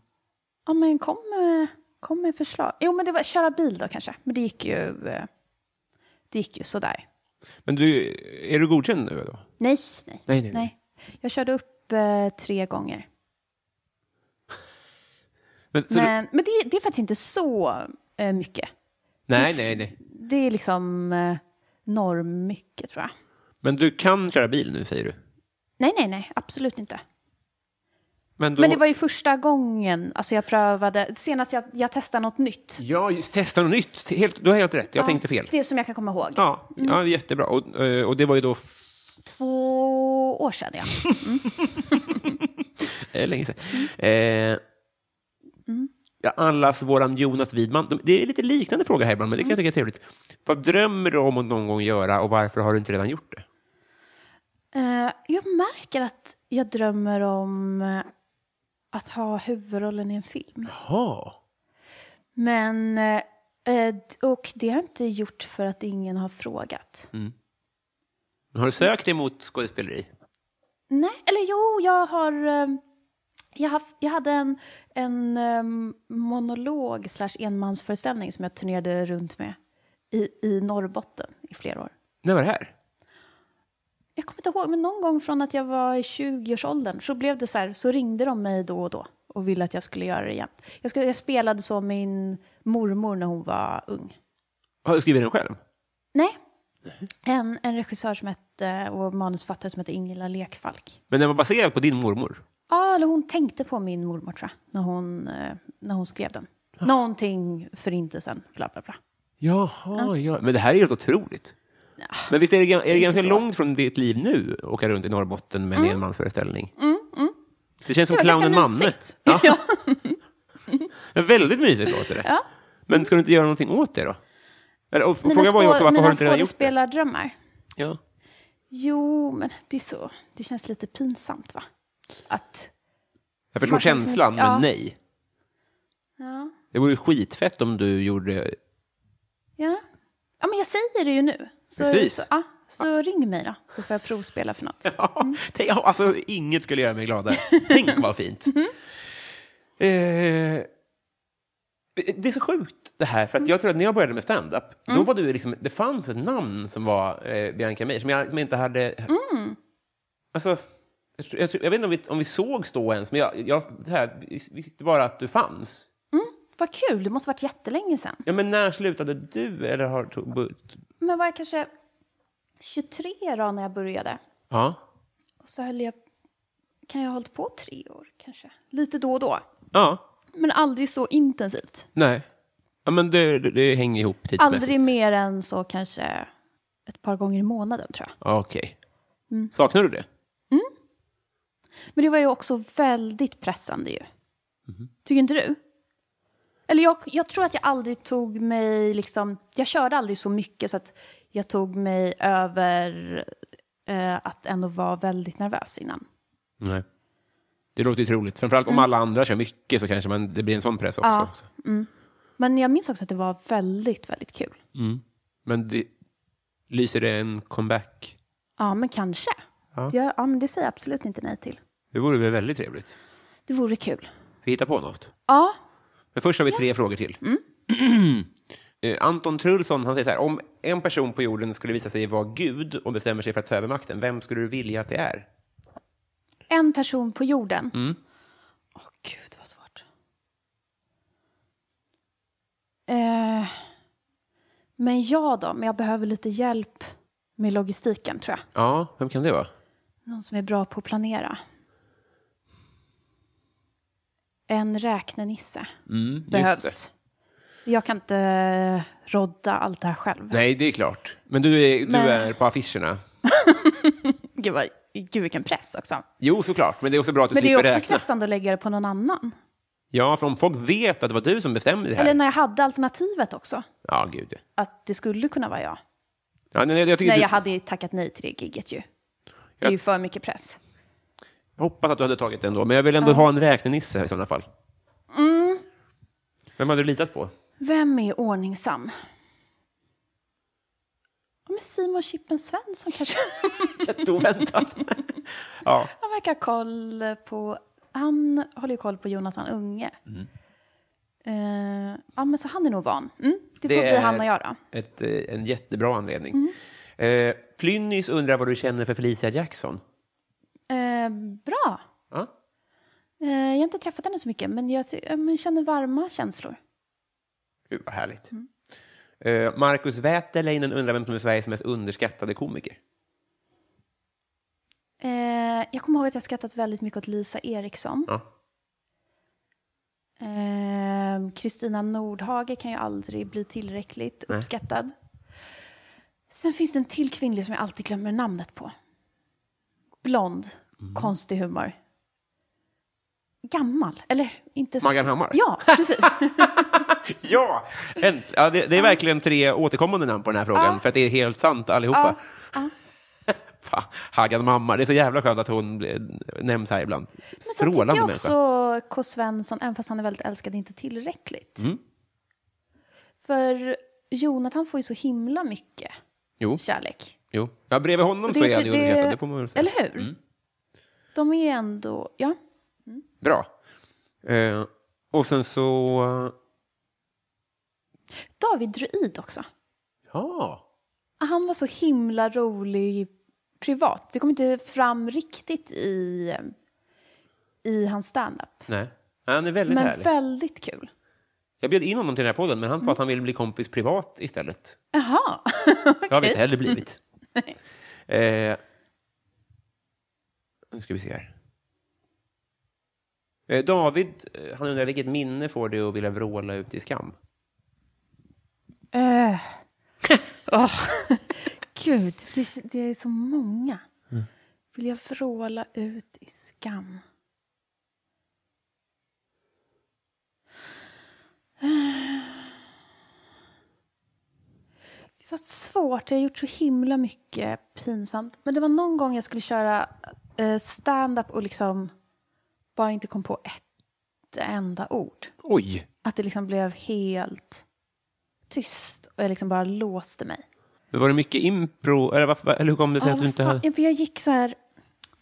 Speaker 2: Ja, men kom, eh, kom med förslag. Jo, men det var köra bil då kanske. Men det gick ju, eh, det gick ju sådär.
Speaker 1: Men du, är du godkänd nu då?
Speaker 2: Nej, nej,
Speaker 1: Nej, nej, nej.
Speaker 2: Jag körde upp eh, tre gånger.
Speaker 1: Men, så du,
Speaker 2: men men det, det är faktiskt inte så eh, mycket.
Speaker 1: nej, nej, nej.
Speaker 2: Det är liksom eh, norm mycket tror jag.
Speaker 1: Men du kan köra bil nu, säger du?
Speaker 2: Nej, nej, nej, absolut inte.
Speaker 1: Men, då,
Speaker 2: Men det var ju första gången, alltså jag prövade, senast jag, jag testade något nytt.
Speaker 1: Ja, just, testa något nytt. Helt, du har helt rätt, jag tänkte fel.
Speaker 2: Det som jag kan komma ihåg.
Speaker 1: Ja,
Speaker 2: Mm.
Speaker 1: ja, jättebra. Och, eh, och det var ju då
Speaker 2: Två år sedan, ja.
Speaker 1: eh, länge sedan.
Speaker 2: Mm.
Speaker 1: Eh, ja, allas våran Jonas Widman. De- Det är lite liknande fråga här ibland, men det kan
Speaker 2: Mm.
Speaker 1: jag tycka är trevligt. Vad drömmer du om att någon gång göra och varför har du inte redan gjort det?
Speaker 2: Eh, jag märker att jag drömmer om eh, att ha huvudrollen i en film.
Speaker 1: Jaha.
Speaker 2: Men, eh, eh, och det har jag inte gjort för att ingen har frågat.
Speaker 1: Men Har du sökt emot skådespeleri?
Speaker 2: Nej, eller jo, jag har... eh, Jag, haft, jag hade en, en eh, monolog slash enmansföreställning som jag turnerade runt med i, i Norrbotten i flera år.
Speaker 1: När var det här?
Speaker 2: Jag kommer inte ihåg, men någon gång från att jag var i 20-årsåldern så blev det så här, så ringde de mig då och då och ville att jag skulle göra det igen. Jag, skulle, jag spelade så min mormor när hon var ung.
Speaker 1: Har du skrivit den själv?
Speaker 2: Nej, en, en regissör som hette, och manusfattare som hette Ingela Lekfalk.
Speaker 1: Men den var baserad på din mormor?
Speaker 2: Ja, eller hon tänkte på min mormor tror jag, när hon, eh, när hon skrev den. Någonting förintelsen, bla bla bla.
Speaker 1: Jaha, ja. Men det här är helt otroligt. Men visst är det, ga- är det ganska långt från ditt liv nu, att åka runt i Norrbotten
Speaker 2: Mm.
Speaker 1: med en enmansföreställning? Det känns som
Speaker 2: Det var
Speaker 1: clownen
Speaker 2: ganska
Speaker 1: Manne.
Speaker 2: mysigt.
Speaker 1: Ja. Ja. Väldigt mysigt låter det. Men ska du inte göra någonting åt det då? Eller, och
Speaker 2: Mina,
Speaker 1: fråga var Jakob, varför har du
Speaker 2: mina
Speaker 1: inte redan gjort det?
Speaker 2: skådespelardrömmar.
Speaker 1: Ja.
Speaker 2: Jo, men det är så. Det känns lite pinsamt va? Att
Speaker 1: Jag förstår
Speaker 2: Man känner som
Speaker 1: känslan,
Speaker 2: ett- ja.
Speaker 1: men nej.
Speaker 2: Ja.
Speaker 1: Det vore ju skitfett om du gjorde...
Speaker 2: ja. Ja, men jag säger det ju nu. Så,
Speaker 1: Precis.
Speaker 2: Så, ja, så ring mig då, så får jag provspela för något.
Speaker 1: Ja, tänk, ja, alltså, inget
Speaker 2: Mhm.
Speaker 1: skulle göra mig gladare. Tänk vad fint. Eh, Det är så sjukt det här, för att jag tror att när jag började med stand-up,
Speaker 2: Mm.
Speaker 1: då var du liksom, det fanns ett namn som var eh, Bianca Meir, som jag, som jag inte hade...
Speaker 2: Mm.
Speaker 1: Alltså, jag, tror- jag, tror- jag vet inte om vi, om vi såg stå ens, men jag, jag så här, visste bara att du fanns.
Speaker 2: Vad kul, det måste varit jättelänge sedan.
Speaker 1: Ja, men när slutade du? Eller har, tog, bu-
Speaker 2: Men var jag kanske 23 då när jag började?
Speaker 1: ja.
Speaker 2: Och så höll jag, kan jag ha hållit på tre år kanske? Lite då och då.
Speaker 1: ja,
Speaker 2: Men aldrig så intensivt.
Speaker 1: nej. Ja, men det, det, det hänger ihop tidsmässigt.
Speaker 2: Aldrig mer än så kanske ett par gånger i månaden tror jag.
Speaker 1: Ja, Okej.
Speaker 2: Mm.
Speaker 1: Saknar du det?
Speaker 2: Men det var ju också väldigt pressande ju. Tycker inte du? Eller jag, jag tror att jag aldrig tog mig liksom, jag körde aldrig så mycket så att jag tog mig över eh, att ändå vara väldigt nervös innan.
Speaker 1: Nej. Det låter ju troligt. Framförallt om alla andra kör mycket så kanske man, det blir en sån press också.
Speaker 2: Mm. Ja. Men jag minns också att det var väldigt, väldigt kul.
Speaker 1: Men det, lyser det en comeback?
Speaker 2: Ja, men kanske.
Speaker 1: Ja.
Speaker 2: Ja. Jag, ja, men det säger jag absolut inte nej till.
Speaker 1: Det vore väl väldigt trevligt.
Speaker 2: Det vore kul.
Speaker 1: Vi hittar på något.
Speaker 2: Ja, Mm.
Speaker 1: Men först har vi tre frågor till. Eh, Anton Trulsson han säger så här, om en person på jorden skulle visa sig vara Gud och bestämmer sig för att ta över makten, vem skulle du vilja att det är?
Speaker 2: en person på jorden. Åh
Speaker 1: Mm.
Speaker 2: gud vad svårt. Eh, men jag då? Men jag behöver lite hjälp med logistiken tror jag.
Speaker 1: Ja, vem kan det vara?
Speaker 2: Någon som är bra på att planera. En räknenisse
Speaker 1: Mm,
Speaker 2: behövs. Jag kan inte rodda allt det här själv.
Speaker 1: Nej, det är klart. Men du är,
Speaker 2: Men-
Speaker 1: du är på affischerna.
Speaker 2: Gud, vad, gud vilken press också.
Speaker 1: Jo, såklart. Men det är också bra att du
Speaker 2: Men det är
Speaker 1: slipper
Speaker 2: också
Speaker 1: räkna.
Speaker 2: stressande att lägga det på någon annan.
Speaker 1: Ja, för om folk vet att det var du som bestämde det här.
Speaker 2: Eller när jag hade alternativet också,
Speaker 1: Ja, gud.
Speaker 2: att det skulle kunna vara jag.
Speaker 1: Ja, nej, jag, tycker
Speaker 2: Nej,
Speaker 1: du,
Speaker 2: jag hade ju tackat nej till det gigget ju. Det är ju för mycket press.
Speaker 1: jag hoppas att du hade tagit den då, men jag vill ändå ha en räknenisse i sådana fall.
Speaker 2: Mm.
Speaker 1: Vem hade du litat på?
Speaker 2: Vem är ordningsam? Ja, men Simon Chippen Svensson kanske.
Speaker 1: Jätteoväntat. ja.
Speaker 2: Han verkar ha koll på... Han håller ju koll på Jonathan Unge.
Speaker 1: Mm.
Speaker 2: Eh, ja, men så han är nog van. Mm, det,
Speaker 1: Det
Speaker 2: får bli
Speaker 1: är-
Speaker 2: han och jag då.
Speaker 1: Ett, eh, en jättebra anledning.
Speaker 2: Mm.
Speaker 1: Eh, Plynnis undrar vad du känner för Felicia Jackson.
Speaker 2: Eh, bra.
Speaker 1: Ja.
Speaker 2: Eh, jag har inte träffat henne så mycket, men jag ty- eh, men känner varma känslor.
Speaker 1: Gud, vad härligt.
Speaker 2: Mm.
Speaker 1: Eh, Marcus Wäterleinen undrar vem som är Sveriges mest underskattade komiker.
Speaker 2: Eh, jag kommer ihåg att jag skrattat väldigt mycket åt Lisa Eriksson.
Speaker 1: Ja.
Speaker 2: Eh, Kristina Nordhage kan ju aldrig bli tillräckligt uppskattad. Sen finns det en till kvinnlig som jag alltid glömmer namnet på. Blond,
Speaker 1: Mm.
Speaker 2: konstig humor. Gammal, eller inte så...
Speaker 1: Maggan Hammar?
Speaker 2: Ja, precis.
Speaker 1: Ja, en, ja det, det är verkligen tre återkommande namn på den här frågan, för att det är helt sant allihopa. Fan, Hagan mamma, det är så jävla skönt att hon eh, nämns här ibland.
Speaker 2: Men sen tycker jag
Speaker 1: människa.
Speaker 2: också K. Svensson, även fast han är väldigt älskad, inte tillräckligt.
Speaker 1: Mm.
Speaker 2: För Jonathan får ju så himla mycket
Speaker 1: Jo,
Speaker 2: kärlek.
Speaker 1: jo. Ja, bredvid honom
Speaker 2: Och
Speaker 1: så är han
Speaker 2: för-
Speaker 1: ju underskattad, det får man väl säga. Mm.
Speaker 2: Eller hur? De är ändå, ja.
Speaker 1: Bra. Eh, och sen så...
Speaker 2: David Druid också.
Speaker 1: Ja.
Speaker 2: Han var så himla rolig privat. Det kom inte fram riktigt i, i hans standup.
Speaker 1: Nej. Ja, Han är väldigt
Speaker 2: Men
Speaker 1: härlig.
Speaker 2: väldigt kul.
Speaker 1: Jag bjöd in honom till den här podden, men han sa att han ville bli kompis privat istället.
Speaker 2: Jaha.
Speaker 1: Det har vi inte heller blivit. eh, nu ska vi se här. Eh, David, eh, han undrar vilket minne får du att vilja vråla ut i skam?
Speaker 2: Eh. Åh. Gud, det, det är så många. Vill jag vråla ut i skam? Eh. Vad svårt, jag har gjort så himla mycket pinsamt. Men det var någon gång jag skulle köra eh, stand-up och liksom bara inte kom på ett enda ord.
Speaker 1: Oj!
Speaker 2: Att det liksom blev helt tyst och jag liksom bara låste mig.
Speaker 1: Var det mycket impro? Eller, varför, eller hur kom det sig
Speaker 2: Ja,
Speaker 1: att
Speaker 2: vad
Speaker 1: du inte
Speaker 2: fan,
Speaker 1: hade...
Speaker 2: ja, För jag gick så här...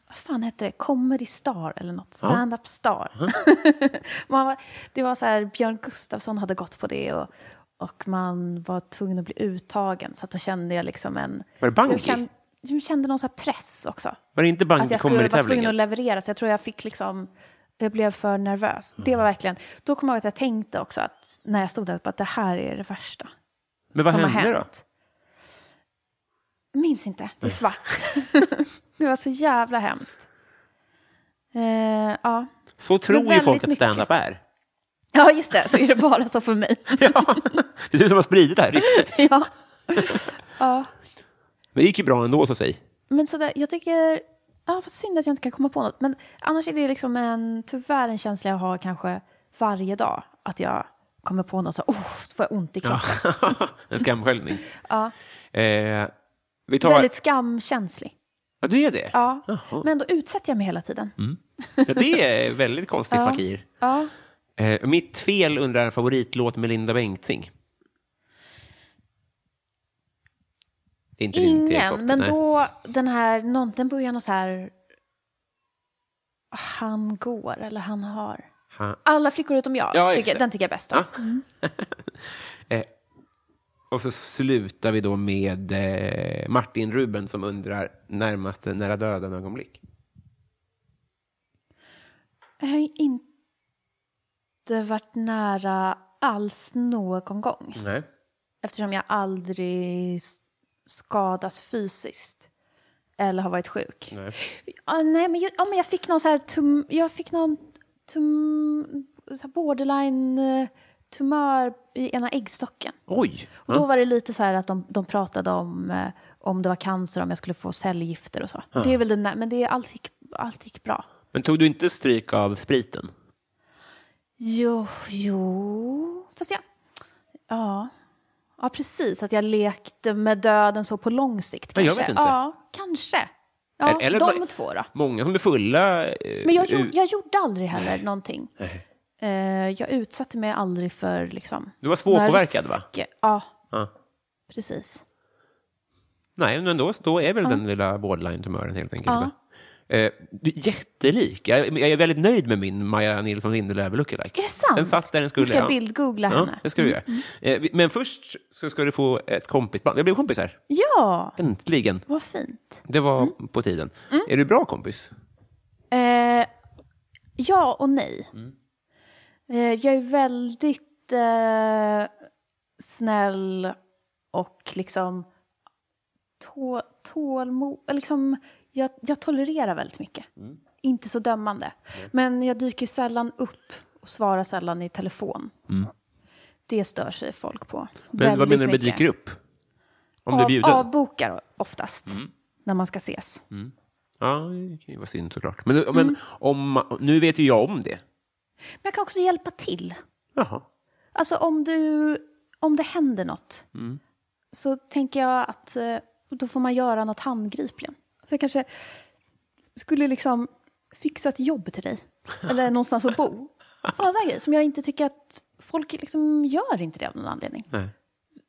Speaker 2: vad fan hette det, Comedy Star eller något, Stand Up Star. man var, det var så här, Björn Gustafsson hade gått på det och, och man var tvungen att bli uttagen. Så att då kände jag liksom en...
Speaker 1: Var det Bungy?
Speaker 2: Jag kände, jag kände någon så här press också.
Speaker 1: Var det inte
Speaker 2: Att jag skulle vara tvungen att
Speaker 1: Bungy-comedy-tävlingen?
Speaker 2: leverera, så jag tror jag fick liksom... Jag blev för nervös. Det
Speaker 1: Mm.
Speaker 2: var verkligen... Då kom jag ihåg att jag tänkte också att när jag stod där, att det här är det värsta
Speaker 1: Men vad
Speaker 2: som
Speaker 1: hände
Speaker 2: har
Speaker 1: då?
Speaker 2: hänt. Minns inte. Det är svart. det var så jävla hemskt. Eh, ja.
Speaker 1: Så tror ju
Speaker 2: väldigt
Speaker 1: folk att
Speaker 2: mycket.
Speaker 1: stand-up är.
Speaker 2: ja, just det. Så är det bara så för mig.
Speaker 1: Ja. Det är du som har spridit det här ryktet.
Speaker 2: ja. ja.
Speaker 1: Men det gick ju bra ändå, så att säga.
Speaker 2: Men sådär, jag tycker... Ja, vad synd att jag inte kan komma på något. Men annars är det liksom en, tyvärr en känsla jag har kanske varje dag. Att jag kommer på något så oh, så får jag ont i kroppen.
Speaker 1: en skamskällning.
Speaker 2: Ja.
Speaker 1: Eh, vi tar...
Speaker 2: Väldigt skamkänslig.
Speaker 1: Ja, du är det?
Speaker 2: Ja.
Speaker 1: Jaha. Mm.
Speaker 2: Men då utsätter jag mig hela tiden.
Speaker 1: Ja, det är väldigt konstig fakir.
Speaker 2: Ja.
Speaker 1: Eh, mitt fel undrar favoritlåt med Linda Bengtzing. Det är inte din tekopp,
Speaker 2: Ingen, men
Speaker 1: nej.
Speaker 2: då den här, någon, den börjar något så här... Han går, eller han har.
Speaker 1: Ha.
Speaker 2: Alla flickor utom jag,
Speaker 1: Ja, just
Speaker 2: tycker,
Speaker 1: det.
Speaker 2: den tycker jag bäst om.
Speaker 1: Och så slutar vi då med eh, Martin Ruben som undrar närmaste nära döden-ögonblick.
Speaker 2: Jag har ju inte varit nära alls någon gång.
Speaker 1: Nej.
Speaker 2: Eftersom jag aldrig s- skadas fysiskt. Eller har varit sjuk.
Speaker 1: Nej.
Speaker 2: Ja, nej, men, ju- ja, men jag fick någon så här tum, jag fick någon tum, så här borderline eh, tumör i ena äggstocken.
Speaker 1: Oj!
Speaker 2: Och då var det lite så här att de, de pratade om eh, om det var cancer, om jag skulle få cellgifter och så. Det är väl den där, men det, allt, gick, allt gick bra.
Speaker 1: Men tog du inte stryk av spriten?
Speaker 2: Jo, jo, fast jag... Ja. Ja, precis. Att jag lekte med döden så på lång sikt
Speaker 1: Ja, jag
Speaker 2: kanske.
Speaker 1: vet inte.
Speaker 2: Ja, kanske. Ja,
Speaker 1: Eller- eller
Speaker 2: de
Speaker 1: bara-
Speaker 2: två då.
Speaker 1: Många som är fulla... Eh,
Speaker 2: Men jag, gjorde,
Speaker 1: ut-
Speaker 2: jag gjorde aldrig heller någonting. Eh, jag utsatte mig aldrig för liksom...
Speaker 1: Du var svårpåverkad,
Speaker 2: några
Speaker 1: va?
Speaker 2: risker. Ja,
Speaker 1: Ja.
Speaker 2: precis.
Speaker 1: Nej, men då, då är väl den lilla borderline-tumören helt enkelt.
Speaker 2: Ja.
Speaker 1: va? Eh, du är jättelik. Jag, jag är väldigt nöjd med min Maja Nilsson Lindelöf lookalike.
Speaker 2: Är det sant?
Speaker 1: Den satt där den skulle.
Speaker 2: Nu ska jag
Speaker 1: ja.
Speaker 2: bildgoogla
Speaker 1: Ja,
Speaker 2: henne. Mm.
Speaker 1: det ska du göra. Eh, vi- men först så ska du få ett kompisband. Jag blev kompisar.
Speaker 2: Ja,
Speaker 1: Äntligen.
Speaker 2: vad fint.
Speaker 1: Det var
Speaker 2: Mm.
Speaker 1: på tiden. Är du bra kompis?
Speaker 2: Eh, ja och nej. Eh, jag är väldigt eh, snäll och liksom tå, tålmod... Liksom, jag, jag tolererar väldigt mycket. Inte så dömande. Men jag dyker sällan upp och svarar sällan i telefon. Det stör sig folk på.
Speaker 1: Mm. Men vad menar du med dyker upp? Om du är bjuden?
Speaker 2: Avbokar oftast när man ska ses.
Speaker 1: Ja, det var synd såklart. Men,
Speaker 2: Mm.
Speaker 1: men om, nu vet ju jag om det.
Speaker 2: Men jag kan också hjälpa till.
Speaker 1: Jaha.
Speaker 2: Alltså om, du, om det händer något så tänker jag att eh, då får man göra något handgripligen. Så jag kanske skulle liksom fixa ett jobb till dig eller någonstans att bo. Sådana där grejer som jag inte tycker att folk liksom gör inte det av någon anledning.
Speaker 1: Nej.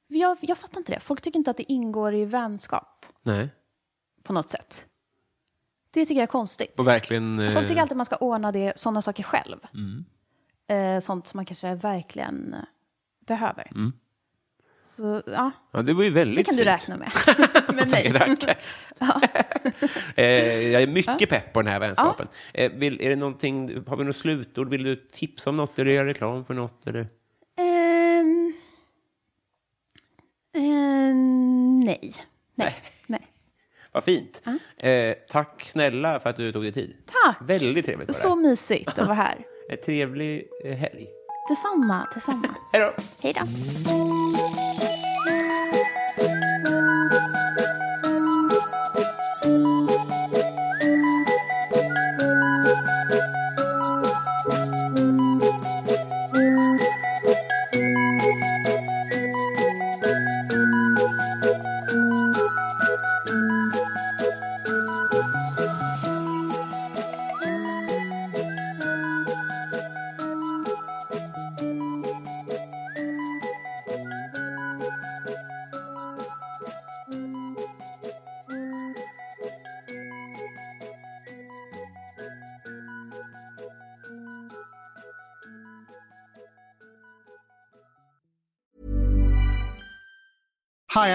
Speaker 2: Jag, jag fattar inte det. Folk tycker inte att det ingår i vänskap
Speaker 1: Nej.
Speaker 2: på något sätt. Det tycker jag är konstigt.
Speaker 1: Och verkligen... eh, Mm.
Speaker 2: Folk tycker alltid att man ska ordna det, sådana saker själv. Eh, sånt som man kanske verkligen eh, behöver. Så ja,
Speaker 1: Ja, det var ju Mm. väldigt
Speaker 2: det kan du
Speaker 1: fint.
Speaker 2: räkna med. med mig.
Speaker 1: Tackar. eh, jag är mycket pepp på den här vänskapen. Eh, vill, är det någonting, har vi något slutord? Vill du tipsa om något eller göra reklam för något? Eller?
Speaker 2: Ehm, ehm, nej. Nej. nej.
Speaker 1: Vad fint. Eh, tack snälla för att du tog dig tid.
Speaker 2: Mm. Tack!
Speaker 1: Väldigt trevligt att
Speaker 2: Så
Speaker 1: vara
Speaker 2: mysigt att vara här.
Speaker 1: här. Eh, Trevlig eh, helg.
Speaker 2: Detsamma, detsamma.
Speaker 1: Hej då!
Speaker 2: Hej då.
Speaker 5: Hi,